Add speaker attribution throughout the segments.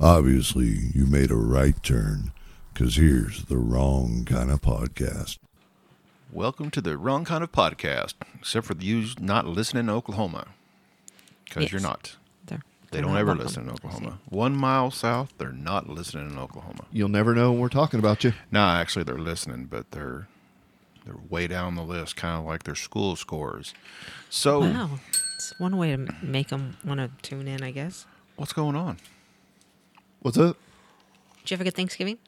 Speaker 1: Obviously, you made a right turn because here's the wrong kind of podcast.
Speaker 2: Welcome to the wrong kind of podcast, except for you not listening in Oklahoma, because you're
Speaker 3: Yes.
Speaker 2: not.
Speaker 3: They're-
Speaker 2: They
Speaker 3: they're
Speaker 2: don't
Speaker 3: not
Speaker 2: ever
Speaker 3: welcome.
Speaker 2: listen in Oklahoma. One mile south, they're not listening in Oklahoma.
Speaker 4: You'll never know when we're talking about you.
Speaker 2: Nah, actually, they're listening, but they're they're way down the list, kind of like their school scores. So,
Speaker 3: Wow, it's one way to make them want to tune in, I guess.
Speaker 2: what's going on?
Speaker 4: What's up?
Speaker 3: Did you have a good Thanksgiving?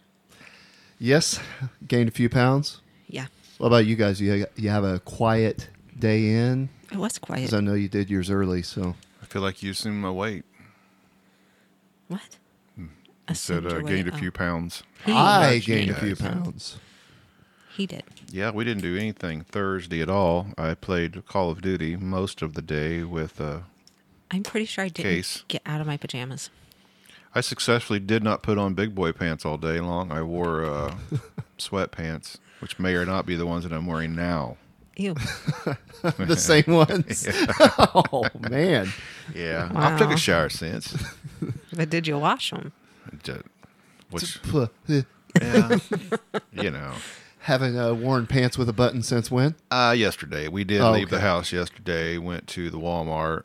Speaker 4: Yes, gained a few pounds.
Speaker 3: Yeah,
Speaker 4: What about you guys? You you have a quiet day in
Speaker 3: it was quiet.
Speaker 4: because I know you did yours early. So
Speaker 2: I feel like you assumed my weight.
Speaker 3: what?
Speaker 2: You said
Speaker 3: Assumed
Speaker 2: uh,
Speaker 3: your way-
Speaker 2: gained a
Speaker 3: oh,
Speaker 2: few pounds.
Speaker 3: He
Speaker 4: I
Speaker 3: watched
Speaker 4: gained
Speaker 2: you
Speaker 4: a few
Speaker 2: guys.
Speaker 4: pounds.
Speaker 3: He did.
Speaker 2: Yeah, we didn't do anything Thursday at all. I played Call of Duty most of the day with. Uh,
Speaker 3: I'm pretty sure I didn't
Speaker 2: Case.
Speaker 3: get out of my pajamas.
Speaker 2: I successfully did not put on big boy pants all day long. I wore uh, sweatpants, which may or not be the ones that I'm wearing now.
Speaker 3: Ew.
Speaker 4: the same ones. oh man,
Speaker 2: Yeah, I've took
Speaker 3: Wow.
Speaker 2: a shower since.
Speaker 3: but did you wash them?
Speaker 2: Ju- Which,
Speaker 4: Puh, eh,
Speaker 2: yeah, you know.
Speaker 4: haven't uh, worn pants with a button since when?
Speaker 2: Uh, yesterday. We did
Speaker 4: Oh,
Speaker 2: leave the
Speaker 4: okay.
Speaker 2: house yesterday, went to the Walmart.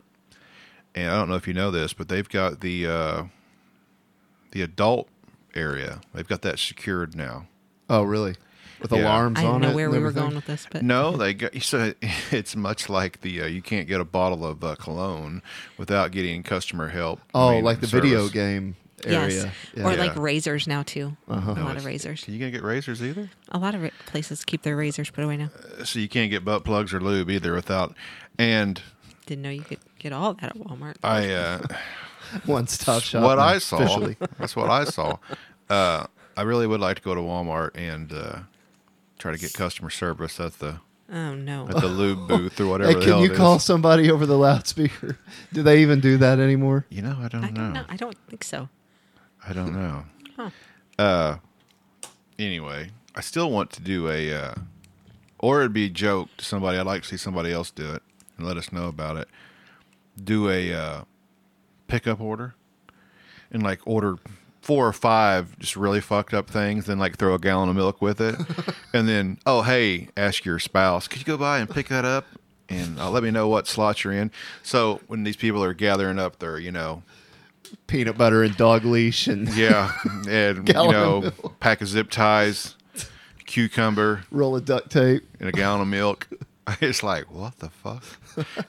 Speaker 2: And I don't know if you know this, but they've got the uh, the adult area. They've got that secured now.
Speaker 4: Oh really? With
Speaker 2: Yeah.
Speaker 4: alarms
Speaker 3: I
Speaker 4: on
Speaker 3: don't know
Speaker 4: it.
Speaker 3: where
Speaker 4: and
Speaker 3: we were
Speaker 4: everything?
Speaker 3: going with this, but
Speaker 2: No, they got, so it's much like the uh, you can't get a bottle of uh, cologne without getting customer help. I
Speaker 4: Oh,
Speaker 2: mean,
Speaker 4: like the
Speaker 2: service.
Speaker 4: video game
Speaker 3: yes,
Speaker 4: area.
Speaker 3: or
Speaker 4: Yeah.
Speaker 3: like
Speaker 2: Yeah. Uh-huh.
Speaker 3: razors now too. A
Speaker 2: No,
Speaker 3: lot
Speaker 2: it's-
Speaker 3: of razors.
Speaker 2: You gonna get razors either,
Speaker 3: A lot of ra- places keep their razors put away now.
Speaker 2: Uh, so you can't get butt plugs or lube either without. And
Speaker 3: Didn't know you could get all that at Walmart.
Speaker 2: I, uh,
Speaker 4: one stop shop.
Speaker 2: what
Speaker 4: now,
Speaker 2: I saw,
Speaker 4: officially.
Speaker 2: that's what I saw. Uh, I really would like to go to Walmart and uh, try to get customer service at the
Speaker 3: oh no.
Speaker 2: at the lube booth or whatever.
Speaker 4: Hey,
Speaker 2: the hell
Speaker 4: can you
Speaker 2: it
Speaker 4: call
Speaker 2: is.
Speaker 4: somebody over the loudspeaker? Do they even do that anymore?
Speaker 2: You know, I don't,
Speaker 3: I don't
Speaker 2: know.
Speaker 3: know. I don't think so.
Speaker 2: I don't know. Uh,
Speaker 3: Huh.
Speaker 2: anyway, I still want to do a, uh, or it'd be a joke to somebody. I'd like to see somebody else do it and let us know about it. Do a uh, pickup order and like order four or five just really fucked up things, then like throw a gallon of milk with it, and then oh hey, ask your spouse, could you go by and pick that up? And uh, let me know what slot you're in. So when these people are gathering up their, you know,
Speaker 4: Peanut butter and dog leash and
Speaker 2: yeah, and you
Speaker 4: Gallon of
Speaker 2: know,
Speaker 4: milk.
Speaker 2: pack of zip ties, cucumber,
Speaker 4: roll of duct tape.
Speaker 2: and a gallon of milk. It's like, what the fuck?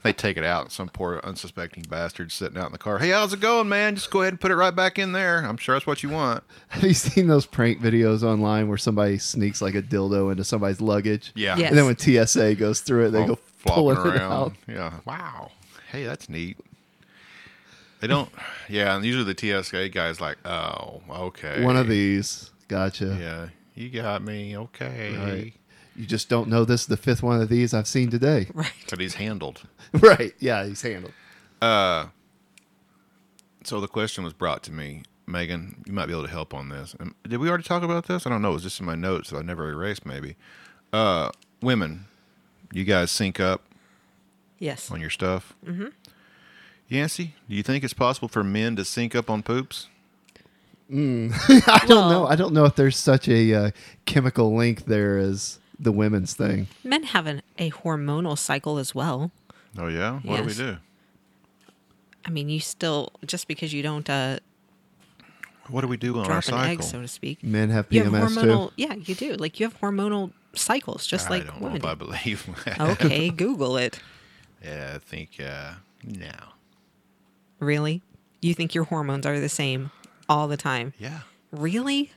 Speaker 2: they take it out, and some poor unsuspecting bastard sitting out in the car. Hey, how's it going, man? Just go ahead and put it right back in there. I'm sure that's what you want.
Speaker 4: Have you seen those prank videos online where somebody sneaks like a dildo into somebody's luggage?
Speaker 2: Yeah.
Speaker 3: Yes.
Speaker 4: And then when TSA goes through it, they
Speaker 2: All
Speaker 4: go pulling it out.
Speaker 2: Yeah. Wow. Hey, that's neat. They don't. Yeah, and usually the TSA guy's like, oh, okay.
Speaker 4: One of these. Gotcha.
Speaker 2: Yeah, you got me. Okay.
Speaker 4: Right. You just don't know this is the fifth one of these I've seen today.
Speaker 3: Right.
Speaker 2: But he's handled.
Speaker 4: right. Yeah, he's handled.
Speaker 2: So the question was brought to me, Megan. You might be able to help on this. Um, Did we already talk about this? I don't know. It was just in my notes that I never erased. Maybe. Uh, women, you guys sync up
Speaker 3: Yes.
Speaker 2: on your stuff. Mm-hmm. Yancy, do you think it's possible for men to sync up on poops?
Speaker 4: I don't know. I don't know if there's such a uh, chemical link there as the women's thing.
Speaker 3: Men have an, a hormonal cycle as well.
Speaker 2: Oh yeah. What
Speaker 3: Yes.
Speaker 2: do we do?
Speaker 3: I mean, you still just because you don't uh,
Speaker 2: What do we do on our
Speaker 3: drop an
Speaker 2: cycle?
Speaker 3: egg, so to speak.
Speaker 4: Men have
Speaker 3: you have
Speaker 4: PMS too.
Speaker 3: hormonal. Yeah, you do. Like you have hormonal cycles, just
Speaker 2: I
Speaker 3: like
Speaker 2: don't know
Speaker 3: women.
Speaker 2: if I believe.
Speaker 3: do. okay, Google it.
Speaker 2: yeah, I think uh, no.
Speaker 3: Really? You think your hormones are the same all the time?
Speaker 2: Yeah.
Speaker 3: Really?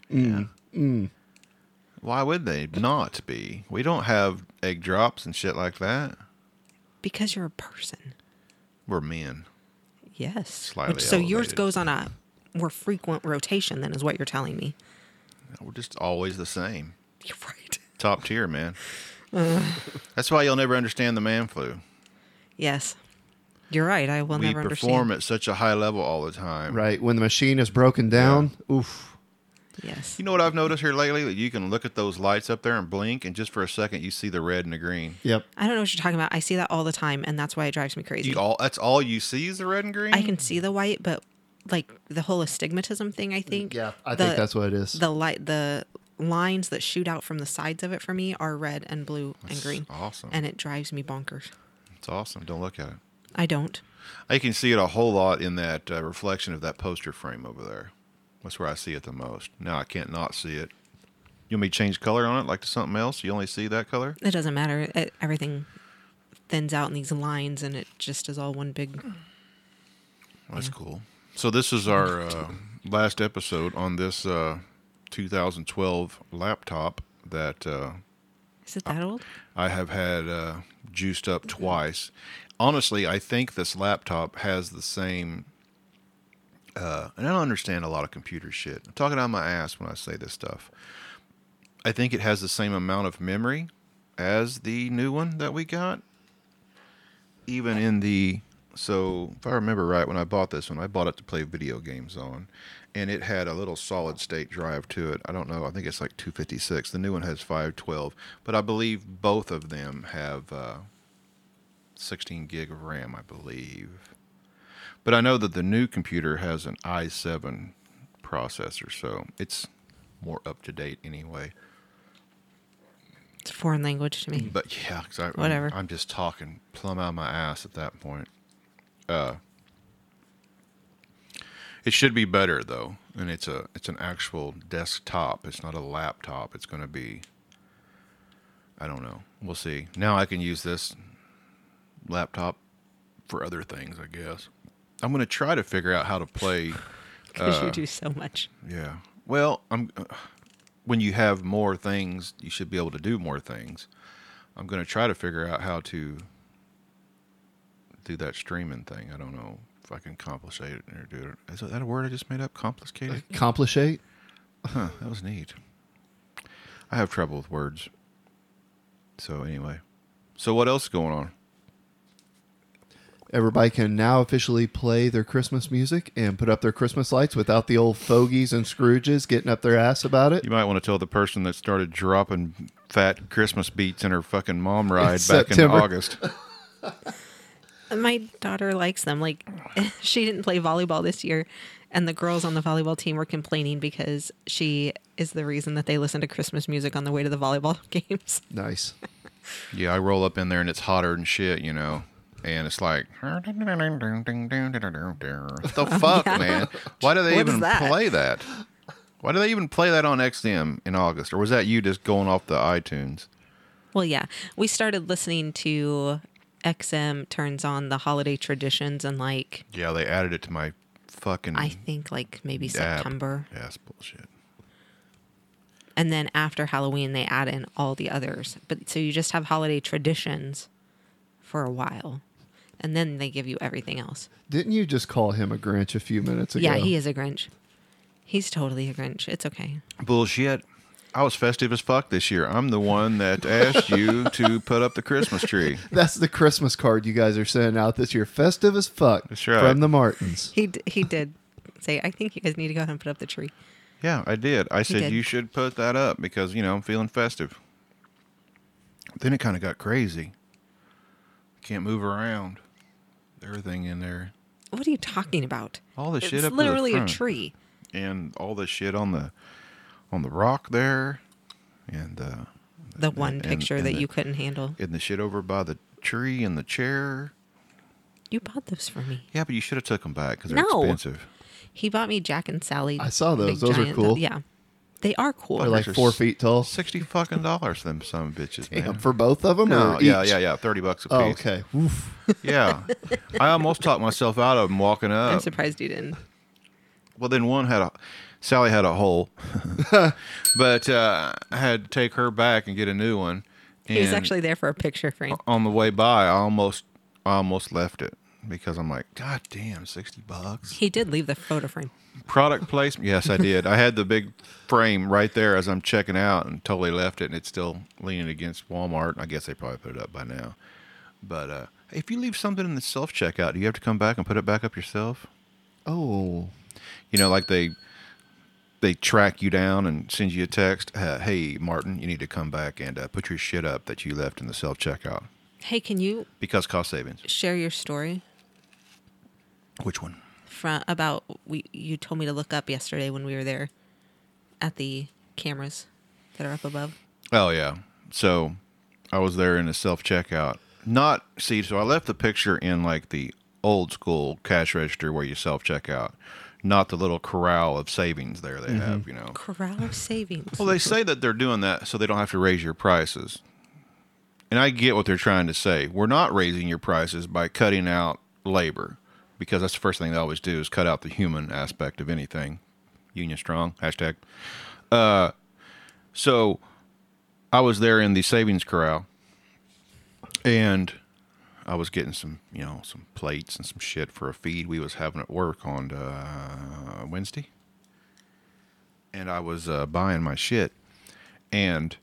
Speaker 2: Why would they not be? We don't have egg drops and shit like that.
Speaker 3: Because you're a person.
Speaker 2: We're men.
Speaker 3: Yes.
Speaker 2: Slightly
Speaker 3: so yours
Speaker 2: elevated.
Speaker 3: goes on a more frequent rotation than is what you're telling me.
Speaker 2: We're just always the same.
Speaker 3: You're right.
Speaker 2: Top tier, man. That's why you'll never understand the man flu.
Speaker 3: Yes. You're right. I will
Speaker 2: we
Speaker 3: never
Speaker 2: perform
Speaker 3: understand.
Speaker 2: at such a high level all the time.
Speaker 4: Right. When the machine is broken down, oof.
Speaker 3: Yes.
Speaker 2: You know what I've noticed here lately? That you can look at those lights up there and blink, and just for a second, you see the red and the green.
Speaker 4: Yep.
Speaker 3: I don't know what you're talking about. I see that all the time, and that's why it drives me crazy.
Speaker 2: You all that's all you see is the red and green.
Speaker 3: I can see the white, but like the whole astigmatism thing. I think.
Speaker 4: Yeah, I
Speaker 3: the-
Speaker 4: think that's what it is.
Speaker 3: the light. The lines that shoot out from the sides of it for me are red and blue and
Speaker 2: That's
Speaker 3: green,
Speaker 2: Awesome.
Speaker 3: and it drives me bonkers.
Speaker 2: it's awesome. Don't look at it.
Speaker 3: I don't.
Speaker 2: I can see it a whole lot in that uh, reflection of that poster frame over there. That's where I see it the most. Now I can't not see it. You want me to change color on it, like to something else? You only see that color?
Speaker 3: It doesn't matter. It, everything thins out in these lines, and it just is all one big.
Speaker 2: That's cool. So this is our uh, last episode on this uh, 2012 laptop that uh,
Speaker 3: Is it that old?
Speaker 2: I have had uh, juiced up twice. Honestly, I think this laptop has the same. Uh, and I don't understand a lot of computer shit. I'm talking out my ass when I say this stuff. I think it has the same amount of memory as the new one that we got. Even in the. So, if I remember right, when I bought this one, I bought it to play video games on. And it had a little solid state drive to it. I don't know. I think it's like 256. The new one has 512. But I believe both of them have uh, 16 gig of RAM, I believe. But I know that the new computer has an i7 processor. So, it's more up to date anyway.
Speaker 3: It's a foreign language to me.
Speaker 2: But yeah, 'cause I,
Speaker 3: Whatever.
Speaker 2: I'm, just talking plumb out of my ass at that point. Uh, it should be better though, and it's a it's an actual desktop. It's not a laptop. It's going to be. I don't know. We'll see. Now I can use this laptop for other things, I guess. I'm going to try to figure out how to play.
Speaker 3: Because
Speaker 4: Uh.
Speaker 3: you do so much.
Speaker 2: Yeah. Well, I'm uh, when you have more things, you should be able to do more things. I'm going to try to figure out how to do that streaming thing. I don't know if I can complicate it or do it. Is that a word I just made up? Complicated?
Speaker 4: Complicate?
Speaker 2: Huh, that was neat. I have trouble with words. So anyway. So what else is going on?
Speaker 4: Everybody can now officially play their Christmas music and put up their Christmas lights without the old fogies and Scrooges getting up their ass about it.
Speaker 2: You might want to tell the person that started dropping fat Christmas beats in her fucking mom ride
Speaker 4: It's
Speaker 2: back
Speaker 4: September.
Speaker 2: in August.
Speaker 3: My daughter likes them. Like, she didn't play volleyball this year, and the girls on the volleyball team were complaining because she is the reason that they listen to Christmas music on the way to the volleyball games.
Speaker 4: Nice.
Speaker 2: Yeah, I roll up in there and it's hotter than shit, you know. And it's like, what the fuck, man? Why do they
Speaker 3: Oh, What is
Speaker 2: even
Speaker 3: that?
Speaker 2: play that? Why do they even play that on XM in August? Or was that you just going off the iTunes?
Speaker 3: Well, yeah, we started listening to XM turns on the holiday traditions and like
Speaker 2: Yeah, they added it to my fucking
Speaker 3: I think like maybe
Speaker 2: app.
Speaker 3: September,
Speaker 2: Yeah, that's bullshit.
Speaker 3: and then after Halloween they add in all the others. But so you just have holiday traditions for a while, and then they give you everything else.
Speaker 4: Didn't you just call him a Grinch a few minutes ago?
Speaker 3: Yeah, he is a Grinch. He's totally a Grinch. It's okay.
Speaker 2: Bullshit. I was festive as fuck this year. I'm the one that asked you to put up the Christmas tree.
Speaker 4: That's the Christmas card you guys are sending out this year. Festive as fuck
Speaker 2: That's right.
Speaker 4: from the Martins.
Speaker 3: He d- he did say, "I think you guys need to go ahead and put up the tree."
Speaker 2: Yeah, I did. I said
Speaker 3: did.
Speaker 2: you should put that up because you know I'm feeling festive. Then it kind of got crazy. Can't move around. Everything in there,
Speaker 3: What are you talking about?
Speaker 2: all the
Speaker 3: it's
Speaker 2: shit up to the
Speaker 3: literally
Speaker 2: front.
Speaker 3: a tree.
Speaker 2: and all the shit on the on the rock there, and uh,
Speaker 3: The one
Speaker 2: and-
Speaker 3: picture
Speaker 2: and
Speaker 3: that
Speaker 2: the-
Speaker 3: you couldn't handle.
Speaker 2: and the shit over by the tree and the chair.
Speaker 3: You bought those for me.
Speaker 2: Yeah, but you should have took them back because they're
Speaker 3: No.
Speaker 2: expensive.
Speaker 3: He bought me Jack and Sally.
Speaker 4: I saw those.
Speaker 3: big
Speaker 4: Those are
Speaker 3: giant-
Speaker 4: cool.
Speaker 3: Yeah, they are cool.
Speaker 4: They're like
Speaker 2: Fuckers are
Speaker 4: four
Speaker 2: s-
Speaker 4: feet tall.
Speaker 2: Sixty fucking dollars, them some bitches, man.
Speaker 4: For both of them?
Speaker 2: no,
Speaker 4: or
Speaker 2: yeah,
Speaker 4: each?
Speaker 2: yeah, yeah, thirty bucks a piece.
Speaker 4: Oh, okay. Oof.
Speaker 2: Yeah, I almost talked myself out of them walking up.
Speaker 3: I'm surprised you didn't.
Speaker 2: Well, then one had a Sally had a hole, but uh, I had to take her back and get a new one. And
Speaker 3: He was actually there for a picture frame.
Speaker 2: on the way by. I almost I almost left it because I'm like, God damn, sixty bucks.
Speaker 3: He did leave the photo frame.
Speaker 2: Product placement. Yes, I did. I had the big frame right there as I'm checking out and totally left it, and it's still leaning against Walmart. I guess they probably put it up by now. But uh, if you leave something in the self checkout, do you have to come back and put it back up yourself?
Speaker 4: Oh.
Speaker 2: you know like they they track you down and send you a text uh, hey martin you need to come back and uh, put your shit up that you left in the self-checkout
Speaker 3: Hey, can you
Speaker 2: because cost savings
Speaker 3: share your story
Speaker 2: which one
Speaker 3: from about we you told me to look up yesterday when we were there at the cameras that are up above.
Speaker 2: Oh yeah. So I was there in a self checkout. Not see, so I left the picture in like the old school cash register where you self checkout, not the little corral of savings there they have, you know.
Speaker 3: Corral of Savings.
Speaker 2: Well, they say that they're doing that so they don't have to raise your prices. And I get what they're trying to say. We're not raising your prices by cutting out labor because that's the first thing they always do is cut out the human aspect of anything. Union strong, hashtag. Uh, so I was there in the savings corral and I was getting some, you know, some plates and some shit for a feed we was having at work on uh, Wednesday and I was uh, buying my shit, and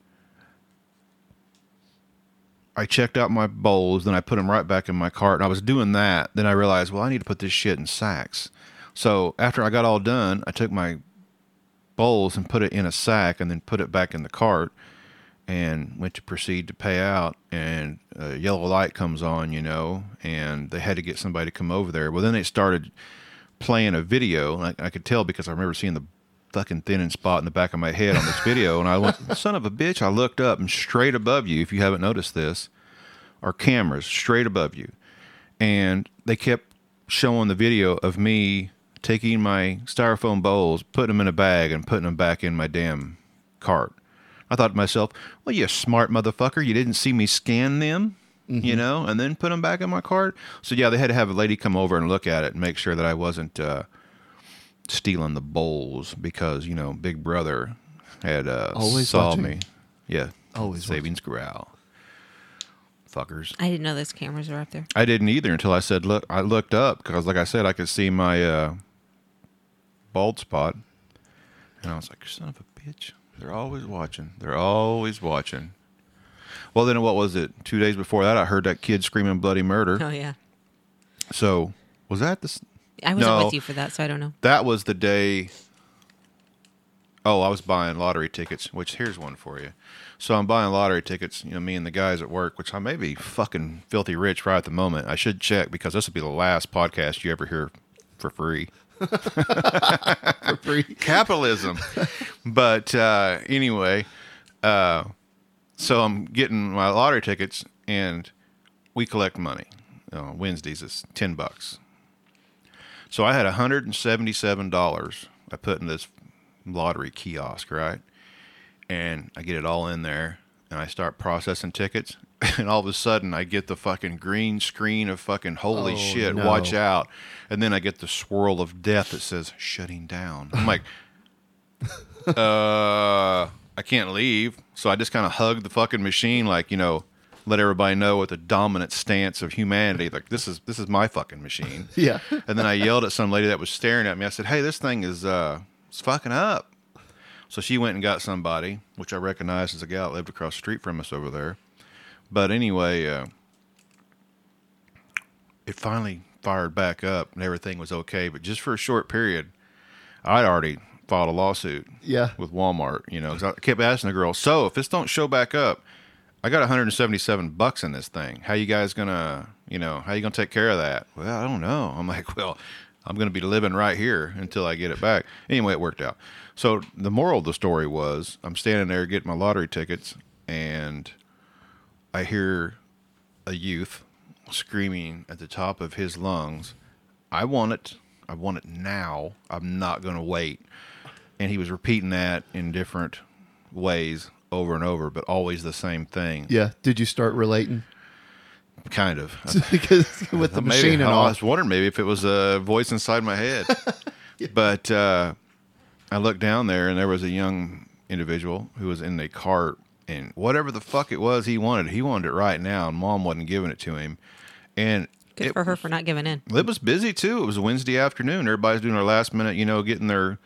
Speaker 2: I checked out my bowls. Then I put them right back in my cart, and I was doing that. Then I realized, well, I need to put this shit in sacks. So after I got all done, I took my bowls and put it in a sack, and then put it back in the cart, and went to proceed to pay out. And a yellow light comes on, you know, and they had to get somebody to come over there. Well, then they started playing a video. and I, I could tell because I remember seeing the fucking thinning spot in the back of my head on this video. And I went, son of a bitch, I looked up and straight above you, if you haven't noticed this, are cameras straight above you. And they kept showing the video of me taking my styrofoam bowls, putting them in a bag, and putting them back in my damn cart. I thought to myself, well, you smart motherfucker. You didn't see me scan them,
Speaker 4: Mm-hmm.
Speaker 2: you know, and then put them back in my cart. So, yeah, they had to have a lady come over and look at it and make sure that I wasn't, uh, stealing the bowls because you know Big Brother had uh,
Speaker 4: Always
Speaker 2: saw
Speaker 4: watching.
Speaker 2: me. Yeah,
Speaker 4: Always
Speaker 2: savings growl, fuckers.
Speaker 3: I didn't know those cameras were up there.
Speaker 2: I didn't either until I said look. I looked up because, like I said, I could see my uh, bald spot, and I was like, "Son of a bitch! They're always watching. They're always watching." Well, then what was it? Two days before that, I heard that kid screaming bloody murder.
Speaker 3: Oh yeah.
Speaker 2: So was that the s-
Speaker 3: I wasn't
Speaker 2: No.
Speaker 3: with you for that, so I don't know.
Speaker 2: That was the day. Oh, I was buying lottery tickets, which here's one for you. So I'm buying lottery tickets, you know, me and the guys at work, which I may be fucking filthy rich right at the moment. I should check because this will be the last podcast you ever hear for free. Capitalism. but uh, anyway, uh, so I'm getting my lottery tickets and we collect money. Uh, Wednesdays is 10 bucks. So I had $177 I put in this lottery kiosk, right? And I get it all in there and I start processing tickets. And all of a sudden, I get the fucking green screen of fucking holy
Speaker 4: Oh,
Speaker 2: shit,
Speaker 4: no.
Speaker 2: watch out. And then I get the swirl of death that says shutting down. I'm like, uh, I can't leave. So I just kind of hug the fucking machine, like you know, let everybody know what the dominant stance of humanity. Like this is this is my fucking machine.
Speaker 4: Yeah.
Speaker 2: And then I yelled at some lady that was staring at me. I said, "Hey, this thing is uh, it's fucking up." So she went and got somebody, which I recognized as a guy that lived across the street from us over there. But anyway, uh, it finally fired back up and everything was okay. But just for a short period, I'd already filed a lawsuit
Speaker 4: Yeah.
Speaker 2: with Walmart, you know, 'cause I kept asking the girl, so if this don't show back up, I got 177 bucks in this thing. How you guys gonna, you know, how you gonna take care of that? Well, I don't know. I'm like, well, I'm gonna be living right here until I get it back. Anyway, it worked out. So the moral of the story was, I'm standing there getting my lottery tickets, and I hear a youth screaming at the top of his lungs, I want it. I want it now. I'm not going to wait. And he was repeating that in different ways over and over, but always the same thing.
Speaker 4: Yeah. Did you start relating?
Speaker 2: Kind of.
Speaker 4: because with
Speaker 2: Maybe- Oh,
Speaker 4: the machine and
Speaker 2: I
Speaker 4: all.
Speaker 2: was wondering maybe if it was a voice inside my head. But uh, I looked down there and there was a young individual who was in a cart and whatever the fuck it was he wanted, he wanted it right now and mom wasn't giving it to him. And
Speaker 3: Good
Speaker 2: it
Speaker 3: for her for not giving in.
Speaker 2: it was busy too. It was a Wednesday afternoon. Everybody's doing their last minute, you know, getting their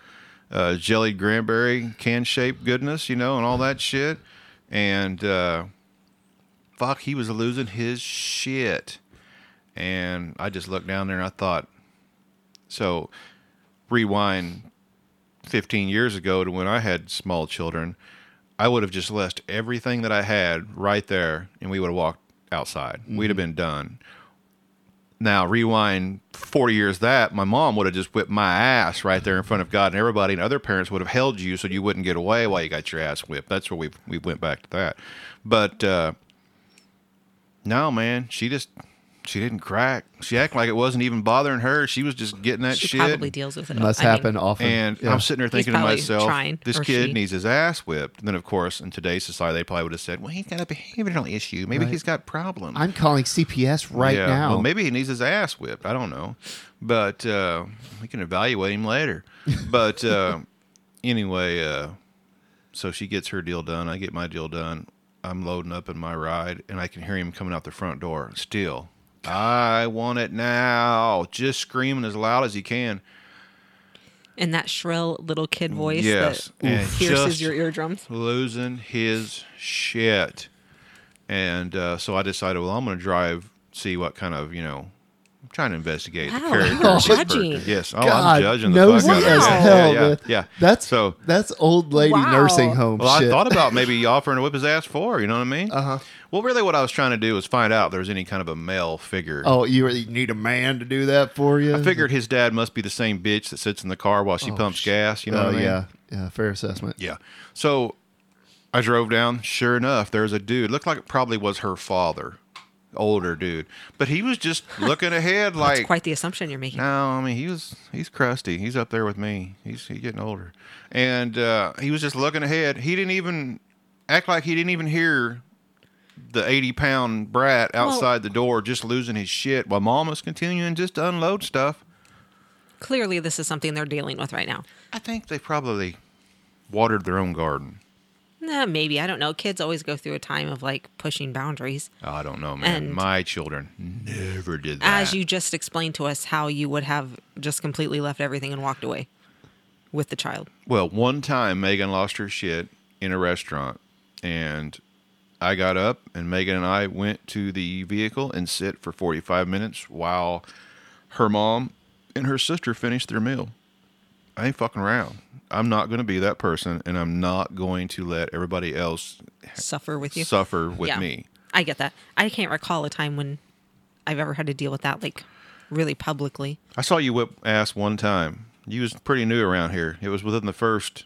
Speaker 2: uh, jellied cranberry can shape goodness, you know, and all that shit. And uh, fuck, he was losing his shit. And I just looked down there and I thought, so rewind 15 years ago to when I had small children, I would have just left everything
Speaker 3: Mm-hmm.
Speaker 2: that I had right there and we would have walked outside. We'd have been done Now rewind 40 years that my mom would have just whipped my ass right there in front of God and everybody and other parents would have held you so you wouldn't get away while you got your ass whipped. That's where we we went back to that. But uh no man, she just she didn't crack. She acted like it wasn't even bothering her. She was just getting that
Speaker 3: She
Speaker 2: shit.
Speaker 3: probably deals with it.
Speaker 4: Must
Speaker 3: I mean,
Speaker 4: happen often.
Speaker 2: And
Speaker 4: Yeah.
Speaker 2: I'm sitting there thinking to
Speaker 3: probably
Speaker 2: myself,
Speaker 3: trying,
Speaker 2: this
Speaker 3: or
Speaker 2: kid
Speaker 3: she.
Speaker 2: needs his ass whipped. And then, of course, in today's society, they probably would have said, well, he's got a behavioral issue. Maybe he's got problems.
Speaker 4: I'm calling CPS right
Speaker 2: Yeah,
Speaker 4: now.
Speaker 2: Well, maybe he needs his ass whipped. I don't know. But uh, we can evaluate him later. But uh, anyway, uh, so she gets her deal done. I get my deal done. I'm loading up in my ride, and I can hear him coming out the front door. Still, I want it now. Just screaming as loud as he can.
Speaker 3: in that shrill little kid voice
Speaker 2: Mm, Yes,
Speaker 3: that
Speaker 2: and
Speaker 3: pierces
Speaker 2: just-
Speaker 3: your eardrums.
Speaker 2: losing his shit. And uh, so I decided, well, I'm going to drive, see what kind of, you know, I'm trying to investigate the
Speaker 3: Wow,
Speaker 2: character.
Speaker 3: you're
Speaker 2: of this person.
Speaker 3: judging.
Speaker 2: Yes. Oh,
Speaker 4: God
Speaker 2: I'm judging the
Speaker 4: knows
Speaker 2: fuck out of
Speaker 4: it
Speaker 2: it.
Speaker 4: as
Speaker 2: Yeah,
Speaker 4: hell.
Speaker 2: Yeah. yeah,
Speaker 4: man.
Speaker 2: yeah.
Speaker 4: That's
Speaker 2: so.
Speaker 4: that's old lady
Speaker 3: Wow.
Speaker 4: nursing home
Speaker 2: Well,
Speaker 4: shit. Uh-huh.
Speaker 2: I thought about maybe offering to whip his ass for. You know what I mean? Uh huh. Well, really, what I was trying to do was find out if there was any kind of a male figure.
Speaker 4: oh, you, you need a man to do that for you.
Speaker 2: I figured his dad must be the same bitch that sits in the car while she pumps gas. You know
Speaker 4: Oh
Speaker 2: what I mean?
Speaker 4: yeah, yeah. Fair assessment.
Speaker 2: Yeah. So I drove down. Sure enough, there's a dude. Looked like it probably was her father, older dude. But he was just looking ahead
Speaker 3: That's
Speaker 2: like,
Speaker 3: quite the assumption you're making.
Speaker 2: no, I mean, he was, he's crusty. He's up there with me. He's he getting older. And uh, he was just looking ahead. He didn't even act like he didn't even hear the 80 pound brat outside the door just losing his shit while mom was continuing just to unload stuff.
Speaker 3: Clearly, this is something they're dealing with right now.
Speaker 2: I think they probably watered their own garden.
Speaker 3: Nah, maybe I don't know. Kids always go through a time of like pushing boundaries.
Speaker 2: Oh, I don't know, man.
Speaker 3: And-
Speaker 2: My children never did that.
Speaker 3: As you just explained to us how you would have just completely left everything and walked away with the child.
Speaker 2: well, one time Megan lost her shit in a restaurant, and I got up, and Megan and I went to the vehicle and sit for 45 minutes while her mom and her sister finished their meal. I ain't fucking around. I'm not going to be that person, and I'm not going to let everybody else
Speaker 3: Suffer with you.
Speaker 2: suffer with me.
Speaker 3: I get that. I can't recall a time when I've ever had to deal with that like really publicly.
Speaker 2: I saw you whip ass one time. You was pretty new around here. It was within the first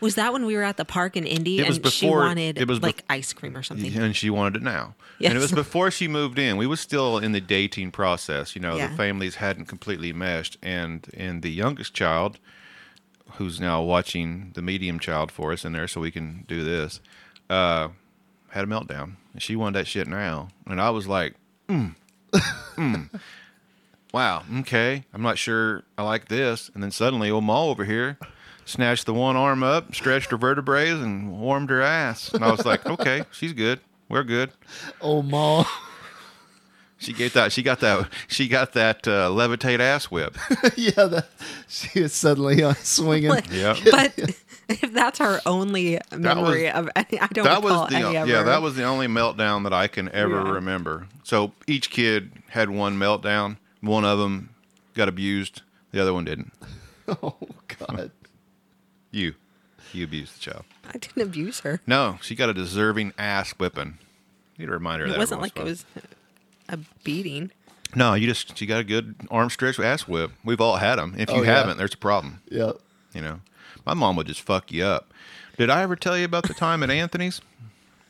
Speaker 3: Was that when we were at the park in Indy
Speaker 2: It was
Speaker 3: and she
Speaker 2: before-
Speaker 3: wanted
Speaker 2: it was bef-
Speaker 3: like ice cream or something?
Speaker 2: and she wanted it now. And it
Speaker 3: Yes.
Speaker 2: was before she moved in. We was still in the dating process. You know,
Speaker 3: Yeah.
Speaker 2: the families hadn't completely meshed, and and the youngest child, who's now watching the medium child for us in there, so we can do this, uh, had a meltdown. And she wanted that shit now, and I was like, mm, wow, okay, I'm not sure I like this. And then suddenly, old Ma over here snatched the one arm up, stretched her vertebrae, and warmed her ass. And I was like, okay, she's good. We're good.
Speaker 4: Oh, ma.
Speaker 2: She gave that. She got that. She got that uh, levitate ass whip.
Speaker 4: yeah, that, she is suddenly on swinging.
Speaker 3: But-
Speaker 2: Yep.
Speaker 3: But if that's our only memory of any, I don't
Speaker 2: That
Speaker 3: recall
Speaker 2: was the
Speaker 3: any ever.
Speaker 2: yeah. That was the only meltdown that I can ever
Speaker 3: Yeah.
Speaker 2: remember. So each kid had one meltdown. One of them got abused. The other one didn't.
Speaker 4: oh God.
Speaker 2: You, you abused the child.
Speaker 3: I didn't abuse her.
Speaker 2: No, she got a deserving ass whipping. You need to remind her of
Speaker 3: It
Speaker 2: that.
Speaker 3: wasn't
Speaker 2: every
Speaker 3: like it
Speaker 2: once
Speaker 3: was a beating.
Speaker 2: in a while. No, you just she got a good arm stretch ass whip. We've all had them. If you
Speaker 4: Oh, yeah.
Speaker 2: haven't, there's a problem.
Speaker 4: Yeah.
Speaker 2: You know, my mom would just fuck you up. Did I ever tell you about the time at Anthony's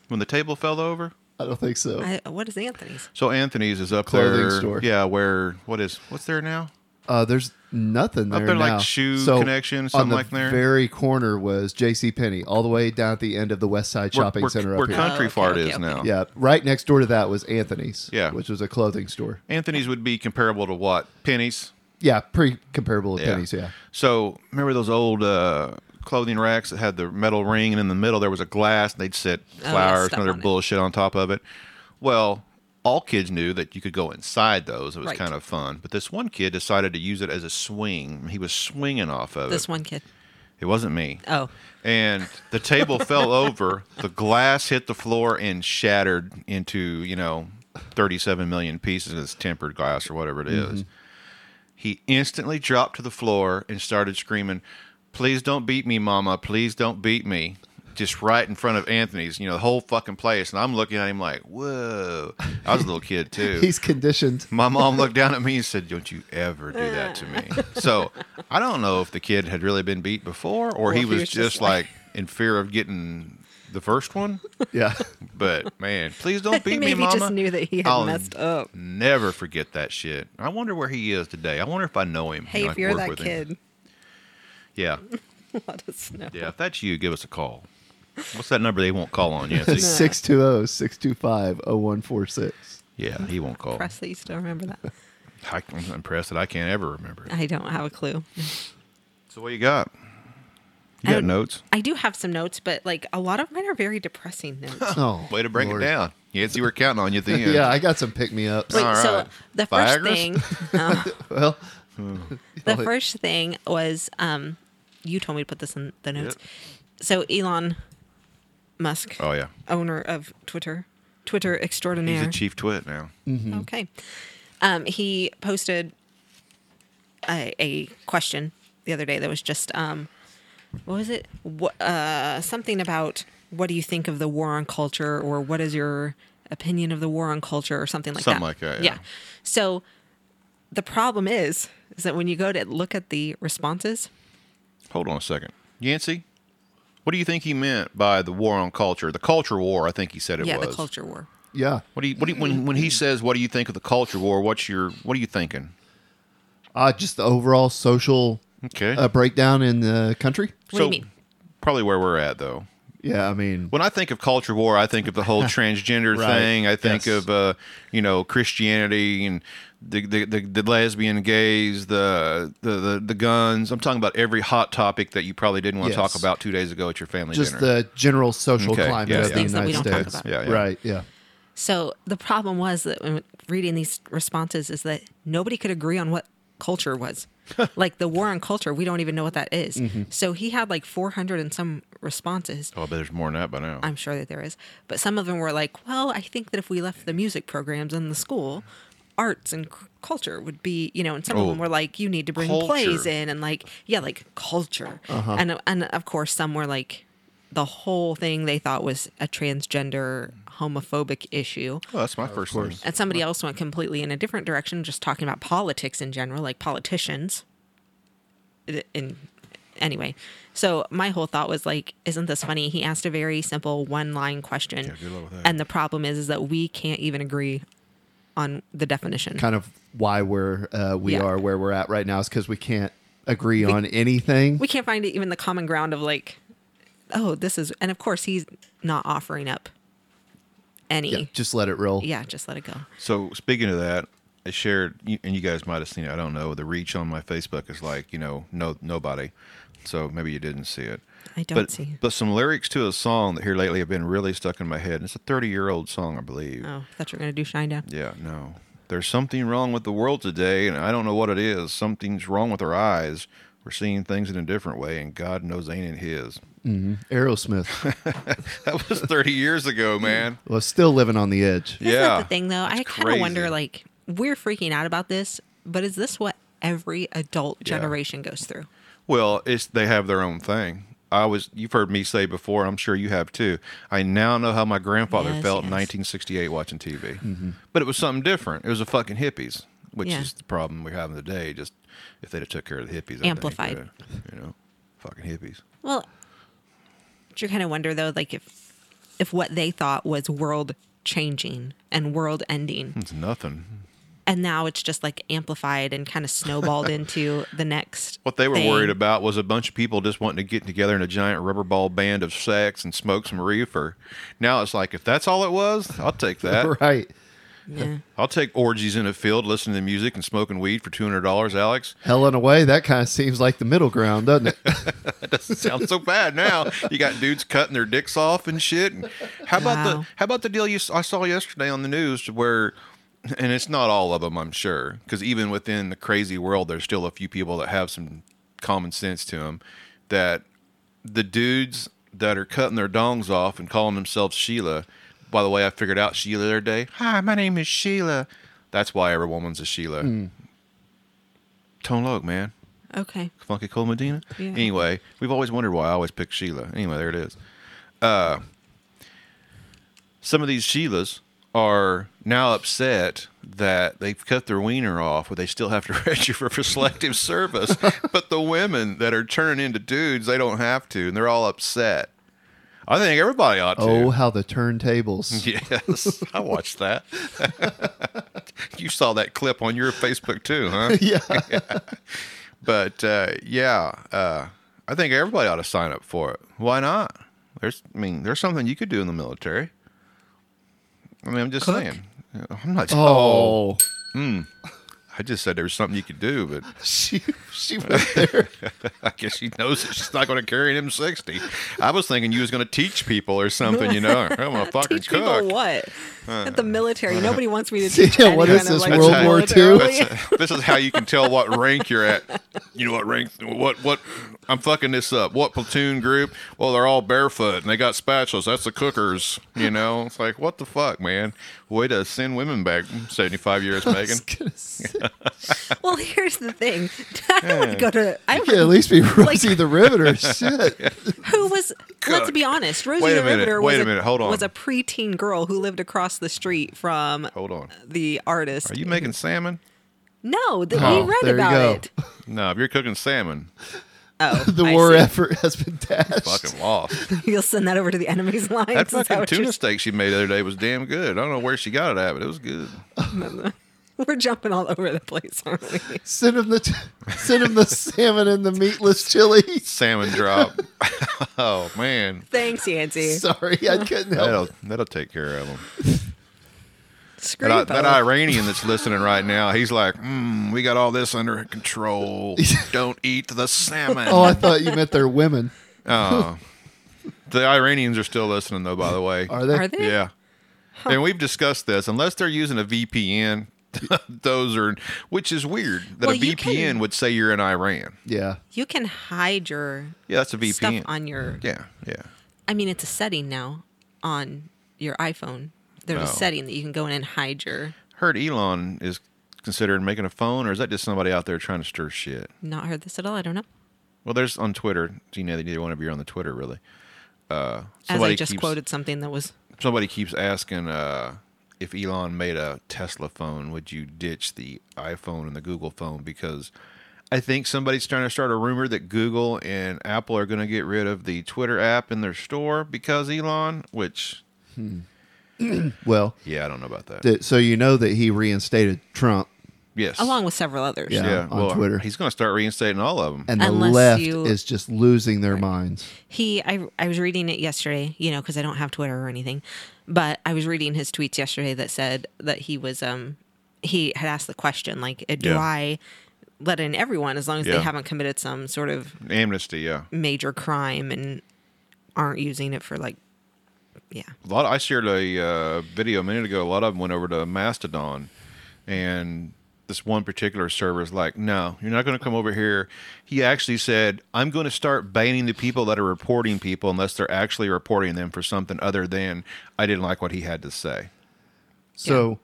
Speaker 2: when the table fell over?
Speaker 4: I don't think so.
Speaker 3: I, what is Anthony's?
Speaker 2: So Anthony's is up
Speaker 4: Clothing
Speaker 2: there.
Speaker 4: store.
Speaker 2: Yeah, where what is what's there now?
Speaker 4: Uh, there's nothing there
Speaker 2: Up there, like,
Speaker 4: now.
Speaker 2: shoe connection,
Speaker 4: on
Speaker 2: something
Speaker 4: the
Speaker 2: like there?
Speaker 4: Very corner was J.C. Penney, all the way down at the end of the West Side
Speaker 2: Where-
Speaker 4: Shopping
Speaker 2: where,
Speaker 4: Center
Speaker 2: where
Speaker 4: up here.
Speaker 2: Country
Speaker 3: Oh, okay,
Speaker 2: Fart
Speaker 3: okay,
Speaker 2: is
Speaker 3: okay.
Speaker 2: now.
Speaker 4: yeah, right next door to that was Anthony's.
Speaker 2: Yeah.
Speaker 4: which was a clothing store.
Speaker 2: Anthony's would be comparable to what Penny's.
Speaker 4: Yeah, pretty comparable to Penny's. Yeah.
Speaker 2: So remember those old uh, clothing racks that had the metal ring, and in the middle there was a glass, and they'd set
Speaker 3: Oh, yeah,
Speaker 2: flowers
Speaker 3: stuff
Speaker 2: and other
Speaker 3: on it.
Speaker 2: bullshit on top of it. Well, all kids knew that you could go inside those. It was
Speaker 3: Right.
Speaker 2: kind of fun. But this one kid decided to use it as a swing. He was swinging off of
Speaker 3: This
Speaker 2: it.
Speaker 3: one kid.
Speaker 2: It wasn't me.
Speaker 3: Oh,
Speaker 2: And the table fell over. The glass hit the floor and shattered into, you know, 37 million pieces of this tempered glass or whatever it is. He instantly dropped to the floor and started screaming, Please don't beat me, Mama. Please don't beat me. just right in front of Anthony's, you know, the whole fucking place. And I'm looking at him like, whoa. I was a little kid too.
Speaker 4: He's conditioned.
Speaker 2: My mom looked down at me and said, Don't you ever do that to me. So I don't know if the kid had really been beat before or
Speaker 3: Or
Speaker 2: he
Speaker 3: if he
Speaker 2: was
Speaker 3: was
Speaker 2: just,
Speaker 3: just
Speaker 2: like in fear of getting the first one.
Speaker 4: Yeah.
Speaker 2: But man, please don't beat
Speaker 3: Maybe
Speaker 2: me, mama.
Speaker 3: just knew that he had
Speaker 2: I'll
Speaker 3: messed up.
Speaker 2: Never forget that shit. I wonder where he is today. I wonder if I know him.
Speaker 3: Hey,
Speaker 2: and I
Speaker 3: if
Speaker 2: can
Speaker 3: you're
Speaker 2: work
Speaker 3: that
Speaker 2: with him.
Speaker 3: kid,
Speaker 2: Yeah.
Speaker 3: let us know.
Speaker 2: Yeah. If that's you, give us a call. What's that number they won't call on, Yancy?
Speaker 4: 620 625 0146.
Speaker 2: Yeah, he won't call.
Speaker 3: Press that you still remember that.
Speaker 2: I, I'm impressed that I can't ever remember it.
Speaker 3: I don't have a clue.
Speaker 2: So what you got? You
Speaker 3: I
Speaker 2: got
Speaker 3: don't-
Speaker 2: notes?
Speaker 3: I do have some notes, but like a lot of mine are very depressing notes.
Speaker 4: Oh.
Speaker 2: Way to break
Speaker 4: Lord.
Speaker 2: it down. Yancy, we're counting on you at the end.
Speaker 4: Yeah, I got some pick me ups.
Speaker 3: Wait,
Speaker 2: All
Speaker 3: so
Speaker 2: right.
Speaker 3: the first
Speaker 2: Viagras?
Speaker 3: thing, uh,
Speaker 4: Well,
Speaker 3: the first thing was, um, you told me to put this in the notes. So Elon Musk,
Speaker 2: Oh, yeah.
Speaker 3: owner of Twitter, Twitter extraordinaire.
Speaker 2: He's a chief twit now.
Speaker 4: Mm.
Speaker 3: Okay. Um, he posted a, a question the other day that was just um, what was it? What, uh, something about what do you think of the war on culture, or what is your opinion of the war on culture, or something like
Speaker 2: Something
Speaker 3: that.
Speaker 2: like that, yeah.
Speaker 3: So the problem is, is that when you go to look at the responses,
Speaker 2: Hold on a second. Yancy, what do you think he meant by the war on culture? The culture war, I think he said it
Speaker 3: yeah,
Speaker 2: was.
Speaker 3: the culture war.
Speaker 4: yeah.
Speaker 2: What do you, what do you, when, when he says, what do you think of the culture war? What's your, what are you thinking?
Speaker 4: Uh, just the overall social
Speaker 2: Okay.
Speaker 4: uh, breakdown in the country.
Speaker 2: so
Speaker 3: What do you mean?
Speaker 2: probably where we're at though.
Speaker 4: Yeah, I mean,
Speaker 2: When I think of culture war, I think of the whole transgender
Speaker 4: Right.
Speaker 2: thing. I think
Speaker 4: Yes.
Speaker 2: of uh, you know Christianity and the the, the, the lesbian gays, the, the the the guns. I'm talking about every hot topic that you probably didn't want to
Speaker 4: Yes.
Speaker 2: talk about two days ago at your family
Speaker 4: just
Speaker 2: dinner.
Speaker 4: the general social
Speaker 2: Okay,
Speaker 4: climate
Speaker 2: yeah,
Speaker 4: of
Speaker 2: yeah.
Speaker 4: the
Speaker 3: Things that we
Speaker 4: United
Speaker 3: don't talk
Speaker 4: States.
Speaker 3: about.
Speaker 2: Yeah, yeah.
Speaker 4: Right, yeah.
Speaker 3: So the problem was that when reading these responses is that nobody could agree on what culture was. like the war on culture, we don't even know what that is.
Speaker 2: Mm-hmm.
Speaker 3: So he had like 400 and some responses.
Speaker 2: oh, I bet there's more than that by now.
Speaker 3: I'm sure that there is. But some of them were like, well, I think that if we left the music programs in the school, arts and c- culture would be, you know, and some of
Speaker 2: Oh,
Speaker 3: them were like, you need to bring
Speaker 2: culture. Uh-huh.
Speaker 3: plays in and like, yeah, like culture. And, and of course, some were like, the whole thing they thought was a transgender homophobic issue.
Speaker 2: oh, that's my first one.
Speaker 3: And somebody else went completely in a different direction, just talking about politics in general, like politicians. It- In anyway, so my whole thought was like, isn't this funny? He asked a very simple one-line question,
Speaker 2: good luck with that.
Speaker 3: and the problem is, is that we can't even agree on the definition.
Speaker 4: Kind of why we're uh, we
Speaker 3: Yeah.
Speaker 4: are where we're at right now is because we can't agree on anything.
Speaker 3: we can't find even the common ground of like, oh, this is, and of course he's not offering up any.
Speaker 4: yeah, just let it roll.
Speaker 3: yeah just let it go.
Speaker 2: So speaking of that, I shared, you- and you guys might have seen it. I don't know. The reach on my Facebook is like you know, no nobody. So maybe you didn't see it.
Speaker 3: I don't
Speaker 2: but,
Speaker 3: see.
Speaker 2: But some lyrics to a song that here lately have been really stuck in my head. And it's a 30 year old song, I believe.
Speaker 3: Oh, I thought you were gonna do shine down.
Speaker 2: Yeah, no. There's something wrong with the world today, and I don't know what it is. Something's wrong with our eyes. We're seeing things in a different way, and God knows ain't in His.
Speaker 4: Aerosmith
Speaker 2: That was 30 years ago, man.
Speaker 4: was still living on the edge.
Speaker 2: Yeah.
Speaker 3: Isn't that the thing though? I kind
Speaker 2: crazy.
Speaker 3: of wonder like we're freaking out about this, but is this what every adult generation goes through?
Speaker 2: Well, it's they have their own thing. I was you've heard me say before, I'm sure you have too. I now know how my grandfather
Speaker 3: Yes,
Speaker 2: felt in
Speaker 3: yes.
Speaker 2: 1968 watching TV. But it was something different. It was a fucking hippies, which
Speaker 3: Yeah.
Speaker 2: is the problem we're having today. Just if they'd have took care of the hippies, I think,
Speaker 3: Amplified.
Speaker 2: uh, you know, fucking hippies.
Speaker 3: Well, do you kind of wonder though like if if what they thought was world changing and world ending
Speaker 2: It's nothing.
Speaker 3: and now it's just like amplified and kind of snowballed into the next
Speaker 2: What they were
Speaker 3: thing.
Speaker 2: worried about was a bunch of people just wanting to get together in a giant rubber ball band of sex and smoke some reefer. Now it's like if that's all it was, I'll take that.
Speaker 4: Right.
Speaker 3: Yeah.
Speaker 2: I'll take orgies in a field, listening to music and smoking weed for two hundred dollars, Alex.
Speaker 4: Hell in a way, that kind of seems like the middle ground, doesn't it?
Speaker 2: Sounds so bad now. You got dudes cutting their dicks off and shit. And How about the
Speaker 3: Wow.
Speaker 2: how about the deal you s- I saw yesterday on the news to where, and it's not all of them, I'm sure, because even within the crazy world, there's still a few people that have some common sense to them. That the dudes that are cutting their dongs off and calling themselves Sheila. By the way, I figured out Sheila the other day. Hi, my name is Sheila. That's why every woman's a Sheila. Tone Loc, man.
Speaker 3: Okay.
Speaker 2: Funky Cold Medina.
Speaker 3: Yeah.
Speaker 2: Anyway, we've always wondered why I always pick Sheila. Anyway, there it is. Uh, some of these Sheilas are now upset that they've cut their wiener off, but they still have to register for selective service. But the women that are turning into dudes, they don't have to, and they're all upset. I think everybody ought to.
Speaker 4: Oh, how the turntables.
Speaker 2: Yes, I watched that. you saw that clip on your Facebook too, huh?
Speaker 4: yeah.
Speaker 2: But uh, yeah, uh, I think everybody ought to sign up for it. Why not? There's, I mean, there's something you could do in the military. I mean, I'm just saying. I'm not. Oh.
Speaker 4: Oh,
Speaker 2: I just said there was something you could do, but
Speaker 4: she she went there.
Speaker 2: I guess she knows that she's not going to carry an M60. I was thinking you was going to teach people or something, you know. I'm going to fucking
Speaker 3: Teach
Speaker 2: cook. Uh,
Speaker 3: people what? At the military. Nobody wants me to
Speaker 4: See,
Speaker 3: teach them
Speaker 4: what
Speaker 3: any
Speaker 4: is
Speaker 3: kind of,
Speaker 4: this,
Speaker 3: like,
Speaker 4: World War
Speaker 3: militarily.
Speaker 4: II?
Speaker 2: That's- this is how you can tell what rank you're at. You know what rank? What what? I'm fucking this up. What platoon group? Well, they're all barefoot and they got spatulas. That's the cookers. You know, it's like what the fuck, man. Way to send women back 75 years,
Speaker 4: I
Speaker 2: Megan.
Speaker 4: was gonna say,
Speaker 3: well, here's the thing. I would go to. I
Speaker 4: you could at
Speaker 3: would,
Speaker 4: least be Rosie the Riveter. Shit.
Speaker 3: who was? Let's be honest. Rosie
Speaker 2: Wait a
Speaker 3: the
Speaker 2: minute,
Speaker 3: Riveter
Speaker 2: wait
Speaker 3: was
Speaker 2: a minute, hold on.
Speaker 3: was a preteen girl who lived across the street from
Speaker 2: Hold on.
Speaker 3: the artist.
Speaker 2: Oh. Are you making salmon?
Speaker 3: No, that
Speaker 4: Oh,
Speaker 3: we read
Speaker 4: there you
Speaker 3: about
Speaker 4: go.
Speaker 3: it.
Speaker 2: No, if you're cooking salmon,
Speaker 3: Oh,
Speaker 4: The
Speaker 3: I
Speaker 4: war
Speaker 3: see.
Speaker 4: effort has been dashed.
Speaker 2: fucking lost.
Speaker 3: You'll send that over to the enemy's lines.
Speaker 2: That
Speaker 3: is
Speaker 2: fucking
Speaker 3: what you're
Speaker 2: tuna steak she made the other day was damn good. I don't know where she got it at, but it was good.
Speaker 3: We're jumping all over the place, aren't we?
Speaker 4: Send him the t- send him the salmon and the meatless chili.
Speaker 2: Salmon drop. oh man,
Speaker 3: Thanks, Yancy.
Speaker 4: Sorry, I couldn't help.
Speaker 2: that'll that'll take care of them.
Speaker 3: Screw
Speaker 2: That,
Speaker 3: both.
Speaker 2: that Iranian that's listening right now, he's like, mm, "We got all this under control. Don't eat the salmon."
Speaker 4: Oh, I thought you meant they're women.
Speaker 2: Oh. the Iranians are still listening, though. By the way,
Speaker 4: Are they?
Speaker 3: Are they?
Speaker 2: yeah. And we've discussed this. Unless they're using a VPN, those are, which is weird that
Speaker 3: Well,
Speaker 2: a
Speaker 3: you
Speaker 2: VPN
Speaker 3: can-
Speaker 2: would say you're in Iran.
Speaker 4: Yeah.
Speaker 3: You can hide your
Speaker 2: Yeah, that's a
Speaker 3: stuff
Speaker 2: VPN.
Speaker 3: on your.
Speaker 2: yeah, yeah.
Speaker 3: I mean, it's a setting now on your iPhone. There's
Speaker 2: Oh.
Speaker 3: a setting that you can go in and hide your.
Speaker 2: Heard Elon is considering making a phone, or is that just somebody out there trying to stir shit?
Speaker 3: Not heard this at all. I don't know.
Speaker 2: Well, there's on Twitter. You know, neither one of you are on the Twitter, really. Uh,
Speaker 3: As I
Speaker 2: somebody
Speaker 3: just
Speaker 2: keeps-
Speaker 3: quoted something that was.
Speaker 2: Somebody keeps asking uh, if Elon made a Tesla phone, would you ditch the iPhone and the Google phone? Because I think somebody's trying to start a rumor that Google and Apple are going to get rid of the Twitter app in their store because Elon. Which,
Speaker 4: Well,
Speaker 2: yeah, I don't know about that.
Speaker 4: th- so you know that he reinstated Trump
Speaker 2: yes,
Speaker 3: Along with several others.
Speaker 4: Yeah.
Speaker 2: yeah,
Speaker 4: on
Speaker 2: well,
Speaker 4: Twitter.
Speaker 2: he's going to start reinstating all of them.
Speaker 4: and
Speaker 3: Unless
Speaker 4: the left
Speaker 3: you-
Speaker 4: is just losing their minds.
Speaker 3: He, I, I was reading it yesterday, you know, because I don't have Twitter or anything, but I was reading his tweets yesterday that said that he was, um, he had asked the question, like, "Uh, do
Speaker 2: Yeah.
Speaker 3: I let in everyone as long as
Speaker 2: Yeah.
Speaker 3: they haven't committed some sort of
Speaker 2: Amnesty, yeah.
Speaker 3: major crime and aren't using it for like, yeah.
Speaker 2: A lot. I shared a uh, video a minute ago. A lot of them went over to Mastodon, and this one particular server is like, "No, you're not going to come over here." He actually said, "I'm going to start banning the people that are reporting people unless they're actually reporting them for something other than I didn't like what he had to say."
Speaker 4: So,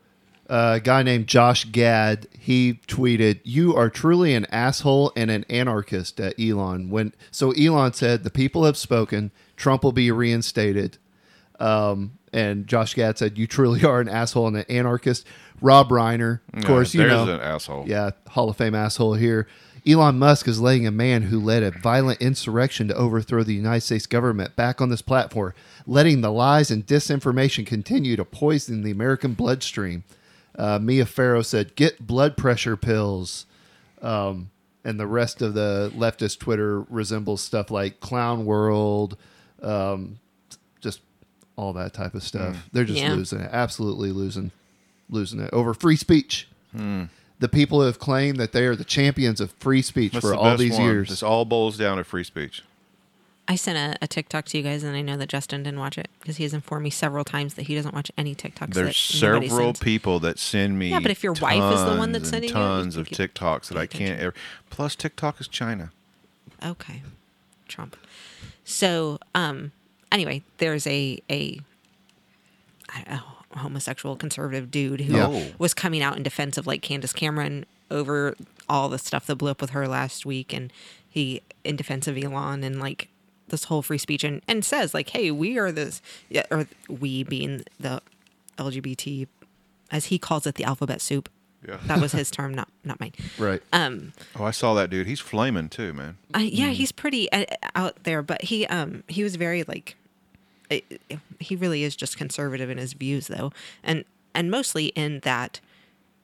Speaker 4: uh, a guy named Josh Gad he tweeted, "You are truly an asshole and an anarchist." At Elon, when so Elon said, "The people have spoken. Trump will be reinstated." Um, and Josh Gad said, "You truly are an asshole and an anarchist." Rob Reiner, of course,
Speaker 2: Yeah,
Speaker 4: you
Speaker 2: there's
Speaker 4: know,
Speaker 2: an asshole.
Speaker 4: yeah, Hall of Fame asshole here. Elon Musk is laying a man who led a violent insurrection to overthrow the United States government back on this platform, letting the lies and disinformation continue to poison the American bloodstream. Uh, Mia Farrow said, "Get blood pressure pills," um, and the rest of the leftist Twitter resembles stuff like Clown World, um, just all that type of stuff. They're just
Speaker 3: Yeah.
Speaker 4: losing it, absolutely losing, losing it over free speech
Speaker 2: Hmm.
Speaker 4: the people who have claimed that they are the champions of free speech
Speaker 2: That's
Speaker 4: for
Speaker 2: the
Speaker 4: all
Speaker 2: best
Speaker 4: these
Speaker 2: one.
Speaker 4: years.
Speaker 2: This all boils down to free speech.
Speaker 3: I sent a, a TikTok to you guys, and I know that Justin didn't watch it because he has informed me several times that he doesn't watch any TikToks. that
Speaker 2: There's
Speaker 3: nobody
Speaker 2: several
Speaker 3: sends.
Speaker 2: people that send me.
Speaker 3: Yeah, but if your wife is the
Speaker 2: tons
Speaker 3: one that's
Speaker 2: and
Speaker 3: sending you, you
Speaker 2: tons of
Speaker 3: think you-
Speaker 2: TikToks that
Speaker 3: pay
Speaker 2: I can't ever. Plus, TikTok is China.
Speaker 3: Okay. Trump. So, um, anyway, there's a a, a homosexual conservative dude who
Speaker 4: Yeah.
Speaker 2: Oh.
Speaker 3: was coming out in defense of like Candace Cameron over all the stuff that blew up with her last week, and he in defense of Elon and like this whole free speech and, and says like, hey, we are this, yeah, or we being the LGBT, as he calls it, the alphabet soup.
Speaker 2: Yeah.
Speaker 3: That was his term, not not mine.
Speaker 4: Right.
Speaker 3: Um,
Speaker 2: Oh, I saw that dude. He's flaming too, man.
Speaker 3: uh, yeah, he's pretty uh, out there, but he um he was very like uh, he really is just conservative in his views though, and and mostly in that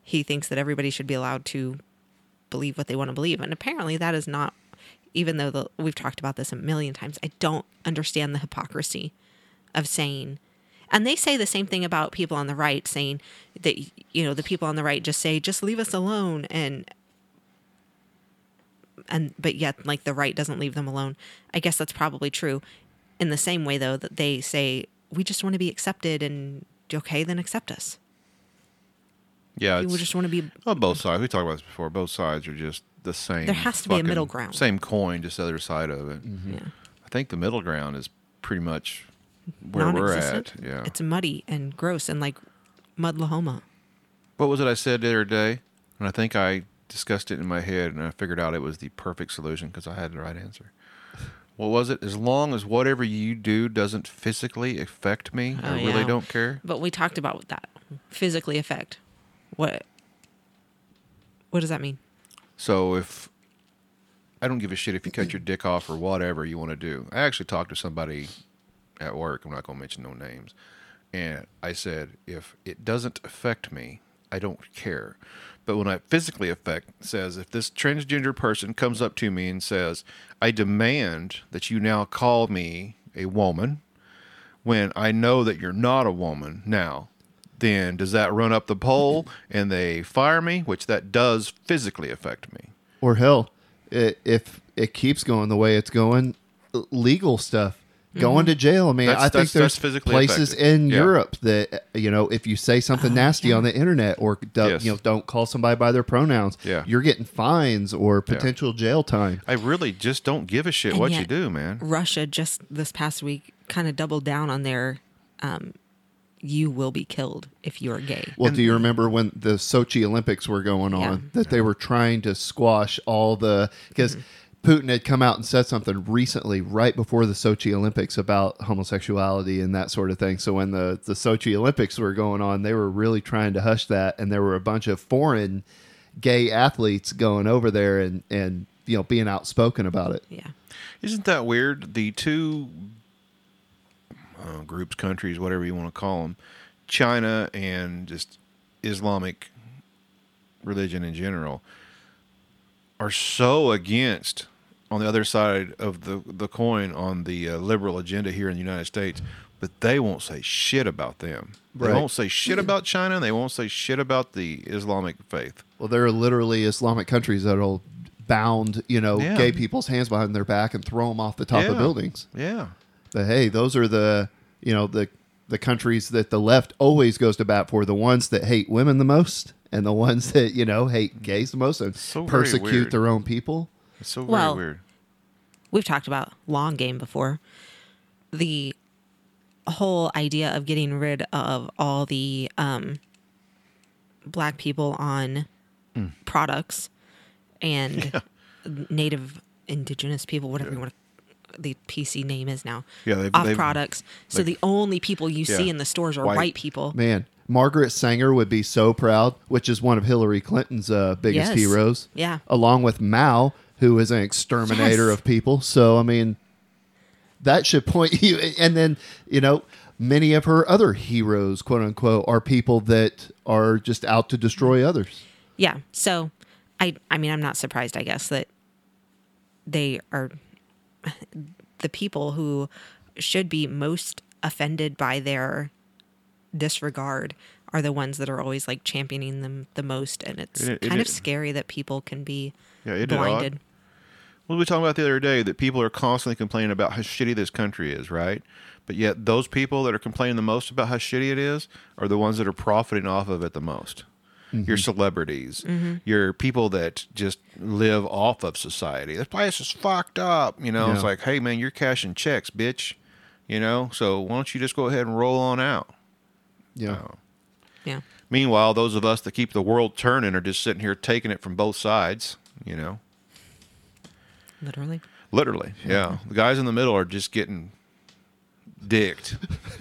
Speaker 3: he thinks that everybody should be allowed to believe what they want to believe, and apparently that is not. Even though the, we've talked about this a million times, I don't understand the hypocrisy of saying, and they say the same thing about people on the right, saying that you know the people on the right just say just leave us alone, and and but yet like the right doesn't leave them alone. I guess that's probably true. In the same way though that they say we just want to be accepted and okay, then accept us.
Speaker 2: Yeah,
Speaker 3: We
Speaker 2: it's-
Speaker 3: just want to be
Speaker 2: Well, both sides. We talked about this before. Both sides are just the same.
Speaker 3: There has to be a
Speaker 2: fucking-
Speaker 3: middle ground. Mm-hmm.
Speaker 2: Same coin, just the other side of it. I think the middle ground is pretty much where we're at.
Speaker 3: non-existent.
Speaker 2: Yeah.
Speaker 3: It's muddy and gross and like mudlahoma.
Speaker 2: what was it I said the other day? And I think I discussed it in my head, and I figured out it was the perfect solution because I had the right answer. What was it? As long as whatever you do doesn't physically affect me,
Speaker 3: Oh,
Speaker 2: I really
Speaker 3: yeah.
Speaker 2: don't care.
Speaker 3: But we talked about that physically affect. What what does that mean?
Speaker 2: So if I don't give a shit if you cut your dick off or whatever you want to do. I actually talked to somebody at work. I'm not going to mention no names. And I said, if it doesn't affect me, I don't care. But when I physically affect, says, if this transgender person comes up to me and says, I demand that you now call me a woman when I know that you're not a woman now, then does that run up the pole and they fire me? Which that does physically affect me.
Speaker 4: Or hell, i if it keeps going the way it's going, l- legal stuff, going to jail. Man,
Speaker 2: That's-
Speaker 4: I think
Speaker 2: that's- that's
Speaker 4: there's
Speaker 2: physically
Speaker 4: places
Speaker 2: affected.
Speaker 4: in
Speaker 2: Yeah.
Speaker 4: Europe that you know, if you say something nasty on the internet or do,
Speaker 2: Yes.
Speaker 4: you know don't call somebody by their pronouns,
Speaker 2: Yeah.
Speaker 4: you're getting fines or potential jail time.
Speaker 2: I really just don't give a shit
Speaker 3: And
Speaker 2: what you
Speaker 3: yet-
Speaker 2: do, man.
Speaker 3: Russia just this past week kind of doubled down on their um you will be killed if you are gay.
Speaker 4: Well, do you remember when the Sochi Olympics were going on
Speaker 3: Yeah.
Speaker 4: that they were trying to squash all the because
Speaker 2: Mm-hmm.
Speaker 4: Putin had come out and said something recently right before the Sochi Olympics about homosexuality and that sort of thing. So when the the Sochi Olympics were going on, they were really trying to hush that and there were a bunch of foreign gay athletes going over there and and you know being outspoken about it.
Speaker 3: Yeah.
Speaker 2: Isn't that weird? The two uh, groups, countries, whatever you want to call them, China and just Islamic religion in general, are so against on the other side of the, the coin on the uh, liberal agenda here in the United States, but they won't say shit about them. They
Speaker 4: Right.
Speaker 2: won't say shit about China. And they won't say shit about the Islamic faith.
Speaker 4: Well, there are literally Islamic countries that'll bound, you know,
Speaker 2: Yeah.
Speaker 4: gay people's hands behind their back and throw them off the top
Speaker 2: Yeah.
Speaker 4: of buildings.
Speaker 2: Yeah.
Speaker 4: But hey, those are the you know the the countries that the left always goes to bat for the ones that hate women the most and the ones that you know hate gays the most and
Speaker 2: So very
Speaker 4: persecute
Speaker 2: weird.
Speaker 4: their own people.
Speaker 2: It's so very
Speaker 3: Well,
Speaker 2: weird.
Speaker 3: we've talked about long game before. The whole idea of getting rid of all the um, black people on
Speaker 2: Hmm.
Speaker 3: products and native indigenous people, whatever you want to, the PC name is now,
Speaker 2: Yeah, they've-
Speaker 3: off
Speaker 2: they've-
Speaker 3: products. So the only people you see
Speaker 2: Yeah.
Speaker 3: in the stores are
Speaker 2: White.
Speaker 3: white, people.
Speaker 4: Man, Margaret Sanger would be so proud, which is one of Hillary Clinton's uh, biggest
Speaker 3: Yes.
Speaker 4: heroes.
Speaker 3: Yeah.
Speaker 4: along with Mao, who is an exterminator
Speaker 3: Yes.
Speaker 4: of people. So I mean, that should point you. And then you know, many of her other heroes, quote unquote, are people that are just out to destroy others.
Speaker 3: Yeah. So I I mean I'm not surprised I guess that they are the people who should be most offended by their disregard are the ones that are always like championing them the most and it's
Speaker 2: Isn't it-
Speaker 3: kind of
Speaker 2: isn't it-
Speaker 3: scary that people can be
Speaker 2: Yeah, isn't it odd?
Speaker 3: blinded.
Speaker 2: What were we talking about the other day? That people are constantly complaining about how shitty this country is, right? But yet, those people that are complaining the most about how shitty it is are the ones that are profiting off of it the most. Your celebrities, your people that just live off of society. This place is fucked up. You know, it's
Speaker 4: Yeah.
Speaker 2: like, hey, man, you're cashing checks, bitch. You know, so why don't you just go ahead and roll on out? Oh,
Speaker 4: Yeah.
Speaker 3: Yeah.
Speaker 2: Meanwhile, those of us that keep the world turning are just sitting here taking it from both sides, you know.
Speaker 3: Literally.
Speaker 2: Literally, yeah. The guys in the middle are just getting dicked.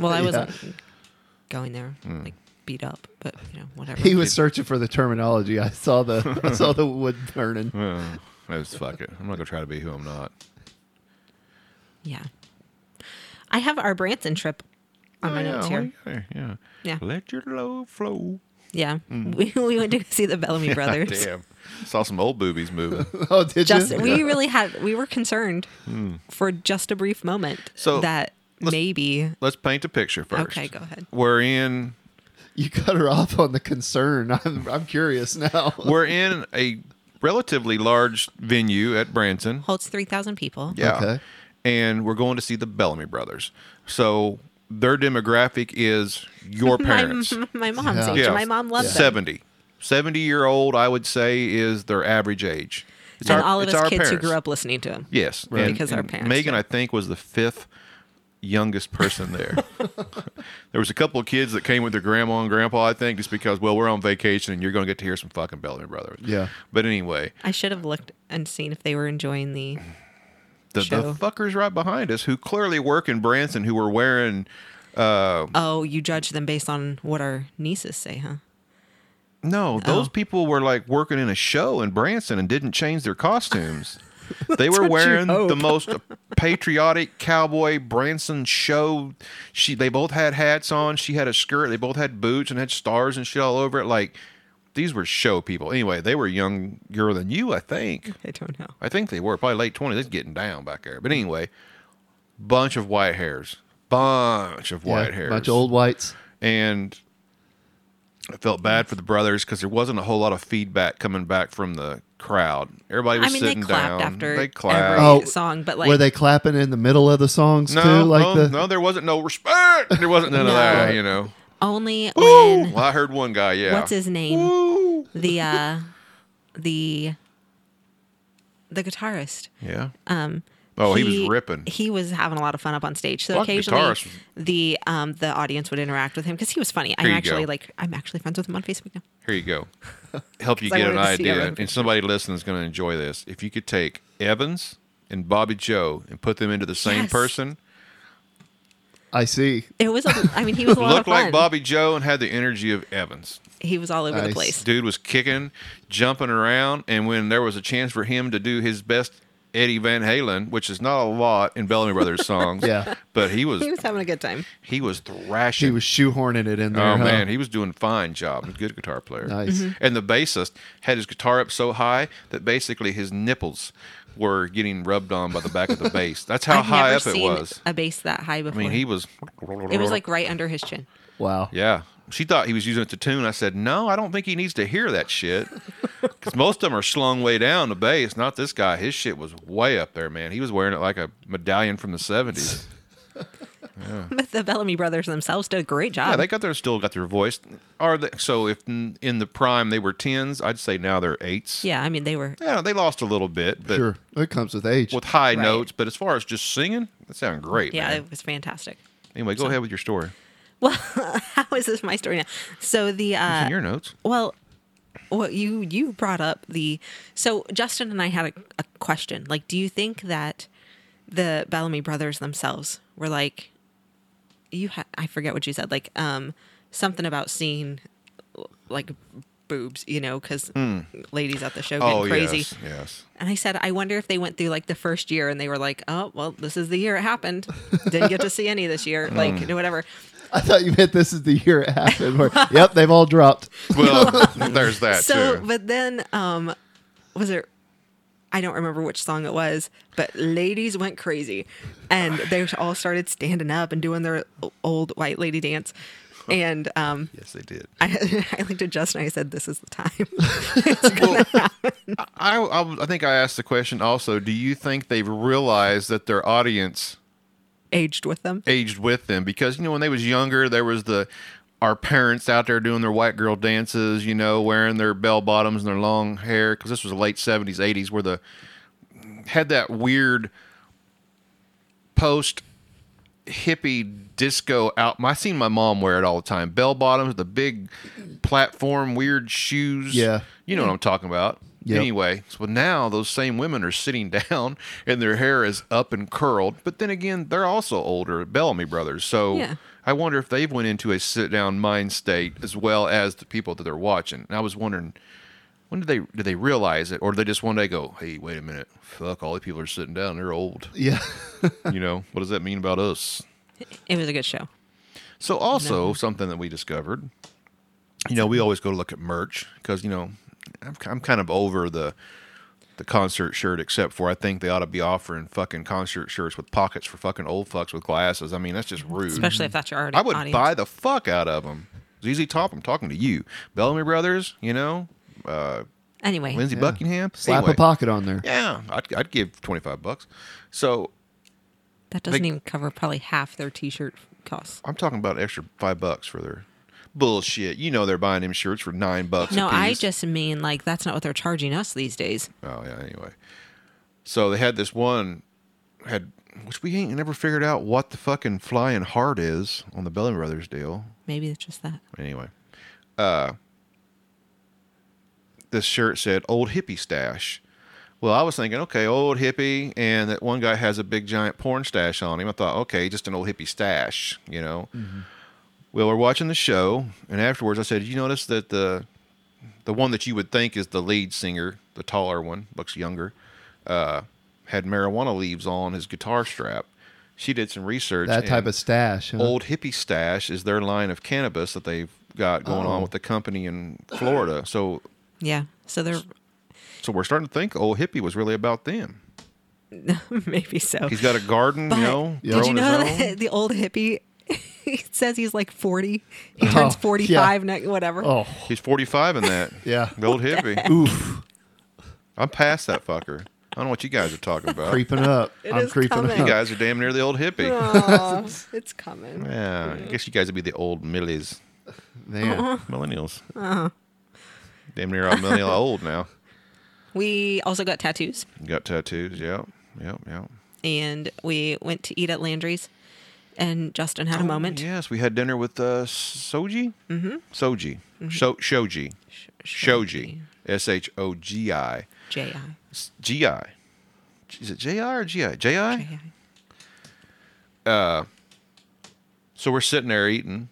Speaker 3: Well, I wasn't going there
Speaker 2: Mm.
Speaker 3: like beat up, but you know whatever.
Speaker 4: He was searching for the terminology. I saw the I saw the wood burning.
Speaker 2: Uh, that's fuck it. I'm not gonna try to be who I'm not.
Speaker 3: yeah. I have our Branson trip on my
Speaker 2: Oh, yeah,
Speaker 3: notes
Speaker 2: well,
Speaker 3: here.
Speaker 2: yeah, yeah.
Speaker 3: Yeah.
Speaker 2: Let your love flow.
Speaker 3: Yeah, we, we went to go see the Bellamy Brothers.
Speaker 2: Mm. Damn. Saw some old boobies moving.
Speaker 4: Oh, did
Speaker 3: just
Speaker 4: you?
Speaker 3: we really had we were concerned for just a brief moment
Speaker 2: Mm. So,
Speaker 3: that
Speaker 2: let's-
Speaker 3: maybe
Speaker 2: Let's paint a picture first.
Speaker 3: Okay, go ahead.
Speaker 2: We're in
Speaker 4: You cut her off on the concern. I'm I'm curious now.
Speaker 2: we're in a relatively large venue at Branson.
Speaker 3: holds 3000 people
Speaker 2: Yeah.
Speaker 4: Okay.
Speaker 2: And we're going to see the Bellamy brothers. So their demographic is your
Speaker 3: my,
Speaker 2: parents.
Speaker 3: my mom's
Speaker 4: Yeah.
Speaker 3: age my mom loves them
Speaker 2: 70. 70 year old, I would say, is their average age. It's
Speaker 3: and
Speaker 2: our-
Speaker 3: all of
Speaker 2: it's
Speaker 3: us
Speaker 2: our
Speaker 3: kids who
Speaker 2: parents.
Speaker 3: grew up listening to him
Speaker 2: Yes,
Speaker 4: Right.
Speaker 3: Because our parents
Speaker 2: Megan,
Speaker 3: did.
Speaker 2: I think, was the fifth youngest person there. there was a couple of kids that came with their grandma and grandpa, I think, just because well, we're on vacation and you're going to get to hear some fucking Bellamy Brothers.
Speaker 4: Yeah.
Speaker 2: But anyway,
Speaker 3: i should have looked and seen if they were enjoying the
Speaker 2: the,
Speaker 3: Show.
Speaker 2: the fuckers right behind us who clearly work in Branson who were wearing
Speaker 3: oh you judge them based on what our nieces say huh
Speaker 2: no, those people were like working in a show in Branson and didn't change their costumes. they were wearing the most patriotic cowboy Branson show. She they both had hats on. She had a skirt. They both had boots and had stars and shit all over it. Like these were show people. Anyway, they were younger than you, I think.
Speaker 3: i don't know
Speaker 2: I think they were probably late twenties. They're getting down back there. But anyway, bunch of white hairs. Bunch of white
Speaker 4: yeah,
Speaker 2: hairs
Speaker 4: Bunch of old whites.
Speaker 2: and I felt bad for the brothers because there wasn't a whole lot of feedback coming back from the crowd. Everybody
Speaker 3: i
Speaker 2: was
Speaker 3: mean they
Speaker 2: sitting down.
Speaker 3: clapped after
Speaker 2: they clapped.
Speaker 3: every
Speaker 4: Oh,
Speaker 3: song but
Speaker 4: Were
Speaker 3: like
Speaker 4: they clapping in the middle of the songs
Speaker 2: no,
Speaker 4: too? Like
Speaker 2: no,
Speaker 4: the
Speaker 2: no, there wasn't no respect. There wasn't none
Speaker 3: No.
Speaker 2: of that. You know.
Speaker 3: only
Speaker 2: Woo!
Speaker 3: when
Speaker 2: Well, I heard one guy. Yeah.
Speaker 3: what's his name
Speaker 2: Woo!
Speaker 3: the uh the the guitarist
Speaker 2: Yeah. Um. Oh, he, was ripping.
Speaker 3: He was having a lot of fun up on stage. So
Speaker 2: Fuck
Speaker 3: occasionally,
Speaker 2: guitarist.
Speaker 3: the um the audience would interact with him because he was funny. I'm
Speaker 2: Here you
Speaker 3: actually
Speaker 2: go.
Speaker 3: like I'm actually friends with him on Facebook now.
Speaker 2: Here you go. Help you
Speaker 3: 'Cause I
Speaker 2: get an
Speaker 3: wanted to see
Speaker 2: idea.
Speaker 3: everything.
Speaker 2: And somebody listening is going to enjoy this. If you could take Evans and Bobby Joe and put them into the same
Speaker 3: Yes.
Speaker 2: person,
Speaker 4: I see.
Speaker 3: It was a, I mean he was a lot of
Speaker 2: looked
Speaker 3: fun.
Speaker 2: like Bobby Joe and had the energy of Evans.
Speaker 3: He was all over the
Speaker 4: Nice.
Speaker 3: place.
Speaker 2: dude was kicking, jumping around, and when there was a chance for him to do his best Eddie Van Halen, which is not a lot in Bellamy Brothers songs,
Speaker 4: Yeah.
Speaker 2: but he was
Speaker 3: He was having a good time.
Speaker 2: he was thrashing.
Speaker 4: She was shoehorning it in there.
Speaker 2: oh
Speaker 4: huh?
Speaker 2: man, he was doing a fine job. He's a good guitar player.
Speaker 4: Nice. Mhm.
Speaker 2: And the bassist had his guitar up so high that basically his nipples were getting rubbed on by the back of the bass. That's how
Speaker 3: I've
Speaker 2: high
Speaker 3: never
Speaker 2: up it
Speaker 3: seen
Speaker 2: was.
Speaker 3: a bass that high before.
Speaker 2: I mean, he was.
Speaker 3: it was like right under his chin.
Speaker 4: Wow.
Speaker 2: Yeah. She thought he was using it to tune. I said, no, I don't think he needs to hear that shit. Because most of them are slung way down the bass. Not this guy. His shit was way up there, man. He was wearing it like a medallion from the 70s.
Speaker 3: But the Bellamy brothers themselves did a great job.
Speaker 2: Yeah, they got their still got their voice. Are they, so if in, in the prime they were tens, I'd say now they're eights.
Speaker 3: Yeah, I mean they were.
Speaker 2: Yeah, they lost a little bit, but
Speaker 4: Sure. It comes with age.
Speaker 2: with high
Speaker 3: Right.
Speaker 2: notes. But as far as just singing, that sounded great.
Speaker 3: Yeah,
Speaker 2: man.
Speaker 3: it was fantastic.
Speaker 2: Anyway, go ahead with your story.
Speaker 3: Well, how is this my story now? So the
Speaker 2: It's
Speaker 3: uh,
Speaker 2: in your notes.
Speaker 3: Well, well, you you brought up the so Justin and I had a, a question. Like, do you think that the Bellamy brothers themselves were like you? Ha- I forget what you said. Like, um, something about seeing like boobs, you know, because ladies at the show get
Speaker 2: Hmm. Oh,
Speaker 3: crazy.
Speaker 2: yes. Yes.
Speaker 3: And I said, I wonder if they went through like the first year and they were like, oh, well, this is the year it happened. Didn't get to see any this
Speaker 2: Hmm.
Speaker 3: year. Like, you know, whatever.
Speaker 4: I thought you meant this is the year it happened. Where, yep, they've all dropped.
Speaker 2: Well, there's that
Speaker 3: so
Speaker 2: too.
Speaker 3: but then um was it i don't remember which song it was but ladies went crazy and they all started standing up and doing their old white lady dance and um
Speaker 2: yes, they did.
Speaker 3: I, I looked at Justin. and I said, "This is the time."
Speaker 2: I, I, I think I asked the question also. Do you think they've realized that their audience
Speaker 3: Aged with them.
Speaker 2: aged with them? Because you know, when they was younger, there was the our parents out there doing their white girl dances. You know, wearing their bell bottoms and their long hair. Because this was the late seventies, eighties, where the had that weird post hippie disco out. I seen my mom wear it all the time. Bell bottoms, the big platform, weird shoes.
Speaker 4: Yeah.
Speaker 2: you know what I'm talking about.
Speaker 4: Yep.
Speaker 2: Anyway, so now those same women are sitting down and their hair is up and curled. But then again, they're also older Bellamy brothers. So
Speaker 3: Yeah.
Speaker 2: I wonder if they've went into a sit down mind state as well as the people that they're watching. And I was wondering when did they did they realize it or did they just one day go, Hey, wait a minute, fuck all the people are sitting down, they're old.
Speaker 4: Yeah.
Speaker 2: you know, what does that mean about us?
Speaker 3: It was a good show.
Speaker 2: So also something that we discovered, you know, we always go look at merch because you know, I'm, I'm kind of over the the concert shirt, except for I think they ought to be offering fucking concert shirts with pockets for fucking old fucks with glasses. I mean, that's just rude.
Speaker 3: Especially if that's your art-
Speaker 2: I would
Speaker 3: audience.
Speaker 2: buy the fuck out of them. ZZ Top, I'm talking to you, Bellamy Brothers, you know, uh,
Speaker 3: Anyway,
Speaker 2: Lindsey Buckingham.
Speaker 4: Slap
Speaker 2: Anyway,
Speaker 4: a pocket on there.
Speaker 2: Yeah, I'd, I'd give 25 bucks. So
Speaker 3: that doesn't
Speaker 2: Like-
Speaker 3: even cover probably half their T-shirt costs.
Speaker 2: I'm talking about extra five bucks for their bullshit. You know they're buying them shirts for nine bucks.
Speaker 3: No,
Speaker 2: a
Speaker 3: I
Speaker 2: piece.
Speaker 3: just mean like that's not what they're charging us these days.
Speaker 2: Oh yeah. Anyway, so they had this one had which we ain't never figured out what the fucking flying heart is on the Bellamy Brothers deal.
Speaker 3: Maybe it's just that.
Speaker 2: Anyway, uh, this shirt said "Old Hippie Stash." Well, I was thinking, okay, old hippie, and that one guy has a big giant porn stash on him. I thought, okay, just an old hippie stash, you know.
Speaker 4: Mm-hmm.
Speaker 2: Well, we're watching the show, and afterwards, I said, "You notice that the the one that you would think is the lead singer, the taller one, looks younger, uh, had marijuana leaves on his guitar strap." She did some research.
Speaker 4: That type
Speaker 2: and-
Speaker 4: of stash.
Speaker 3: Uh-huh.
Speaker 4: huh?
Speaker 2: Old Hippie Stash is their line of cannabis that they've got going
Speaker 3: Oh.
Speaker 2: on with the company in Florida. So,
Speaker 3: Yeah. So they're
Speaker 2: so we're starting to think Old Hippie was really about them.
Speaker 3: maybe so.
Speaker 2: He's got a garden,
Speaker 3: But
Speaker 2: you know.
Speaker 3: did you
Speaker 2: growing his
Speaker 3: know
Speaker 2: own.
Speaker 3: that the old hippie he says he's like 40. He
Speaker 4: Oh,
Speaker 3: turns
Speaker 4: yeah.
Speaker 3: 45 ne- whatever.
Speaker 4: Oh,
Speaker 2: He's forty-five in that.
Speaker 4: Yeah.
Speaker 2: the Old Hippie.
Speaker 4: oof.
Speaker 2: I'm past that fucker. I don't know what you guys are talking about.
Speaker 4: Creeping up. I'm
Speaker 3: is
Speaker 4: creeping
Speaker 3: coming.
Speaker 2: You
Speaker 4: up.
Speaker 2: guys are damn near the Old Hippie.
Speaker 3: Aw, it's coming.
Speaker 2: Yeah, I guess you guys would be the old millies,
Speaker 4: Man.
Speaker 2: millennials.
Speaker 3: Uh-huh.
Speaker 2: Damn near all millennial old now.
Speaker 3: We also got tattoos
Speaker 2: You got tattoos. Yeah, yeah, yeah.
Speaker 3: and we went to eat at Landry's and Justin had a
Speaker 2: Oh,
Speaker 3: moment.
Speaker 2: Yes, we had dinner with uh, Soji. Mm-hmm. Soji. Sho- Shoji. Shoji. S H O G I.
Speaker 3: J.I.
Speaker 2: S- G I. Is it J I or G I? J I?
Speaker 3: J.I.
Speaker 2: So we're sitting there eating.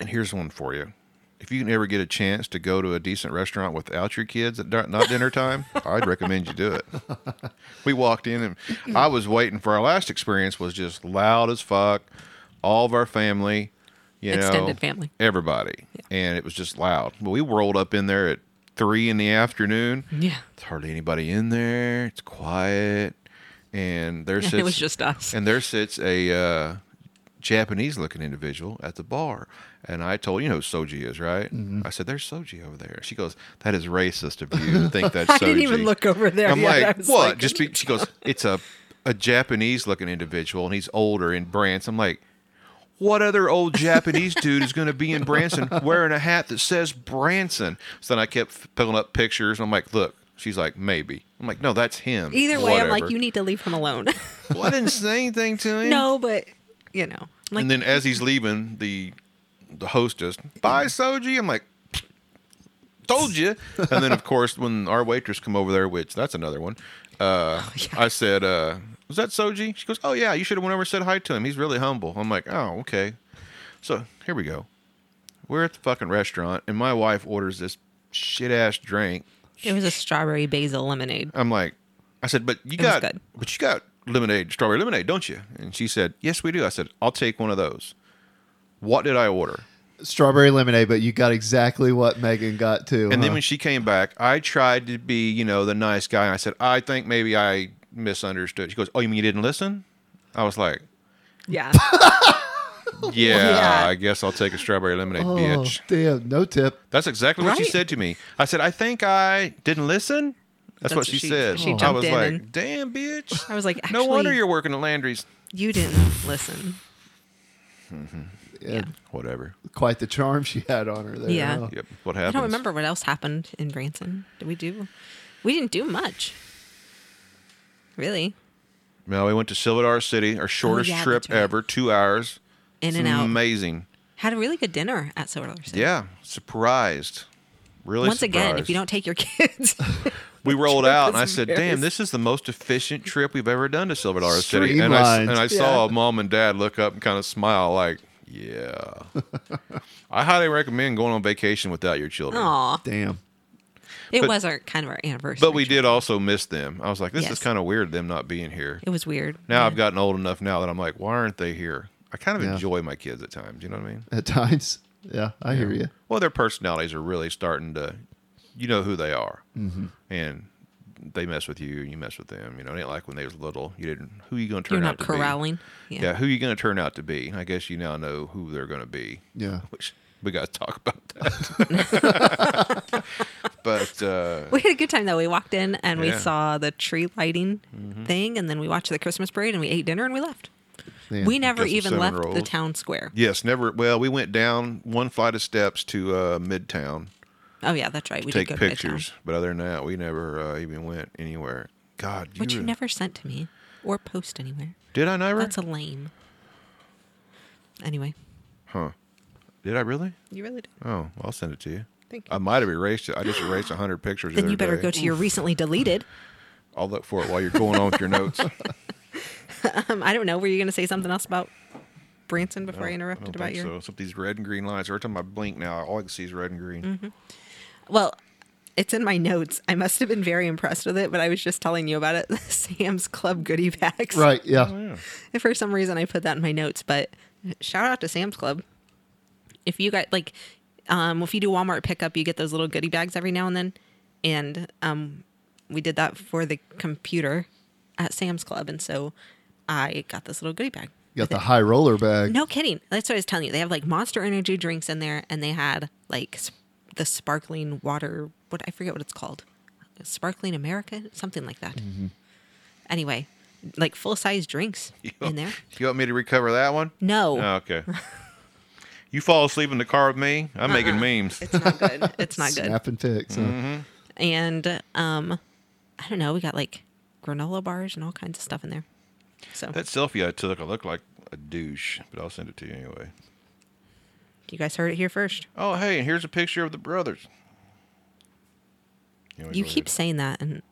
Speaker 2: And here's one for you. If you can ever get a chance to go to a decent restaurant without your kids at di- not dinner time, I'd recommend you do it. We walked in and I was waiting for our last experience was just loud as fuck. All of our family, you know,
Speaker 3: Extended family.
Speaker 2: everybody, and it was just loud. But we rolled up in there at three in the afternoon.
Speaker 3: Yeah.
Speaker 2: There's hardly anybody in there. It's quiet, and there sits
Speaker 3: It was just us.
Speaker 2: and there sits a uh, Japanese-looking individual at the bar. And I told you know who Soji is, right?
Speaker 3: Mm-hmm.
Speaker 2: I said, "There's Soji over there." She goes, "That is racist of you to think that's
Speaker 3: I
Speaker 2: Soji."
Speaker 3: didn't even look over there.
Speaker 2: I'm
Speaker 3: yet. I
Speaker 2: like,
Speaker 3: was
Speaker 2: "What?"
Speaker 3: like-
Speaker 2: Just be, she goes, "It's a a Japanese-looking individual, and he's older in Branson." I'm like. What other old Japanese dude is going to be in Branson wearing a hat that says Branson? So then I kept pulling up pictures, and I'm like, "Look," she's like, "Maybe." I'm like, "No, that's him."
Speaker 3: Either way, I'm like,
Speaker 2: Whatever.
Speaker 3: you need to leave him alone.
Speaker 2: Well, I didn't say anything to him.
Speaker 3: no, but you know, I'm like
Speaker 2: and then as he's leaving, the the hostess, bye Soji. I'm like, told you. and then of course, when our waitress come over there, which that's another one,
Speaker 3: Oh,
Speaker 2: uh, I said, uh, was that Soji? She goes, oh yeah, you should have went over and said hi to him. He's really humble. I'm like, oh okay. So here we go. We're at the fucking restaurant, and my wife orders this shit ass drink.
Speaker 3: it was a strawberry basil lemonade.
Speaker 2: I'm like, I said, but you
Speaker 3: was
Speaker 2: got,
Speaker 3: good.
Speaker 2: but you got lemonade, strawberry lemonade, don't you? And she said, yes, we do. I said, I'll take one of those. What did I order?
Speaker 4: Strawberry lemonade, but you got exactly what Megan got too.
Speaker 2: And then
Speaker 4: huh?
Speaker 2: when she came back, I tried to be, you know, the nice guy. And I said, I think maybe I misunderstood. She goes, oh, you mean you didn't listen? I was like,
Speaker 3: Yeah,
Speaker 2: yeah,
Speaker 3: Oh, Yeah.
Speaker 2: I guess I'll take a strawberry lemonade, bitch.
Speaker 4: Oh, damn, no tip.
Speaker 2: That's exactly what she
Speaker 3: Right.
Speaker 2: said to me. I said, I think I didn't listen. That's,
Speaker 3: That's
Speaker 2: what
Speaker 3: what
Speaker 2: she,
Speaker 3: she-
Speaker 2: said.
Speaker 3: she
Speaker 2: I
Speaker 3: jumped
Speaker 2: was
Speaker 3: in
Speaker 2: like,
Speaker 3: and-
Speaker 2: damn, bitch.
Speaker 3: I was like,
Speaker 2: no wonder
Speaker 3: "Actually,
Speaker 2: you're working at Landry's.
Speaker 3: you didn't listen.
Speaker 2: Mm-hmm.
Speaker 4: Yeah.
Speaker 2: Whatever.
Speaker 4: Quite the charm she had on her there.
Speaker 3: Yeah.
Speaker 4: huh?
Speaker 2: Yep. What
Speaker 3: I
Speaker 2: happened?
Speaker 3: don't remember what else happened in Branson. Did we do? We didn't do much, really.
Speaker 2: No, we went to Silvadar City, our shortest
Speaker 3: Oh, yeah,
Speaker 2: trip
Speaker 3: that's right.
Speaker 2: ever, two hours.
Speaker 3: In
Speaker 2: It's
Speaker 3: and out.
Speaker 2: Amazing.
Speaker 3: Had a really good dinner at Solar City.
Speaker 2: Yeah. Surprised. Really
Speaker 3: Once again, if
Speaker 2: surprised.
Speaker 3: you don't take your kids,
Speaker 2: we rolled out and I
Speaker 3: That's
Speaker 2: said,
Speaker 3: very
Speaker 2: "Damn, this is the most efficient trip we've ever done to Silver Dollar City." And I
Speaker 4: Streamlined.
Speaker 2: and I saw mom and dad look up and kind of smile, like, "Yeah." I highly recommend going on vacation without your children.
Speaker 3: aw,
Speaker 4: Damn.
Speaker 3: it
Speaker 2: But-
Speaker 3: was our kind of our anniversary.
Speaker 2: But we did also miss them. I was like, "This is
Speaker 3: Yes.
Speaker 2: kind of weird them not being here."
Speaker 3: It was weird.
Speaker 2: Now
Speaker 3: Yeah.
Speaker 2: I've gotten old enough now that I'm like, "Why aren't they here?" I kind of
Speaker 4: Yeah.
Speaker 2: enjoy my kids at times. You know what I mean?
Speaker 4: At times. Yeah, I hear you.
Speaker 2: Well, their personalities are really starting to, you know who they are, mm-hmm. and they mess with you, and you mess with them. You know, it ain't like when they was little. You didn't. Who you going to turn
Speaker 3: You're
Speaker 2: out
Speaker 3: not
Speaker 2: to
Speaker 3: corralling.
Speaker 2: be? Yeah. who you going to turn out to be? I guess you now know who they're going to be.
Speaker 4: Yeah.
Speaker 2: Which we got to talk about that. but uh,
Speaker 3: We had a good time though. We walked in and we
Speaker 2: Yeah. Mm-hmm.
Speaker 3: saw the tree lighting thing, and then we watched the Christmas parade, and we ate dinner, and we left.
Speaker 4: Man.
Speaker 3: We never
Speaker 2: Got some
Speaker 3: even left the
Speaker 2: Seminoles.
Speaker 3: town square.
Speaker 2: yes, never. Well, we went down one flight of steps to uh, Midtown.
Speaker 3: Oh yeah, that's right. We
Speaker 2: take
Speaker 3: did go
Speaker 2: pictures.
Speaker 3: to Midtown,
Speaker 2: but other than that, we never uh, even went anywhere. God, you,
Speaker 3: which you
Speaker 2: really-
Speaker 3: never sent to me or post anywhere.
Speaker 2: did I never?
Speaker 3: That's a lame. Anyway,
Speaker 2: did I really?
Speaker 3: you really did.
Speaker 2: Oh, well, I'll send it to you.
Speaker 3: Thank
Speaker 2: I might have erased it. I just erased hundred pictures.
Speaker 3: Then
Speaker 2: the
Speaker 3: you
Speaker 2: other
Speaker 3: better
Speaker 2: day.
Speaker 3: go to your recently deleted.
Speaker 2: I'll look for it while you're going on with your notes.
Speaker 3: Um, I don't know. Were you going to say something else about Branson before I,
Speaker 2: I don't
Speaker 3: interrupted about
Speaker 2: think
Speaker 3: your?
Speaker 2: so. It's with these red and green lines. Every time I blink now, all I can see is red and green.
Speaker 3: Mm-hmm. Well, it's in my notes. I must have been very impressed with it, but I was just telling you about it. Sam's Club goodie bags.
Speaker 4: Right. Yeah.
Speaker 2: Oh,
Speaker 3: And for some reason, I put that in my notes. But shout out to Sam's Club. If you got like, um, if you do Walmart pickup, you get those little goodie bags every now and then, and um, we did that for the computer at Sam's Club, and so I got this little goodie bag.
Speaker 4: You got
Speaker 3: with
Speaker 4: the
Speaker 3: it.
Speaker 4: high roller bag.
Speaker 3: No kidding. That's what I was telling you. They have like Monster Energy drinks in there, and they had like sp- the sparkling water. What I forget what it's called, sparkling America, something like that. Anyway, like full size drinks in there.
Speaker 2: You want me to recover that one? Oh,
Speaker 3: No,
Speaker 2: Okay. you fall asleep in the car with me? I'm
Speaker 3: Uh-uh.
Speaker 2: making memes.
Speaker 3: it's not good. It's not good.
Speaker 4: Snap and fix. huh?
Speaker 2: Mm-hmm.
Speaker 3: And um, I don't know. We got like granola bars and all kinds of stuff in there. So
Speaker 2: That selfie I took, I look like a douche, but I'll send it to you anyway.
Speaker 3: you guys heard it here first.
Speaker 2: Oh, hey, and here's a picture of the brothers. wanna
Speaker 3: You
Speaker 2: go
Speaker 3: keep
Speaker 2: ahead?
Speaker 3: saying that, and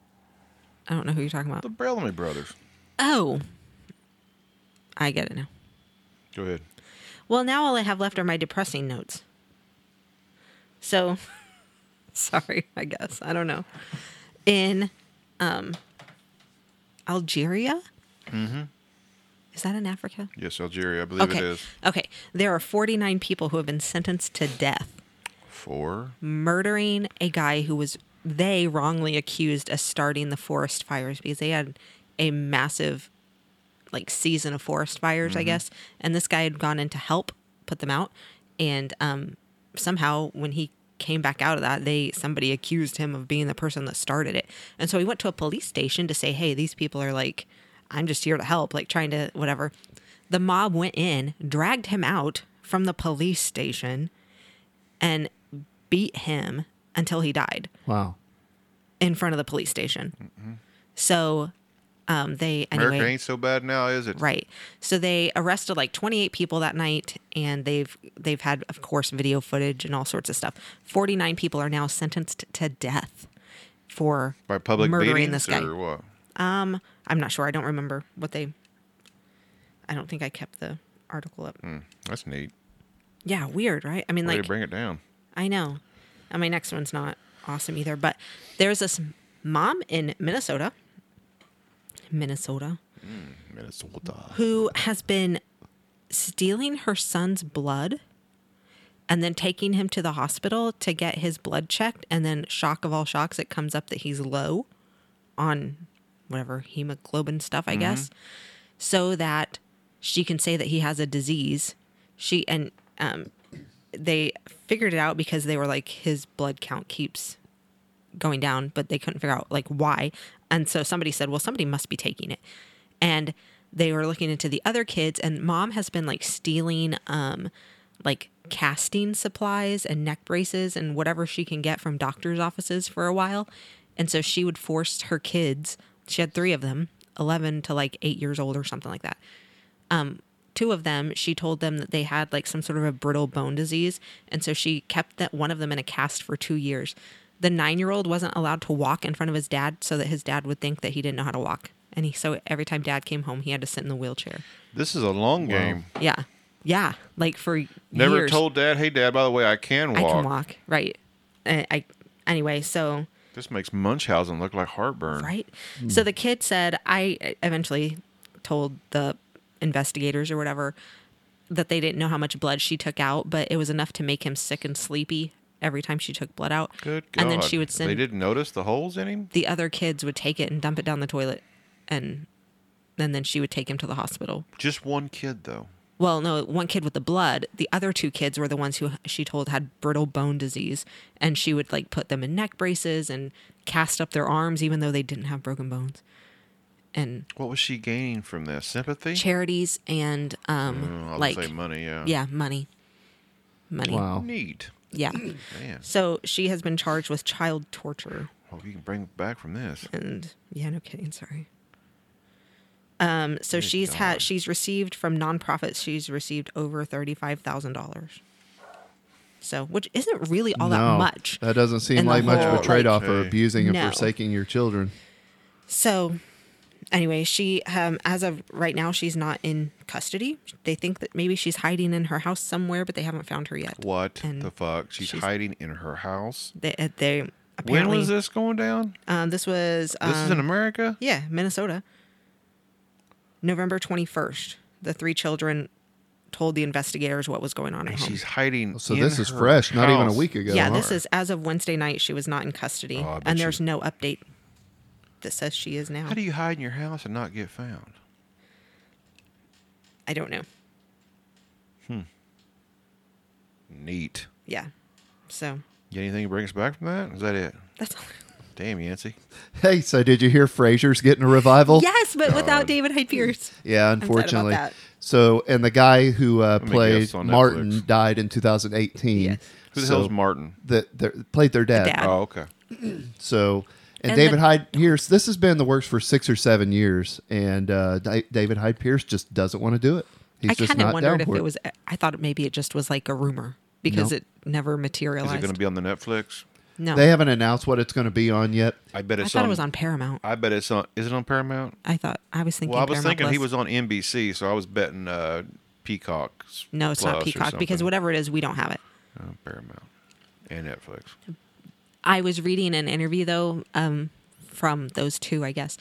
Speaker 3: I don't know who you're talking about.
Speaker 2: the Bellamy brothers.
Speaker 3: Oh, I get it now.
Speaker 2: Go ahead.
Speaker 3: Well, now all I have left are my depressing notes. So, sorry, I guess. I don't know. In um, Algeria? Mm-hmm. Is that in Africa?
Speaker 2: Yes, Algeria, I believe
Speaker 3: okay.
Speaker 2: it is.
Speaker 3: Okay. There are 49 people who have been sentenced to death
Speaker 2: Four.
Speaker 3: murdering a guy who was they wrongly accused of starting the forest fires because they had a massive like season of forest fires, I guess. And this guy had gone in to help put them out. And um, somehow when he came back out of that, they somebody accused him of being the person that started it. And so he went to a police station to say, Hey, these people are like, I'm just here to help, like trying to whatever. The mob went in, dragged him out from the police station and beat him until he died
Speaker 4: Wow.
Speaker 3: in front of the police station. So um, they anyway,
Speaker 2: America ain't so bad now, is it?
Speaker 3: right? So they arrested like 28 people that night, and they've they've had, of course, video footage and all sorts of stuff. 49 people are now sentenced to death for
Speaker 2: By public
Speaker 3: murdering
Speaker 2: beatings
Speaker 3: this guy.
Speaker 2: or what?
Speaker 3: I'm not sure. I don't remember what they. I don't think I kept the article up.
Speaker 2: That's neat.
Speaker 3: Yeah, weird, right? I mean,
Speaker 2: Way
Speaker 3: like
Speaker 2: to Hmm. bring it down.
Speaker 3: I know. And my next one's not awesome either, but there's this mom in Minnesota, Minnesota,
Speaker 2: Minnesota.
Speaker 3: who has been stealing her son's blood and then taking him to the hospital to get his blood checked. And then, shock of all shocks, it comes up that he's low on whatever hemoglobin stuff, I guess, so that she can say that he has a disease. She and um, they figured it out because they were like his blood count keeps going down, but they couldn't figure out like why. And so somebody said, "Well, somebody must be taking it." And they were looking into the other kids and mom has been like stealing um like casting supplies and neck braces and whatever she can get from doctors offices for a while. And so she would force her kids, she had 3 of them, 11 to like 8 years old or something like that two of them, she told them that they had like some sort of a brittle bone disease. And so she kept that one of them in a cast for two years. The nine year old wasn't allowed to walk in front of his dad so that his dad would think that he didn't know how to walk. And he, so every time dad came home, he had to sit in the wheelchair.
Speaker 2: This is a long game.
Speaker 3: Yeah. Yeah. Like for
Speaker 2: Never
Speaker 3: years.
Speaker 2: told dad, hey, dad, by the way, I can
Speaker 3: I
Speaker 2: walk.
Speaker 3: can walk. Right. I, I anyway, so
Speaker 2: This makes Munchausen look like heartburn.
Speaker 3: right.
Speaker 2: Hmm.
Speaker 3: So the kid said I eventually told the investigators or whatever that they didn't know how much blood she took out, but it was enough to make him sick and sleepy every time she took blood out.
Speaker 2: Good God.
Speaker 3: And then she would
Speaker 2: They
Speaker 3: send
Speaker 2: didn't notice the holes in him?
Speaker 3: the other kids would take it and dump it down the toilet and and then she would take him to the hospital.
Speaker 2: Just one kid, though.
Speaker 3: Well, no, one kid with the blood. The other two kids were the ones who she told had brittle bone disease, and she would like put them in neck braces and cast up their arms, even though they didn't have broken bones. And
Speaker 2: What was she gaining from this? Sympathy? Oh,
Speaker 3: charities and um,
Speaker 2: Mm, I would
Speaker 3: like
Speaker 2: say money, yeah.
Speaker 3: yeah, Oh. money, money.
Speaker 4: Wow.
Speaker 2: Need.
Speaker 3: Yeah.
Speaker 2: Man.
Speaker 3: So she has been charged with child torture.
Speaker 2: Well, you can bring back from this.
Speaker 3: and yeah, no kidding. Sorry. Um, so she's had she's received from nonprofits. She's received over thirty five thousand dollars. So, which isn't really all that much.
Speaker 4: That doesn't seem
Speaker 3: And the
Speaker 4: like much of
Speaker 3: whole,
Speaker 4: a trade off
Speaker 2: like-
Speaker 4: for abusing and
Speaker 3: No.
Speaker 4: forsaking your children.
Speaker 3: So, anyway, she um, as of right now, she's not in custody. They think that maybe she's hiding in her house somewhere, but they haven't found her yet.
Speaker 2: What
Speaker 3: And
Speaker 2: the fuck? She's,
Speaker 3: she's-
Speaker 2: hiding in her house.
Speaker 3: They, uh, they
Speaker 2: When
Speaker 3: apparently
Speaker 2: was this going down?
Speaker 3: Um, this was um,
Speaker 2: This is in America?
Speaker 3: Yeah, Minnesota. November 21st, the three children told the investigators what was going on at
Speaker 2: And
Speaker 3: home.
Speaker 2: she's hiding.
Speaker 4: Oh. So
Speaker 2: in
Speaker 4: this is
Speaker 2: her
Speaker 4: fresh, not even a
Speaker 2: house.
Speaker 4: week ago.
Speaker 3: yeah,
Speaker 4: huh?
Speaker 3: this is as of Wednesday night, she was not in custody.
Speaker 2: I bet
Speaker 3: and
Speaker 2: she-
Speaker 3: there's no update that says she is now.
Speaker 2: How do you hide in your house and not get found?
Speaker 3: I don't know.
Speaker 2: Neat.
Speaker 3: Yeah. So
Speaker 2: You got anything to bring us back from that? Is that it?
Speaker 3: that's all.
Speaker 2: Damn, Yancy.
Speaker 4: Hey, so did you hear Frasier's getting a revival?
Speaker 3: Yes, but without David Hyde Pierce.
Speaker 4: Yeah,
Speaker 3: about
Speaker 4: unfortunately.
Speaker 3: that.
Speaker 4: So, and the guy who uh,
Speaker 2: me
Speaker 4: played
Speaker 2: guess, on
Speaker 4: Martin
Speaker 2: Netflix.
Speaker 4: died in 2018.
Speaker 3: Yes.
Speaker 2: Who the
Speaker 4: So-
Speaker 2: hell's Martin?
Speaker 4: That that played their dad.
Speaker 3: dad.
Speaker 2: Oh, okay.
Speaker 4: So, and,
Speaker 3: And
Speaker 4: David
Speaker 3: the-
Speaker 4: Hyde Pierce, this has been in the works for six or seven years, and uh, Di- David Hyde Pierce just doesn't want to do it. He's
Speaker 3: I
Speaker 4: just
Speaker 3: kind of
Speaker 4: not
Speaker 3: wondered
Speaker 4: down
Speaker 3: if
Speaker 4: for
Speaker 3: it was, I thought maybe it just was like a rumor because
Speaker 4: No.
Speaker 3: it never
Speaker 2: Is
Speaker 3: materialized.
Speaker 2: it going to be on the Netflix?
Speaker 3: no.
Speaker 4: They haven't announced what it's going to be on yet.
Speaker 2: I bet
Speaker 3: I
Speaker 2: it's
Speaker 3: thought
Speaker 2: on.
Speaker 3: it was on Paramount.
Speaker 2: I bet it's on. Is it on Paramount?
Speaker 3: I thought, I was thinking
Speaker 2: Well, I was
Speaker 3: Paramount
Speaker 2: thinking he
Speaker 3: Plus.
Speaker 2: was on NBC, so I was betting uh, Peacock.
Speaker 3: No, it's not Peacock because whatever it is, we don't have it.
Speaker 2: Oh, Paramount and Netflix.
Speaker 3: I was reading an interview though um, from those two, I guess,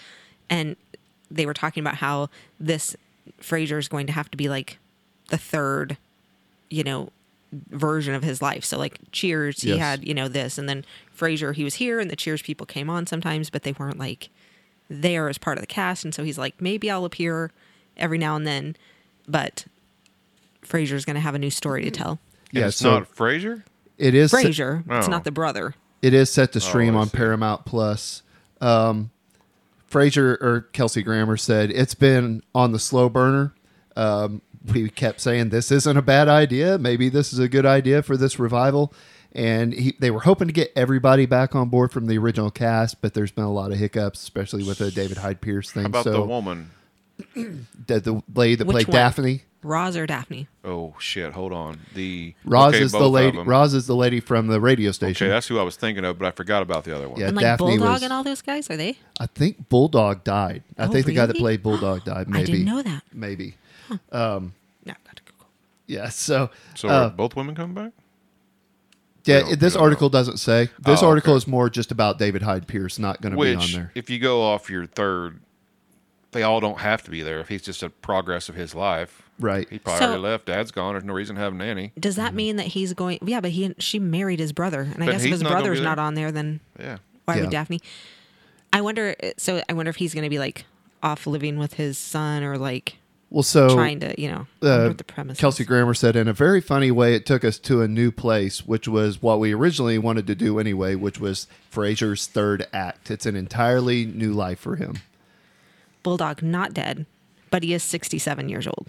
Speaker 3: and they were talking about how this Frasier is going to have to be like the third, you know, version of his life. So like Cheers, he
Speaker 4: Yes.
Speaker 3: had you know this, and then Frasier, he was here, and the Cheers people came on sometimes, but they weren't like there as part of the cast, and so he's like, maybe I'll appear every now and then, but Frasier's going to have a new story to tell.
Speaker 2: Yeah,
Speaker 4: Yeah,
Speaker 2: it's
Speaker 4: so
Speaker 2: not Frasier.
Speaker 4: it is se-
Speaker 3: Frasier, it's
Speaker 2: Oh.
Speaker 3: not the brother.
Speaker 4: It is set to stream
Speaker 2: I
Speaker 4: on
Speaker 2: see.
Speaker 4: Paramount Plus. Um, Fraser or Kelsey Grammer said it's been on the slow burner. Um, we kept saying this isn't a bad idea. Maybe this is a good idea for this revival. And he, they were hoping to get everybody back on board from the original cast, but there's been a lot of hiccups, especially with the David Hyde Pierce thing.
Speaker 2: How about
Speaker 4: so
Speaker 2: the woman?
Speaker 4: the, the lady that
Speaker 3: Which
Speaker 4: played
Speaker 3: one?
Speaker 4: Daphne,
Speaker 3: Roz or Daphne?
Speaker 2: Oh shit! Hold on. The
Speaker 4: Roz
Speaker 2: okay,
Speaker 4: is
Speaker 2: both
Speaker 4: the
Speaker 2: of
Speaker 4: lady.
Speaker 2: them.
Speaker 4: Roz is the lady from the radio
Speaker 2: Okay,
Speaker 4: station.
Speaker 2: that's who I was thinking of, but I forgot about the other one.
Speaker 4: Yeah.
Speaker 3: and like
Speaker 4: Daphne
Speaker 3: Bulldog
Speaker 4: was-
Speaker 3: and all those guys are they?
Speaker 4: I think Bulldog died. I
Speaker 3: Oh,
Speaker 4: think the guy that
Speaker 3: really?
Speaker 4: played Bulldog died.
Speaker 3: I
Speaker 4: Maybe
Speaker 3: didn't know that.
Speaker 4: Maybe.
Speaker 3: No, I've got to Google.
Speaker 4: Yeah. So,
Speaker 2: So
Speaker 4: uh,
Speaker 2: are both women coming back?
Speaker 4: yeah,
Speaker 2: don't-
Speaker 4: this
Speaker 2: we don't
Speaker 4: article doesn't say. This
Speaker 2: Oh,
Speaker 4: article is more just about David Hyde Pierce not going to be on
Speaker 2: Which,
Speaker 4: there.
Speaker 2: if you go off your third, they all don't have to be there. If he's just a progress of his life,
Speaker 4: Right.
Speaker 2: He probably
Speaker 3: So-
Speaker 2: already left. Dad's gone. There's no reason to have Nanny.
Speaker 3: Does that mean that he's going? Yeah, but he she married his brother, and I
Speaker 2: But
Speaker 3: guess
Speaker 2: he's
Speaker 3: if his
Speaker 2: not gonna
Speaker 3: brother's
Speaker 2: be there.
Speaker 3: not on there, then
Speaker 2: Yeah.
Speaker 3: why
Speaker 4: Yeah.
Speaker 3: would Daphne? I wonder. eh, So I wonder if he's going to be like off living with his son or like
Speaker 4: Well, so
Speaker 3: trying to, you know, I wonder
Speaker 4: Oh, uh,
Speaker 3: what the premise.
Speaker 4: Kelsey
Speaker 3: is.
Speaker 4: Grammer said, in a very funny way, it took us to a new place, which was what we originally wanted to do anyway, which was Frasier's third act. It's an entirely new life for him.
Speaker 3: Bulldog not dead, but he is sixty-seven years old.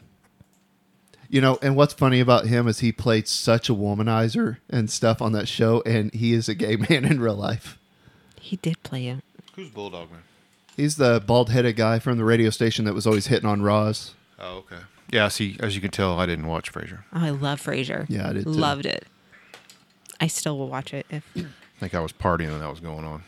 Speaker 4: You know, and what's funny about him is he played such a womanizer and stuff on that show, and he is a gay man in real life.
Speaker 3: He did play it.
Speaker 2: Who's Bulldog man?
Speaker 4: He's the bald headed guy from the radio station that was always hitting on Roz.
Speaker 2: Oh, okay. Yeah, see, as you can tell, I didn't watch Frasier.
Speaker 3: Oh, I love Frasier.
Speaker 4: Yeah, I did too.
Speaker 3: Loved it. I still will watch it if
Speaker 2: I think I was partying when that was going on.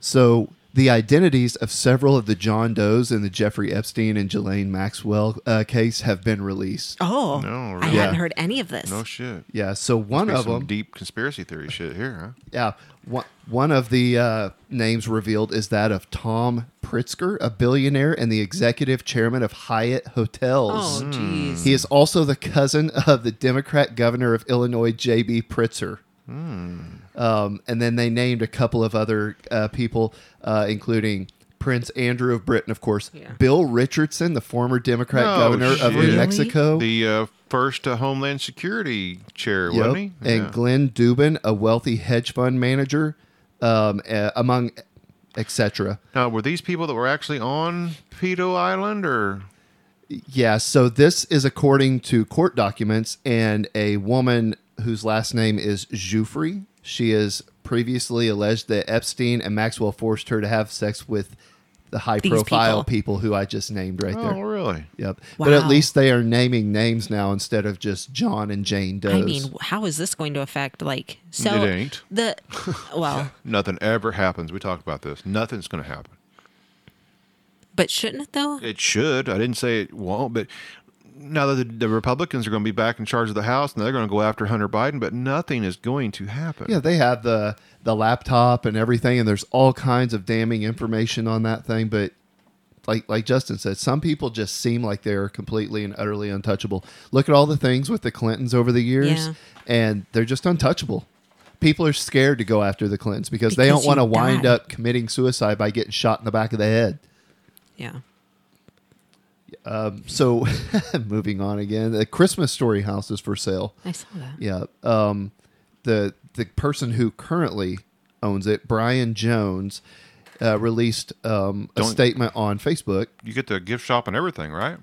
Speaker 4: So the identities of several of the John Does in the Jeffrey Epstein and Ghislaine Maxwell uh, case have been released.
Speaker 3: Oh,
Speaker 2: No,
Speaker 3: I
Speaker 2: really?
Speaker 3: hadn't
Speaker 4: Yeah.
Speaker 3: heard any of this.
Speaker 2: No shit.
Speaker 4: Yeah, so one
Speaker 2: Be
Speaker 4: of
Speaker 2: some
Speaker 4: them,
Speaker 2: deep conspiracy theory shit here, huh?
Speaker 4: yeah, one, one of the uh, names revealed is that of Tom Pritzker, a billionaire and the executive chairman of Hyatt Hotels.
Speaker 3: oh,
Speaker 2: Hmm.
Speaker 3: jeez.
Speaker 4: He is also the cousin of the Democrat governor of Illinois, J.B. Pritzker. Um, and then they named a couple of other uh, people, uh, including Prince Andrew of Britain, of course,
Speaker 3: Yeah.
Speaker 4: Bill Richardson, the former Democrat
Speaker 2: No
Speaker 4: governor of
Speaker 2: shit.
Speaker 4: New Mexico.
Speaker 2: The uh, first uh, Homeland Security chair, wasn't he?
Speaker 4: Yep. And
Speaker 2: Yeah.
Speaker 4: Glenn Dubin, a wealthy hedge fund manager, um, uh, among etc.
Speaker 2: now, were these people that were actually on Pedo Island, or
Speaker 4: Yeah, so this is according to court documents and a woman whose last name is Jufri. She is previously alleged that Epstein and Maxwell forced her to have sex with the high profile people. who I just named right
Speaker 2: oh,
Speaker 4: there.
Speaker 2: really?
Speaker 4: Yep. But at
Speaker 3: Wow.
Speaker 4: least they are naming names now instead of just John and Jane Doe's.
Speaker 3: I mean, how is this going to affect like so
Speaker 2: It ain't.
Speaker 3: the well,
Speaker 2: Nothing ever happens. We talked about this. Nothing's going to happen.
Speaker 3: but shouldn't it though?
Speaker 2: It should. I didn't say it won't, but now that the, the Republicans are going to be back in charge of the House and they're going to go after Hunter Biden, but nothing is going to happen.
Speaker 4: yeah, they have the the laptop and everything, and there's all kinds of damning information on that thing. But like like Justin said, some people just seem like they're completely and utterly untouchable. Look at all the things with the Clintons over the years,
Speaker 3: Yeah.
Speaker 4: and they're just untouchable. People are scared to go after the Clintons because, they don't
Speaker 3: Because
Speaker 4: want to
Speaker 3: you
Speaker 4: wind
Speaker 3: die.
Speaker 4: up committing suicide by getting shot in the back of the head.
Speaker 3: Yeah.
Speaker 4: So, moving on again, the Christmas Story house is for sale.
Speaker 3: I saw that.
Speaker 4: Yeah. Um, the the person who currently owns it, Brian Jones, uh, released um, a
Speaker 2: Don't-
Speaker 4: statement on Facebook.
Speaker 2: You get the gift shop and everything, right?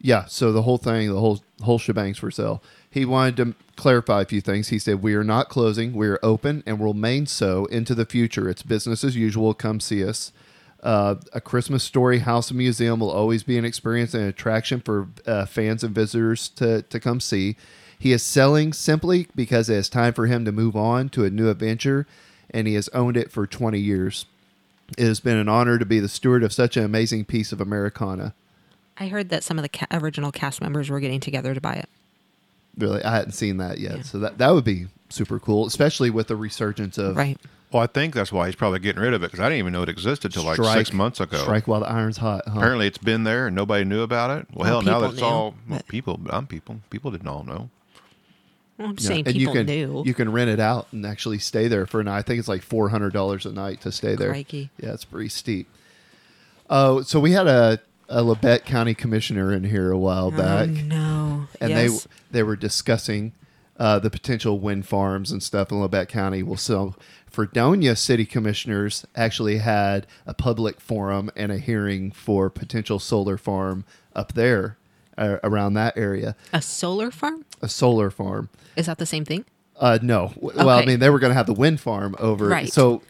Speaker 4: Yeah. So the whole thing, the whole whole shebang's for sale. He wanted to clarify a few things. He said, "We are not closing. We are open and will remain so into the future. It's business as usual. Come see us." Uh, a Christmas Story House and Museum will always be an experience and attraction for uh, fans and visitors to, to come see. He is selling simply because it is time for him to move on to a new adventure, and he has owned it for 20 years. It has been an honor to be the steward of such an amazing piece of Americana.
Speaker 3: I heard that some of the ca- original cast members were getting together to buy it.
Speaker 4: Really, I hadn't seen that yet.
Speaker 3: Yeah.
Speaker 4: So that that would be super cool, especially with the resurgence of
Speaker 3: Right.
Speaker 2: Well, I think that's why he's probably getting rid of it because I didn't even know it existed till like six
Speaker 4: strike-
Speaker 2: months ago.
Speaker 4: Strike while the iron's hot. Huh?
Speaker 2: Apparently, it's been there and nobody knew about it. Well,
Speaker 3: Well,
Speaker 2: hell, now
Speaker 3: people
Speaker 2: that's
Speaker 3: knew,
Speaker 2: all well,
Speaker 3: but-
Speaker 2: people. But I'm people. People didn't all know.
Speaker 3: Well, I'm
Speaker 4: Yeah.
Speaker 3: saying
Speaker 4: and you
Speaker 3: people
Speaker 4: can
Speaker 3: knew.
Speaker 4: you can rent it out and actually stay there for a night. I think it's like four hundred dollars a night to stay there.
Speaker 3: Crikey.
Speaker 4: Yeah, it's pretty steep. Oh, so we had a a Labette County commissioner in here a while back,
Speaker 3: Oh, no.
Speaker 4: and
Speaker 3: yes.
Speaker 4: they they were discussing uh, the potential wind farms and stuff in Labette County. Well, so Fredonia city commissioners actually had a public forum and a hearing for potential solar farm up there uh, around that area,
Speaker 3: a solar farm?
Speaker 4: a solar farm.
Speaker 3: Is that the same thing?
Speaker 4: Uh, no. W- Well, I
Speaker 3: Okay.
Speaker 4: mean, they were going to have the wind farm over.
Speaker 3: Right.
Speaker 4: So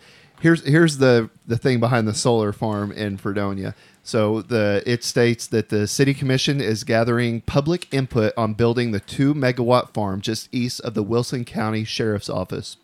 Speaker 4: here's here's the the thing behind the solar farm in Fredonia. So the it states that the city commission is gathering public input on building the two megawatt farm just east of the Wilson County Sheriff's Office.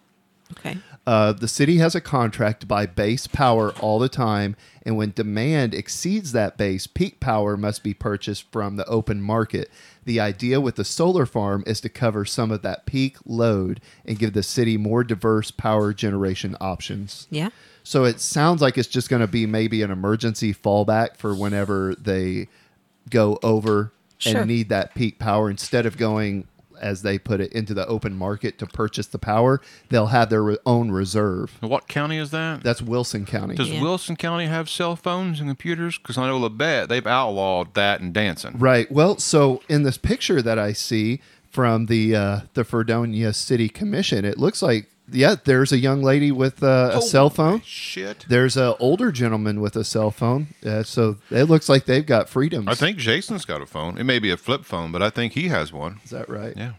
Speaker 3: Okay.
Speaker 4: Uh, the city has a contract to buy base power all the time, and when demand exceeds that base, peak power must be purchased from the open market. The idea with the solar farm is to cover some of that peak load and give the city more diverse power generation options.
Speaker 3: Yeah.
Speaker 4: So it sounds like it's just going to be maybe an emergency fallback for whenever they go over
Speaker 3: Sure.
Speaker 4: and need that peak power. Instead of going, as they put it, into the open market to purchase the power, they'll have their re- own reserve.
Speaker 5: What county is that?
Speaker 4: That's Wilson County.
Speaker 5: Does
Speaker 3: Yeah.
Speaker 5: Wilson County have cell phones and computers? Because I know Labette, they've outlawed that and dancing.
Speaker 4: Right. Well, so in this picture that I see from the uh, the Fredonia City Commission, it looks like yeah, there's a young lady with uh, a cell phone.
Speaker 2: Oh, Shit.
Speaker 4: There's a older gentleman with a cell phone. Uh, so it looks like they've got freedoms.
Speaker 2: I think Jason's got a phone. It may be a flip phone, but I think he has one.
Speaker 4: is that right?
Speaker 2: Yeah.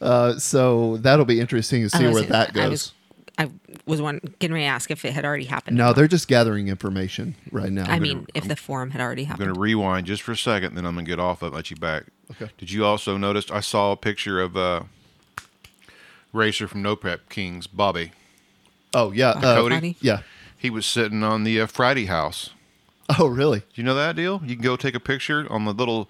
Speaker 4: Uh, so that'll be interesting to see
Speaker 3: I was-
Speaker 4: where that
Speaker 3: I
Speaker 4: goes.
Speaker 3: was I was one getting ready to ask if it had already happened.
Speaker 4: No, they're just gathering information right now.
Speaker 3: I mean, if the forum had already
Speaker 2: I'm going
Speaker 3: happened.
Speaker 2: to rewind just for a second, then I'm going to get off of it, let you back.
Speaker 4: Okay.
Speaker 2: Did you also notice I saw a picture of uh, racer from No Prep Kings, Bobby.
Speaker 4: oh yeah, uh,
Speaker 2: Cody?
Speaker 3: Cody?
Speaker 4: yeah.
Speaker 2: He was sitting on the uh, Friday house.
Speaker 4: Oh really?
Speaker 2: Do you know that deal? You can go take a picture on the little,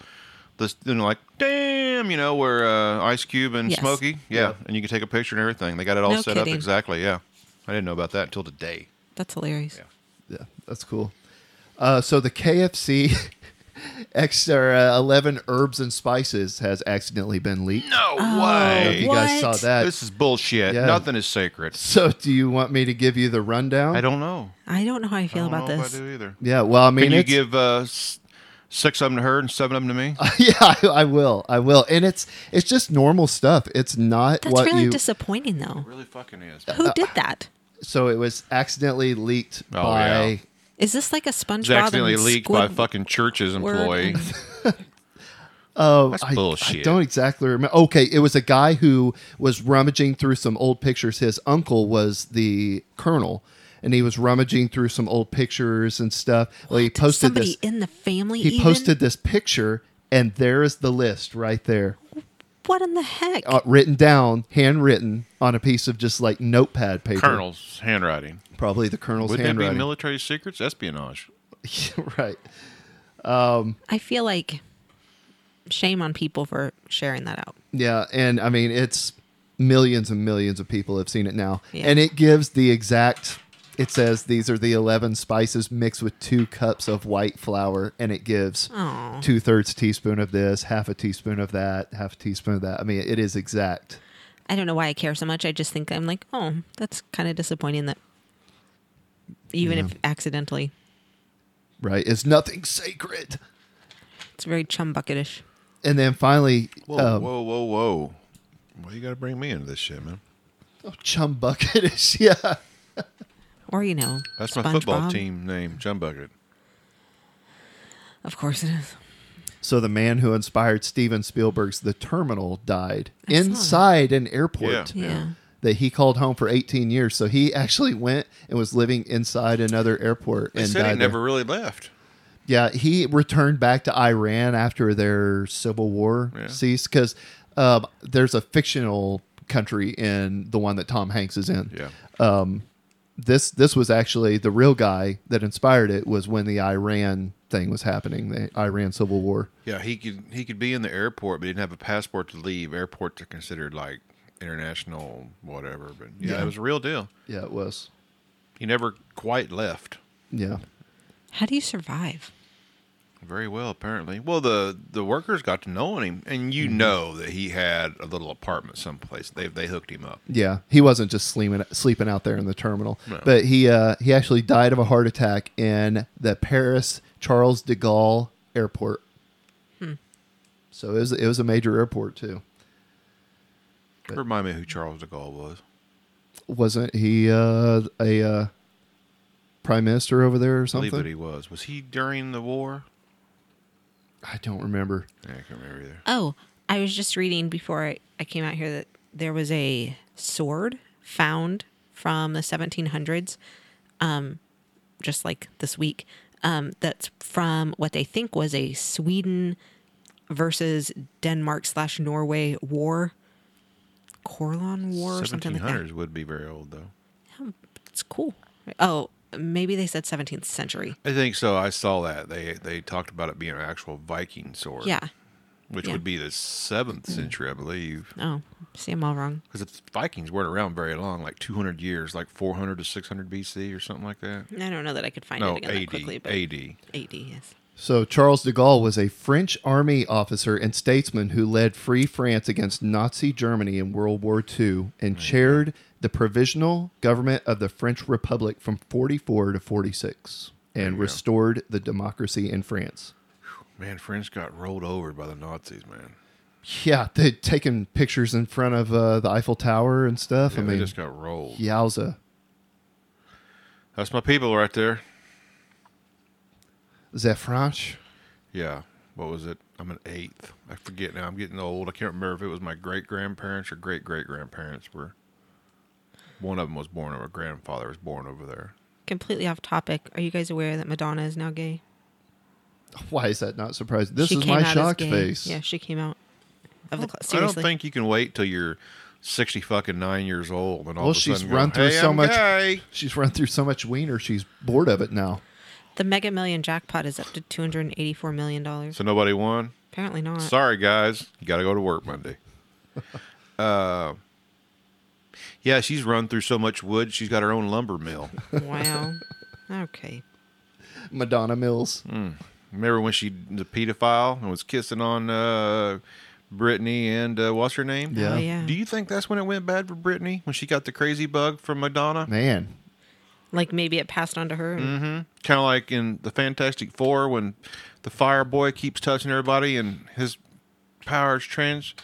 Speaker 2: this you know, like damn, you know, where uh, Ice Cube and
Speaker 3: Yes.
Speaker 2: Smokey, yeah. and you can take a picture and everything. They got it all
Speaker 3: No
Speaker 2: set
Speaker 3: kidding.
Speaker 2: up exactly. Yeah, I didn't know about that until today.
Speaker 3: That's hilarious.
Speaker 4: Yeah, that's cool. Uh, so the KFC extra uh, eleven herbs and spices has accidentally been leaked.
Speaker 2: No
Speaker 3: Oh.
Speaker 4: I don't know
Speaker 2: way.
Speaker 4: if you guys saw
Speaker 3: What?
Speaker 4: that.
Speaker 2: This is bullshit.
Speaker 4: Yeah.
Speaker 2: Nothing is sacred.
Speaker 4: so do you want me to give you the rundown?
Speaker 2: I don't know.
Speaker 3: I don't know how I
Speaker 2: I
Speaker 3: feel
Speaker 2: don't
Speaker 3: about
Speaker 2: know
Speaker 3: this.
Speaker 2: If I do either.
Speaker 4: Yeah. Well, I mean,
Speaker 2: Can you
Speaker 4: it's- Uh,
Speaker 2: give uh, s- six of them to her and seven of them to me?
Speaker 4: yeah, I, I will. I will. And it's it's just normal stuff. It's not
Speaker 3: That's
Speaker 4: what
Speaker 3: really
Speaker 4: you. Uh,
Speaker 3: disappointing, though.
Speaker 2: really fucking is.
Speaker 3: Who did that?
Speaker 4: so it was accidentally leaked
Speaker 2: Oh,
Speaker 4: by.
Speaker 2: yeah.
Speaker 3: Is this like a SpongeBob?
Speaker 2: It's accidentally
Speaker 3: and
Speaker 2: leaked by a
Speaker 3: Squid-
Speaker 2: fucking church's
Speaker 3: Word
Speaker 2: employee.
Speaker 3: and-
Speaker 4: Oh,
Speaker 2: That's
Speaker 4: I, I
Speaker 2: bullshit.
Speaker 4: don't exactly remember. Okay, it was a guy who was rummaging through some old pictures. His uncle was the colonel, and he was rummaging through some old pictures and stuff. Well, he posted
Speaker 3: somebody
Speaker 4: this.
Speaker 3: in the family.
Speaker 4: He
Speaker 3: even?
Speaker 4: posted this picture, and there is the list right there,
Speaker 3: what in the heck?
Speaker 4: uh, written down, handwritten on a piece of just like notepad paper.
Speaker 2: Colonel's handwriting.
Speaker 4: probably the colonel's
Speaker 2: Would that be
Speaker 4: handwriting.
Speaker 2: military secrets? Espionage.
Speaker 4: right.
Speaker 3: I feel like shame on people for sharing that out.
Speaker 4: Yeah, and I mean it's millions and millions of people have seen it now,
Speaker 3: Yeah.
Speaker 4: and it gives the exact. It says these are the eleven spices mixed with two cups of white flour, and it gives
Speaker 3: Aw.
Speaker 4: two thirds teaspoon of this, half a teaspoon of that, half a teaspoon of that. I mean, it is exact.
Speaker 3: I don't know why I care so much. I just think I'm like, oh, that's kind of disappointing that even if accidentally,
Speaker 4: Right? It's nothing sacred.
Speaker 3: it's very chum bucketish.
Speaker 4: And then finally,
Speaker 2: Whoa,
Speaker 3: Oh.
Speaker 4: um,
Speaker 2: whoa, whoa, whoa. Why you got to bring me into this shit, man?
Speaker 4: oh, chum bucketish. Yeah.
Speaker 3: Or, you know,
Speaker 2: That's my football
Speaker 3: SpongeBob.
Speaker 2: team name, John Bucket.
Speaker 3: Of course it is.
Speaker 4: So the man who inspired Steven Spielberg's The Terminal died
Speaker 3: I saw
Speaker 4: inside an airport.
Speaker 2: Yeah.
Speaker 3: Yeah.
Speaker 4: that he called home for 18 years. So he actually went and was living inside another airport
Speaker 2: They
Speaker 4: and
Speaker 2: said
Speaker 4: died.
Speaker 2: he
Speaker 4: there.
Speaker 2: never really left.
Speaker 4: Yeah, he returned back to Iran after their civil war
Speaker 2: Yeah.
Speaker 4: ceased because um, there's a fictional country in the one that Tom Hanks is in.
Speaker 2: Yeah.
Speaker 4: This this was actually the real guy that inspired it was when the Iran thing was happening, the Iran civil war.
Speaker 2: Yeah, he could he could be in the airport, but he didn't have a passport to leave. Airports are considered like international whatever. But yeah, it was a real deal.
Speaker 4: Yeah, it was.
Speaker 2: He never quite left
Speaker 4: Yeah.
Speaker 3: How do you survive?
Speaker 2: very well, apparently. Well, the the workers got to know him, and you
Speaker 3: Mm-hmm.
Speaker 2: know that he had a little apartment someplace. They they hooked him up.
Speaker 4: Yeah, he wasn't just sleeping sleeping out there in the terminal,
Speaker 2: No.
Speaker 4: but he uh, he actually died of a heart attack in the Paris Charles de Gaulle airport. So it was it was a major airport too,
Speaker 2: Remind me who Charles de Gaulle was.
Speaker 4: wasn't he? Uh, a uh, prime minister over there or
Speaker 2: I believe that
Speaker 4: something?
Speaker 2: he was. Was he during the war?
Speaker 4: I don't remember.
Speaker 2: Yeah, I can't remember either.
Speaker 3: Oh, I was just reading before I, I came out here that there was a sword found from the 1700s, um, just like this week, um, that's from what they think was a Sweden versus Denmark slash Norway war, Corlon War or something like that.
Speaker 2: 1700s would be very old though.
Speaker 3: It's cool. Oh, maybe they said 17th century.
Speaker 2: I think so. I saw that they they talked about it being an actual Viking sword.
Speaker 3: Yeah.
Speaker 2: which
Speaker 3: yeah. Mm.
Speaker 2: would be the seventh century, I believe,
Speaker 3: Oh, see, I'm all wrong.
Speaker 2: because the Vikings weren't around very long, like 200 years, like 400 to 600 BC or something like that.
Speaker 3: I don't know that I could find
Speaker 2: No,
Speaker 3: it again that
Speaker 2: AD.
Speaker 3: quickly, but
Speaker 2: AD.
Speaker 3: 80, yes.
Speaker 4: So Charles de Gaulle was a French army officer and statesman who led Free France against Nazi Germany in World War II and chaired the provisional government of the French Republic from 44 to 46 and restored the democracy in France.
Speaker 2: Man, France got rolled over by the Nazis, man.
Speaker 4: Yeah, they'd taken pictures in front of uh, the Eiffel Tower and stuff.
Speaker 2: Yeah,
Speaker 4: I
Speaker 2: they
Speaker 4: mean,
Speaker 2: just got rolled.
Speaker 4: yowza.
Speaker 2: That's my people right there.
Speaker 4: The French.
Speaker 2: Yeah. What was it? I'm an eighth. I forget now. I'm getting old. I can't remember if it was my great grandparents or great great grandparents were One of them was born, or grandfather was born over there.
Speaker 3: Completely off topic. Are you guys aware that Madonna is now gay?
Speaker 4: Why is that not surprising? This
Speaker 3: She
Speaker 4: is
Speaker 3: came
Speaker 4: my
Speaker 3: out as
Speaker 4: shocked
Speaker 3: gay.
Speaker 4: face.
Speaker 3: Yeah, she came out of the class.
Speaker 2: I
Speaker 3: Seriously.
Speaker 2: don't think you can wait till you're sixty fucking nine years old and all
Speaker 4: Well,
Speaker 2: of a
Speaker 4: she's
Speaker 2: sudden
Speaker 4: run
Speaker 2: go,
Speaker 4: through
Speaker 2: hey,
Speaker 4: so
Speaker 2: I'm
Speaker 4: much-
Speaker 2: gay."
Speaker 4: She's run through so much wiener, she's bored of it now.
Speaker 3: the Mega Million jackpot is up to two hundred and eighty-four million dollars.
Speaker 2: So nobody won.
Speaker 3: Apparently not.
Speaker 2: Sorry, guys. You got to go to work Monday. Uh, yeah, she's run through so much wood. She's got her own lumber mill.
Speaker 3: Wow. Okay.
Speaker 4: Madonna Mills.
Speaker 2: Mm. Remember when she the pedophile and was kissing on uh, Brittany and uh, what's her name?
Speaker 4: Yeah.
Speaker 3: Oh yeah.
Speaker 2: Do you think that's when it went bad for Brittany when she got the crazy bug from Madonna?
Speaker 4: Man.
Speaker 3: like maybe it passed on to her.
Speaker 2: Mm-hmm. Kind of like in the Fantastic Four when the Fire Boy keeps touching everybody and his powers trans.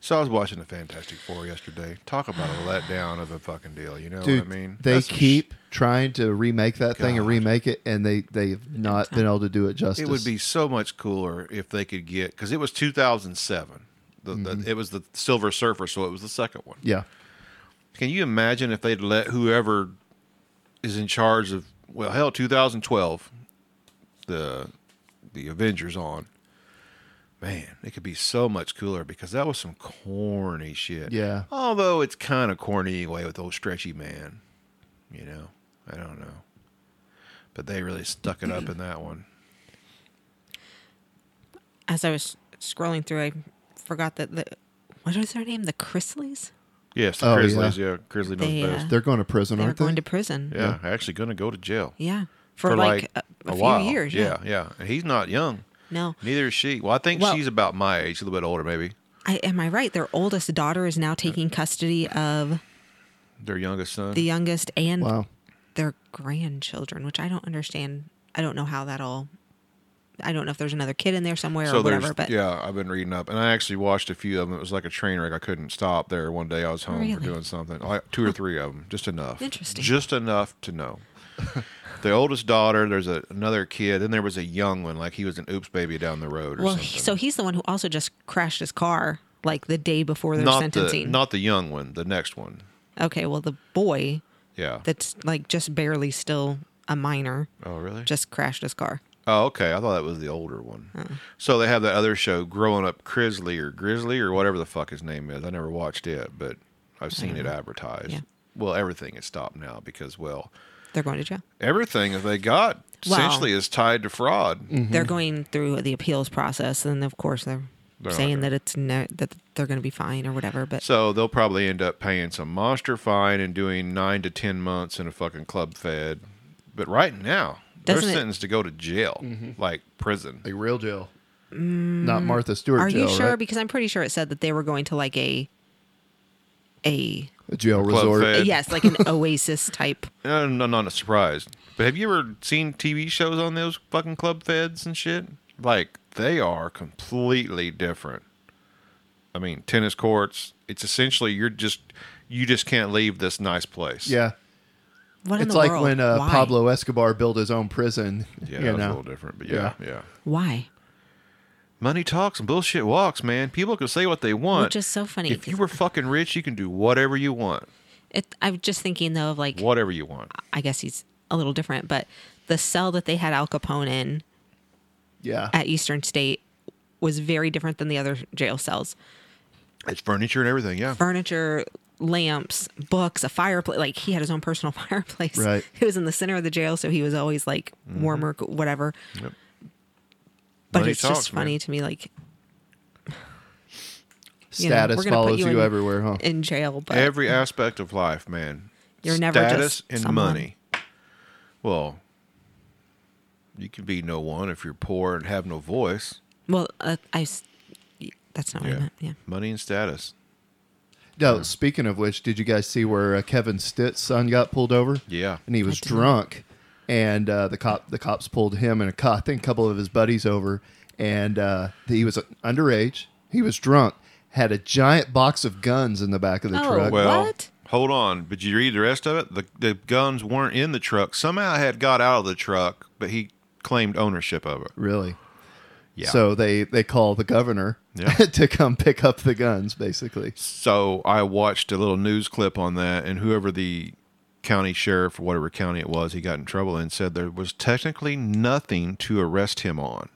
Speaker 2: So I was watching the Fantastic Four yesterday. Talk about a letdown of a fucking deal. You know
Speaker 4: Dude,
Speaker 2: what I mean?
Speaker 4: they
Speaker 2: That's some
Speaker 4: keep trying to remake that thing and
Speaker 2: God.
Speaker 4: remake it, and they, they've not been able to do it justice.
Speaker 2: It would be so much cooler if they could get because it was 2007. The,
Speaker 4: Mm-hmm.
Speaker 2: the, it was the Silver Surfer, so it was the second one.
Speaker 4: Yeah.
Speaker 2: Can you imagine if they'd let whoever is in charge of well, hell, 2012, the the Avengers on. Man, it could be so much cooler because that was some corny shit.
Speaker 4: Yeah.
Speaker 2: Although it's kind of corny anyway with old stretchy man. You know, I don't know. But they really stuck it up in that one.
Speaker 3: As I was scrolling through, I forgot that the what is their name? The Chrisleys.
Speaker 2: Yes, the
Speaker 4: Oh,
Speaker 2: Grizzlies. Yeah, Grizzly knows
Speaker 3: They,
Speaker 2: best.
Speaker 3: uh,
Speaker 4: They're going to prison,
Speaker 3: They're
Speaker 4: aren't they?
Speaker 3: going to prison. Yeah.
Speaker 2: Yeah, actually going to go to jail
Speaker 3: For, like, a, a few
Speaker 2: while.
Speaker 3: years.
Speaker 2: Yeah, yeah. And he's not young.
Speaker 3: No.
Speaker 2: Neither is she. Well, I think
Speaker 3: Well-
Speaker 2: she's about my age, a little bit older, maybe.
Speaker 3: I am I right? Their oldest daughter is now taking custody of
Speaker 2: Their youngest son.
Speaker 3: the youngest and
Speaker 4: wow.
Speaker 3: their grandchildren, which I don't understand. I don't know how that all. I don't know if there's another kid in there somewhere or
Speaker 2: there's-
Speaker 3: whatever, but
Speaker 2: yeah, I've been reading up, and I actually watched a few of them. It was like a train wreck. I couldn't stop there. One day I was home for
Speaker 3: Really?
Speaker 2: doing something, like two or three of them, just enough.
Speaker 3: Interesting.
Speaker 2: Just enough to know. the oldest daughter. There's a, another kid, and there was a young one, like he was an oops baby down the road or
Speaker 3: well,
Speaker 2: something.
Speaker 3: he, so he's the one who also just crashed his car like the day before their
Speaker 2: not the
Speaker 3: sentencing.
Speaker 2: not the young one, the next one.
Speaker 3: okay, well the boy
Speaker 2: Yeah.
Speaker 3: that's like just barely still a minor
Speaker 2: oh really?
Speaker 3: just crashed his car.
Speaker 2: Oh, okay. I thought that was the older one. So they have that other show, Growing Up Grizzly or Grizzly or whatever the fuck his name is. I never watched it, but I've seen it advertised.
Speaker 3: Yeah.
Speaker 2: Well, everything is stopped now because, well,
Speaker 3: They're going to jail.
Speaker 2: everything that they got
Speaker 3: Well-
Speaker 2: essentially is tied to fraud.
Speaker 3: They're going through the appeals process, and of course they're,
Speaker 2: They're not
Speaker 3: saying
Speaker 2: gonna-
Speaker 3: that it's no, that they're going to be fine or whatever. But
Speaker 2: So they'll probably end up paying some monster fine and doing nine to 10 months in a fucking club fed. But right now,
Speaker 3: Doesn't
Speaker 2: they're
Speaker 3: it-
Speaker 2: sentenced to go to jail, like prison.
Speaker 4: A real jail. Mm. Not Martha Stewart
Speaker 3: are you
Speaker 4: jail.
Speaker 3: sure?
Speaker 4: right?
Speaker 3: Because I'm pretty sure it said that they were going to like a a
Speaker 4: A jail
Speaker 2: Club
Speaker 4: resort.
Speaker 2: fed.
Speaker 3: yes, like an oasis type.
Speaker 2: I'm I'm not surprised. But have you ever seen TV shows on those fucking club feds and shit? Like they are completely different. I mean, tennis courts. It's essentially you're just you just can't leave this nice place.
Speaker 4: Yeah.
Speaker 3: What in
Speaker 4: it's
Speaker 3: the
Speaker 4: like
Speaker 3: world?
Speaker 4: when uh,
Speaker 3: Why?
Speaker 4: Pablo Escobar built his own prison.
Speaker 2: yeah,
Speaker 4: you
Speaker 2: that's a
Speaker 4: know.
Speaker 2: little different. But yeah, yeah,
Speaker 3: Why?
Speaker 2: Money talks and bullshit walks, man. People can say what they want.
Speaker 3: Which is so funny.
Speaker 2: If you were fucking rich, you can do whatever you want,
Speaker 3: It, I'm just thinking though of like
Speaker 2: whatever you want.
Speaker 3: I guess he's a little different, but the cell that they had Al Capone in
Speaker 4: Yeah.
Speaker 3: at Eastern State was very different than the other jail cells.
Speaker 2: It's furniture and everything. Yeah,
Speaker 3: Furniture, lamps, books, a fireplace. Like he had his own personal fireplace.
Speaker 4: Right. Mm-hmm.
Speaker 3: He was in the center of the jail, so he was always like warmer, whatever.
Speaker 2: Yep.
Speaker 3: But
Speaker 2: Money
Speaker 3: it's
Speaker 2: talks,
Speaker 3: just funny
Speaker 2: man.
Speaker 3: to me, like you know,
Speaker 4: Status
Speaker 3: we're gonna put
Speaker 4: follows you,
Speaker 3: in-
Speaker 4: everywhere, huh?
Speaker 3: In jail, but
Speaker 2: every aspect of life, man.
Speaker 3: mm. You're never
Speaker 2: status
Speaker 3: just
Speaker 2: and
Speaker 3: someone.
Speaker 2: money. Well, you can be no one if you're poor and have no voice.
Speaker 3: well, uh, I. s- That's not what I meant. Yeah.
Speaker 2: money and status.
Speaker 4: No, speaking of which, did you guys see where uh, Kevin Stitt's son got pulled over?
Speaker 2: Yeah.
Speaker 4: and he was
Speaker 3: did.
Speaker 4: drunk, and uh, the cop the cops pulled him and a cop, I think a couple of his buddies over, and uh, he was underage. He was drunk, had a giant box of guns in the back of the
Speaker 3: Oh,
Speaker 4: truck.
Speaker 2: Well,
Speaker 3: What?
Speaker 2: hold on. Did you read the rest of it? The the guns weren't in the truck. Somehow it had got out of the truck, but he claimed ownership of it.
Speaker 4: Really?
Speaker 6: Yeah.
Speaker 4: So they they call the governor
Speaker 6: Yeah.
Speaker 4: to come pick up the guns, basically.
Speaker 2: So I watched a little news clip on that, and whoever the county sheriff or whatever county it was, he got in trouble and said there was technically nothing to arrest him on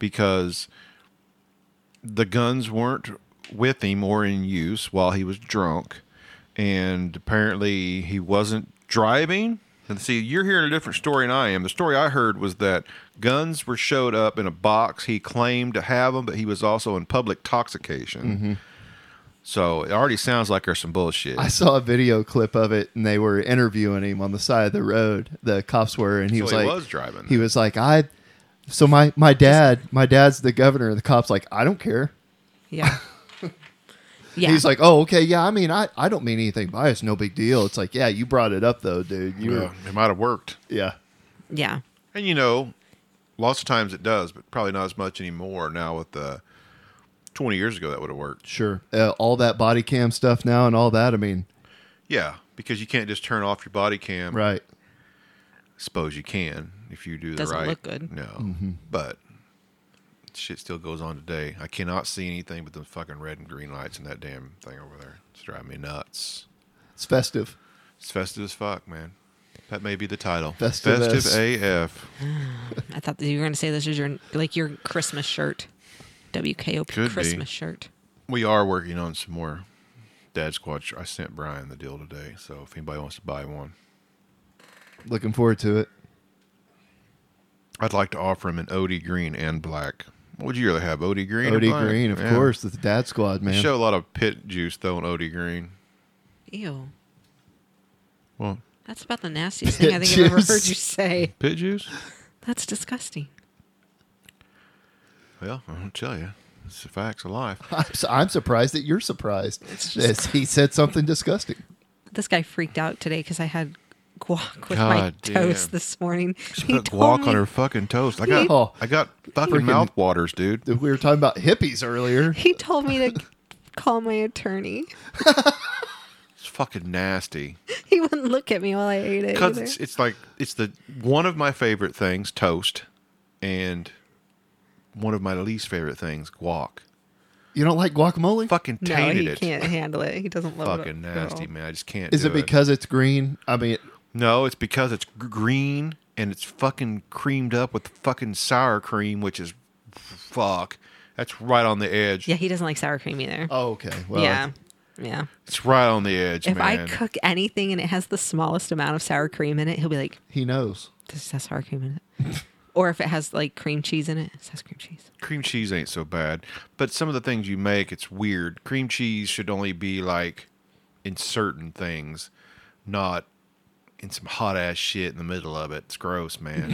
Speaker 2: because the guns weren't with him or in use while he was drunk, and apparently he wasn't driving. And see, you're hearing a different story than I am. The story I heard was that guns were showed up in a box. He claimed to have them, but he was also in public intoxication. So it already sounds like there's some bullshit.
Speaker 4: Mm-hmm. I saw a video clip of it, and they were interviewing him on the side of the road. The cops were, and he
Speaker 2: So
Speaker 4: was
Speaker 2: he
Speaker 4: like,
Speaker 2: was driving.
Speaker 4: He was like, I. So my my dad, my dad's the governor, and the cops like, I don't care.
Speaker 3: Yeah. yeah.
Speaker 4: He's like, oh okay, yeah. I mean, I I don't mean anything by it. It's no big deal. It's like, yeah, you brought it up though, dude. You were,
Speaker 2: Yeah, it might have worked.
Speaker 4: yeah.
Speaker 3: yeah.
Speaker 2: And you know, lots of times it does, but probably not as much anymore now with the 20 years ago that would have worked.
Speaker 4: Sure. Uh, all that body cam stuff now and all that. I mean,
Speaker 2: Yeah, because you can't just turn off your body cam.
Speaker 4: right.
Speaker 2: Suppose you can if you do the
Speaker 3: Doesn't
Speaker 2: right.
Speaker 3: look good.
Speaker 2: No.
Speaker 4: Mm-hmm.
Speaker 2: But shit still goes on today. I cannot see anything but the fucking red and green lights and that damn thing over there. It's driving me nuts.
Speaker 4: It's festive.
Speaker 2: It's festive as fuck, man. That may be the title.
Speaker 4: Festive as-
Speaker 2: AF.
Speaker 3: I thought that you were going to say this is your like your Christmas shirt, WKOP
Speaker 2: Could be.
Speaker 3: Christmas shirt.
Speaker 2: We are working on some more Dad Squad. shir- I sent Brian the deal today, so if anybody wants to buy one,
Speaker 4: Looking forward to it.
Speaker 2: I'd like to offer him an OD green and black. What would you rather have, OD green? or
Speaker 4: Odie
Speaker 2: black?
Speaker 4: Green, of
Speaker 2: Yeah.
Speaker 4: course, the dad squad
Speaker 2: They
Speaker 4: man.
Speaker 2: Show a lot of pit juice though in OD green.
Speaker 3: Ew.
Speaker 2: Well,
Speaker 3: That's about the nastiest thing I think I've ever
Speaker 4: Juice.
Speaker 3: heard you say.
Speaker 2: pit juice?
Speaker 3: That's disgusting.
Speaker 2: Well, I don't tell you, it's the facts of life.
Speaker 4: I'm, su- I'm surprised that you're surprised.
Speaker 3: just-
Speaker 4: Yes, he said something disgusting.
Speaker 3: This guy freaked out today because I had guac with my
Speaker 2: God damn.
Speaker 3: toast this morning. She
Speaker 2: Put guac on her fucking toast. I got,
Speaker 4: Oh.
Speaker 2: I got fucking
Speaker 4: Freaking-
Speaker 2: mouth waters, dude.
Speaker 4: We were talking about hippies earlier.
Speaker 3: He told me to call my attorney.
Speaker 2: It's fucking nasty.
Speaker 3: He wouldn't look at me while I ate it.
Speaker 2: because
Speaker 3: Either.
Speaker 2: it's, it's like it's the one of my favorite things toast and one of my least favorite things guac
Speaker 4: You don't like guacamole?
Speaker 2: fucking
Speaker 3: No,
Speaker 2: tainted
Speaker 3: he
Speaker 2: it
Speaker 3: can't handle it. He doesn't love it.
Speaker 2: fucking
Speaker 3: at
Speaker 2: nasty
Speaker 3: all.
Speaker 2: man i just can't
Speaker 4: Is
Speaker 2: do
Speaker 4: it because it's green? I mean,
Speaker 2: no it's because it's g- green and it's fucking creamed up with fucking sour cream which is fuck that's right on the edge
Speaker 3: Yeah, he doesn't like sour cream either.
Speaker 4: oh, okay. Well,
Speaker 3: yeah. Yeah.
Speaker 2: it's right on the edge
Speaker 3: If
Speaker 2: man
Speaker 3: I cook anything and it has the smallest amount of sour cream in it, he'll be like,
Speaker 4: he knows.
Speaker 3: "This has sour cream in it." or if it has like cream cheese in it, it says cream cheese.
Speaker 2: cream cheese ain't so bad but some of the things you make it's weird cream cheese should only be like in certain things not in some hot ass shit in the middle of it it's gross man